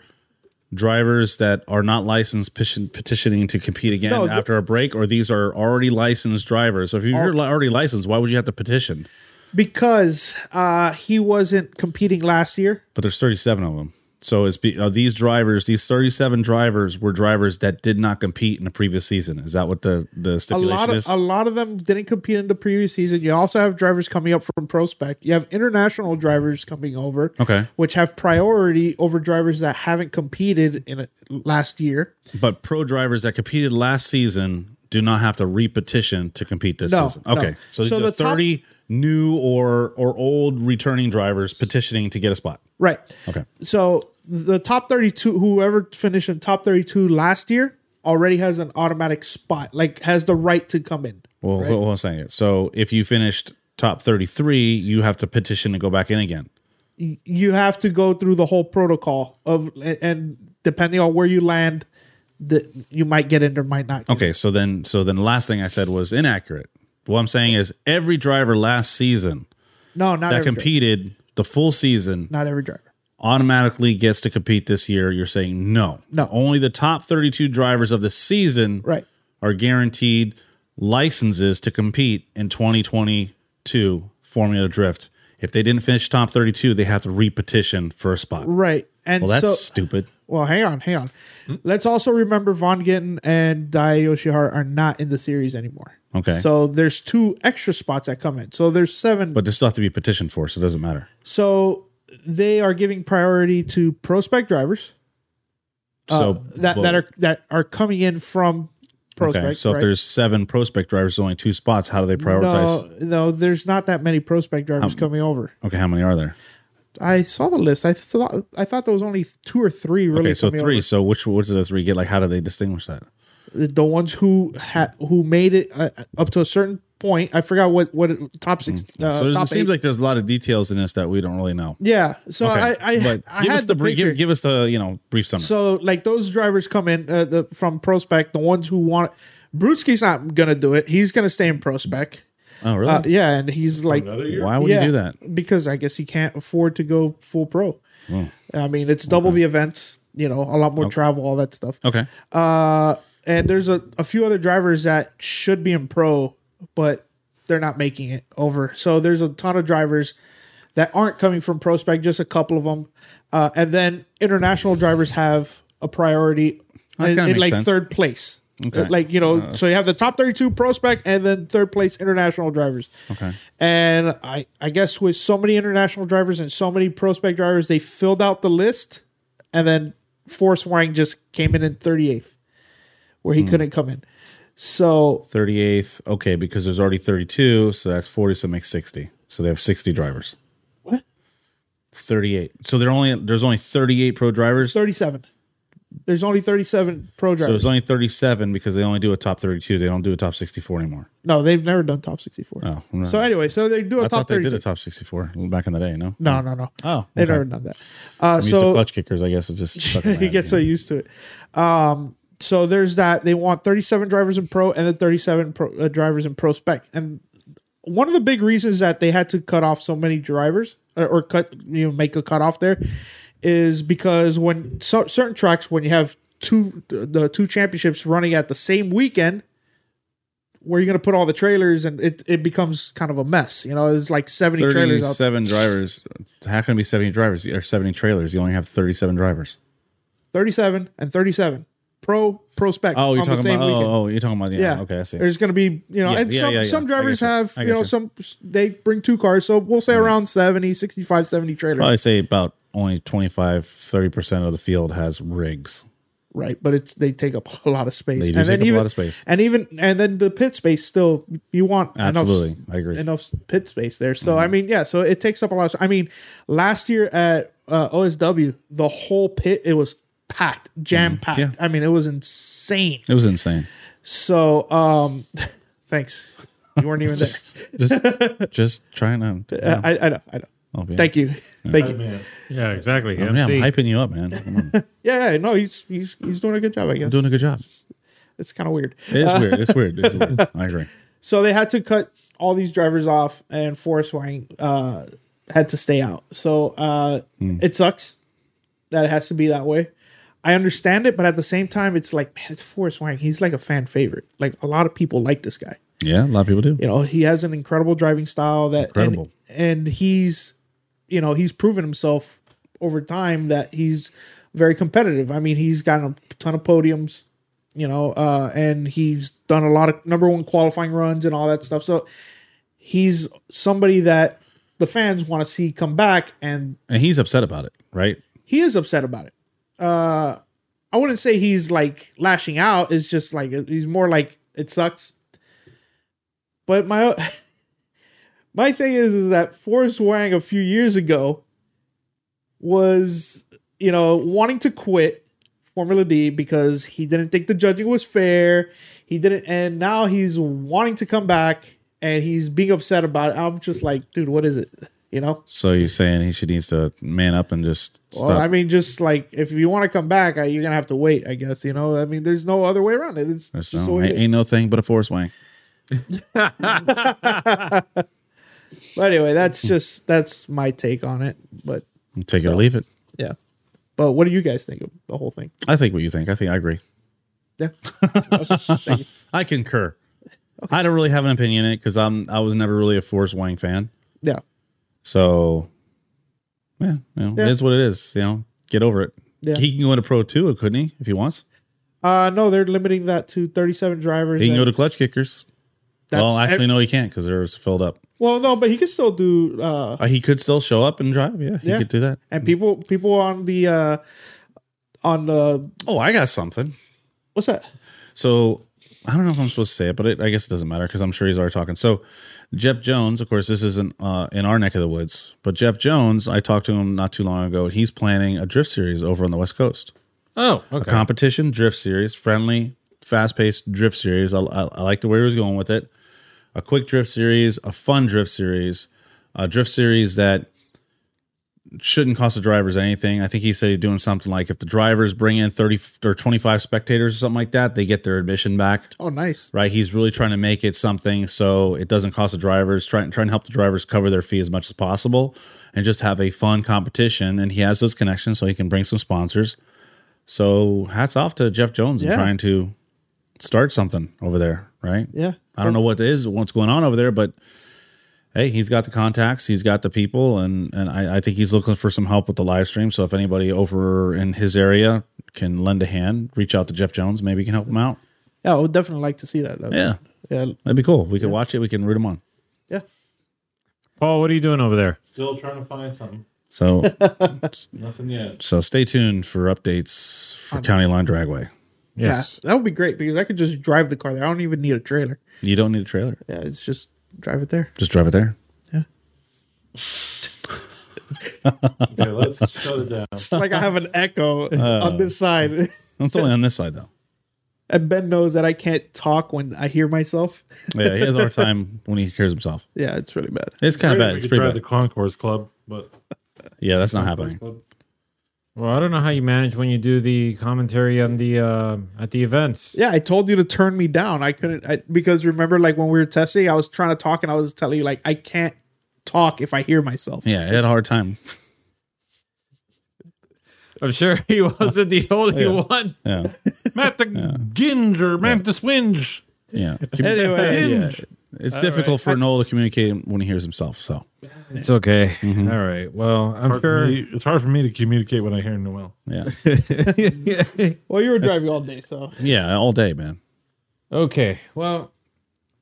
drivers that are not licensed petition, petitioning to compete again
No, the-
after a break, or these are already licensed drivers. So if you're li- already licensed, why would you have to petition?
because uh, he wasn't competing last year.
But there's 37 of them. So it's be, uh, these drivers, these 37 drivers were drivers that did not compete in the previous season. Is that what the, the
A
stipulation
lot of
is?
a lot of them didn't compete in the previous season. You also have drivers coming up from prospect. You have international drivers coming over,
Okay.
which have priority over drivers that haven't competed in it last year.
but pro drivers that competed last season do not have to repetition to compete this
No,
season.
no.
Okay. So, these
So
are
the top-
30 new or or old returning drivers petitioning to get a spot.
Right.
Okay.
So the top thirty-two, whoever finished in top thirty-two last year, already has an automatic spot, like has the right to come in.
Well, hold on a second. So if you finished top 33, you have to petition to go back in again.
you have to go through the whole protocol of and- and depending on where you land that you might get in or might not get
Okay, so then so then the last thing I said was inaccurate. What I'm saying is every driver last season
in. no not
that
every driver.
competed the full season
not every driver
automatically gets to compete this year. You're saying no.
No.
Only the top 32 drivers of the season
Right.
are guaranteed licenses to compete in 2022 Formula Drift. If they didn't finish top 32, they have to repetition for a spot.
right and
Well, that's Hmm?
so
stupid.
well hang on hang on let's also remember von gittin and dai yoshihara are not in the series anymore
Okay.
so there's two extra spots that come in so there's seven
But this still have to be petitioned for, so it doesn't matter.
so they are giving priority to prospect drivers uh,
So
that
Oh, well,
that are that are coming in from prospect
okay. So if
right?
there's seven prospect drivers, only two spots. How do they prioritize?
No, no, there's not that many prospect drivers
Um,
coming over.
Okay, how many are there?
I saw the list. I thought I thought there was only two or three really.
Okay, so
coming
three.
over.
So which which of the three get? Like, how do they distinguish that?
The, the ones who ha- who made it uh, up to a certain point. I forgot what what it- top six. Uh,
Mm. so there's-
top
it seems
eight.
like there's a lot of details in this that we don't really know.
yeah. So
Okay,
I I,
but
I
give
had
us the, brief.
picture.
Give, give us the you know brief summary.
So like those drivers come in uh, the from prospect. The ones who want Brewski's not gonna do it. He's gonna stay in prospect.
oh really?
Uh, yeah, and he's like
another year.
Why would
yeah,
you do that? Oh.
Because I guess he can't afford to go full pro. I mean, it's double the events, you know, a lot more travel, all that stuff.
Okay.
Uh, and there's a, a few other drivers that should be in pro, but they're not making it over. So there's a ton of drivers that aren't coming from prospect, just a couple of them. Uh, and then international drivers have a priority
That
in,
kinda
in,
makes
like
sense.
third place.
Okay. Uh,
Like, you know, so you have the top 32 prospect and then third place international drivers.
Okay.
And I, I guess with so many international drivers and so many prospect drivers, they filled out the list, and then Forrest Wang just came in in 38th, where
Hmm.
he couldn't come in. So
Thirty eighth. Okay, because there's already thirty two, so that's forty, so it makes sixty. So they have sixty drivers.
What?
Thirty eight. So they're only there's only thirty eight pro drivers.
37. There's only 37 pro
So
drivers.
it's only thirty seven because they only do a top thirty two. They don't do a top sixty four anymore.
no, they've never done top 64.
Oh, no.
So anyway, so they do
I
a top
thought they
32.
did a top sixty four back in the day. No.
no, no, no.
Oh,
They've
okay.
never done that. Uh,
I'm used to
so
clutch kickers. I guess it
[LAUGHS]
just stuck in my
you
head,
get so
you know.
used to it. Um, so there's that. They want 37 drivers in pro and then 37 pro, uh, drivers in pro spec. And one of the big reasons that they had to cut off so many drivers or, or cut you know make a cutoff there is because when so, certain tracks when you have two the, the two championships running at the same weekend where you're going to put all the trailers and it, it becomes kind of a mess you know there's like 70 trailers out
37 drivers So how can it be 70 drivers or 70 trailers? You only have 37 drivers.
37 and 37 pro prospect
Oh, you're
on the
talking
same
about
weekend.
oh, oh, you're talking about yeah,
yeah.
okay, I see.
There's going to be, you know,
Yeah,
and
yeah,
some
yeah, yeah.
some
I
drivers
get you.
have,
I
you
get
know,
you.
some they bring two cars, so we'll say around 70, 65, 70 trailers.
Probably say about only 25 30% of the field has rigs.
Right, but it's they take up a lot of space.
They do
and
take
then
up a
even,
lot of space.
And even and then the pit space still you want
Absolutely.
enough
I agree. Mm-hmm.
enough pit space there. So I mean, yeah, so it takes up a lot of I mean, last year at uh, OSW, the whole pit it was packed, jam packed.
Mm-hmm. Yeah.
I mean, it was insane.
It was
[LAUGHS]
insane.
So, um [LAUGHS] thanks. You
[LAUGHS]
weren't even
Just just just trying to
there. Uh, I I know, I know.
I'll be-
Thank you. Thank you.
Yeah, exactly.
I mean, I'm hyping you up, man. Come on.
Yeah, yeah, no, he's he's he's doing a good job, I guess.
Doing a good job.
it's kind of weird.
It is weird. It's weird. It's weird.
[LAUGHS]
I agree.
So they had to cut all these drivers off, and Forrest Wang uh, had to stay out. So uh, it sucks that it has to be that way. I understand it, but at the same time, it's like, man, it's Forrest Wang. He's like a fan favorite. Like a lot of people like this guy.
Yeah, a lot of people do.
You know, he has an incredible driving style that, and-
Incredible.
and he's, you know, he's proven himself over time that he's very competitive. I mean, he's gotten a ton of podiums you know, uh, and he's done a lot of number one qualifying runs and all that stuff. So he's somebody that the fans want to see come back, and
And he's upset about it, right?
he is upset about it. Uh, I wouldn't say he's like lashing out. It's just like he's more like it sucks. But my [LAUGHS] my thing is, is that Forrest Wang a few years ago was you know wanting to quit Formula D because he didn't think the judging was fair. He didn't, and now he's wanting to come back and he's being upset about it. I'm just like, dude, what is it? [LAUGHS] You know.
So you're saying he should needs to man up and just stop.
Well, I mean, just like if you want to come back, uh, you're gonna have to wait. I guess you know. I mean, there's no other way around it. It's
There's
just the
no,
way it
ain't,
is.
ain't no thing but a force wang.
But anyway, that's
Mm-hmm.
just that's my take on it. But
Take it or leave it.
yeah. But what do you guys think of the whole thing?
I think what you think. I think I agree.
Yeah.
I concur. I don't really have an opinion in it because I'm I was never really a Forrest Wang fan.
Yeah.
So yeah, you know,
Yeah.
it is what it is. You know, get over it.
Yeah.
He can go into pro two, couldn't he, if he wants?
Uh no, they're limiting that to 37 drivers.
He can go
and
to clutch kickers.
that's
well, actually,
ev-
no, he can't because they're filled up.
Well, no, but he can still do uh
Uh, he could still show up and drive. Yeah, he
Yeah.
could do that.
and people people on the uh on the
Oh, I got something.
what's that?
So I don't know if I'm supposed to say it, but it, I guess it doesn't matter because I'm sure he's already talking. So Jeff Jones, of course, this isn't uh, in our neck of the woods, but Jeff Jones, I talked to him not too long ago. He's planning a drift series over on the West Coast,
Oh,
a
okay.
competition drift series, friendly, fast-paced drift series. I, I, I like the way he was going with it. A quick drift series, a fun drift series, a drift series that shouldn't cost the drivers anything. I think he said he's doing something like if the drivers bring in 30 or 25 spectators or something like that, they get their admission back
Oh, nice.
right? He's really trying to make it something so it doesn't cost the drivers, trying trying to help the drivers cover their fee as much as possible and just have a fun competition. And he has those connections so he can bring some sponsors. So hats off to Jeff Jones and
Yeah.
trying to start something over there, right?
Yeah.
I don't know what it is what's going on over there, but hey, he's got the contacts, he's got the people, and and I, I think he's looking for some help with the live stream. So if anybody over in his area can lend a hand, reach out to Jeff Jones, maybe he can help him out.
Yeah, I would definitely like to see that. That would-
Yeah.
Yeah.
That'd be cool. We could watch it. We can root them on.
Yeah.
Paul, what are you doing over there?
Still trying to find something.
So,
[LAUGHS] Nothing yet.
so stay tuned for updates for County Line Dragway.
Yes.
Yeah, that would be great because I could just drive the car there. I don't even need a trailer.
You don't need a trailer.
Yeah, it's just drive it there.
Just drive it there.
Okay, let's shut it down.
It's like I have an echo on this side. [LAUGHS]
It's only on this side though.
and Ben knows that I can't talk when I hear myself. [LAUGHS]
Yeah, he has our time when he hears himself.
Yeah, it's really bad.
It's kind of
Great if
bad.
we
It's
could
pretty
drive
bad.
The Concourse Club, but
Yeah, that's not happening.
Club.
Well, I don't know how you manage when you do the commentary on the uh, at the events.
Yeah, I told you to turn me down. I couldn't I, because remember, like when we were testing, I was trying to talk and I was telling you like I can't talk if I hear myself.
Yeah, he had a hard time.
I'm sure he wasn't the only one.
[LAUGHS]
Yeah,
Matt the Ginge or Matt the Swinge.
yeah.
Anyway,
Yeah. It's difficult for Noel to communicate when he hears himself. So
It's okay. All right. Well, I'm
Hard for
sure.
me- it's hard for me to communicate when I hear Noel.
[LAUGHS]
yeah,
[LAUGHS]
Well, you were driving all day, so
yeah, all day, man.
Okay. Well,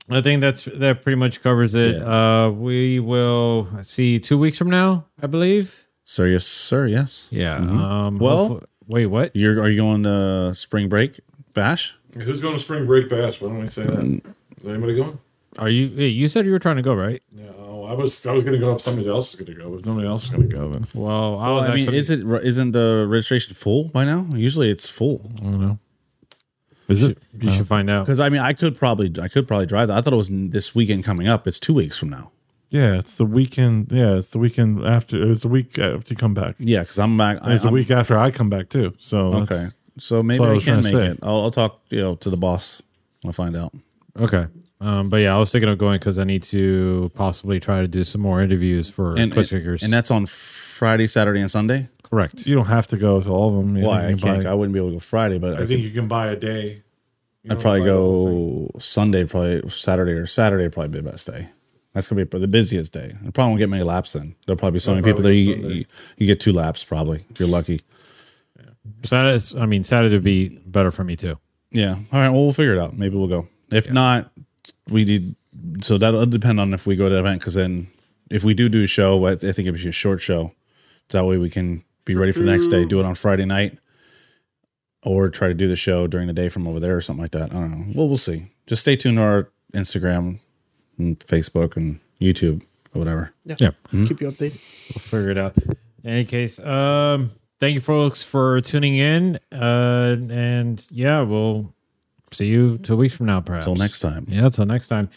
I think that's that pretty much covers it. Uh, we will see two weeks from now, I believe.
Sir, yes, sir, yes.
Yeah. Um,
Well-
hopefully- wait, what?
You're are you going to spring break bash?
Who's going to spring break bash? Why don't we say that? Is anybody going?
Are you? hey, You said you were trying to go, right?
Yeah, oh, I was I was going to go if somebody else is going to go. If nobody else is going to go, then
Well, I
Oh,
Well,
was
I mean,
actually.
is it isn't the registration full by now? Usually it's full.
I don't know. Is it?
you should find out.
Because I mean, I could probably I could probably drive that. I thought it was n- this weekend coming up. It's two weeks from now.
Yeah, it's the weekend. Yeah, it's the weekend after. It's the week after you come back.
Yeah, because I'm back. I,
It's the
I'm-
week after I come back too. So
Okay,
that's-
so maybe
what I
I
was
can
trying to
make
say.
it. I'll, I'll talk you know to the boss. I'll find out.
Okay. Um, but yeah, I was thinking of going because I need to possibly try to do some more interviews for
And
Quick
and,
Kickers.
and that's on Friday, Saturday, and Sunday.
correct.
you don't have to go to all of them. You
Why I
can
can't?
buy-
I wouldn't be able to go Friday, but I,
I think you can buy a day. You
I'd
don't
probably
buy the whole thing.
go Sunday, probably Saturday or Saturday would probably be the best day. That's gonna be the busiest day. I probably won't get many laps in. There'll probably be so
I'll
many people there.
probably
You,
go Sunday.
you, you get two laps probably if you're lucky.
Saturday, I mean, Saturday would be better for me too.
Yeah. All right. Well, we'll figure it out. Maybe we'll go. If not, we need. So that'll depend on if we go to the event because then if we do do a show, I I think it'd be a short show. That way we can be ready for the next day. Do it on Friday night, or try to do the show during the day from over there or something like that. I don't know. Well, we'll see. Just stay tuned to our Instagram and Facebook and YouTube or whatever.
keep you updated.
We'll figure it out. In any case, um, thank you, folks, for tuning in. Uh, and yeah, we'll see you two weeks from now, perhaps.
Till next time.
Yeah, till next time.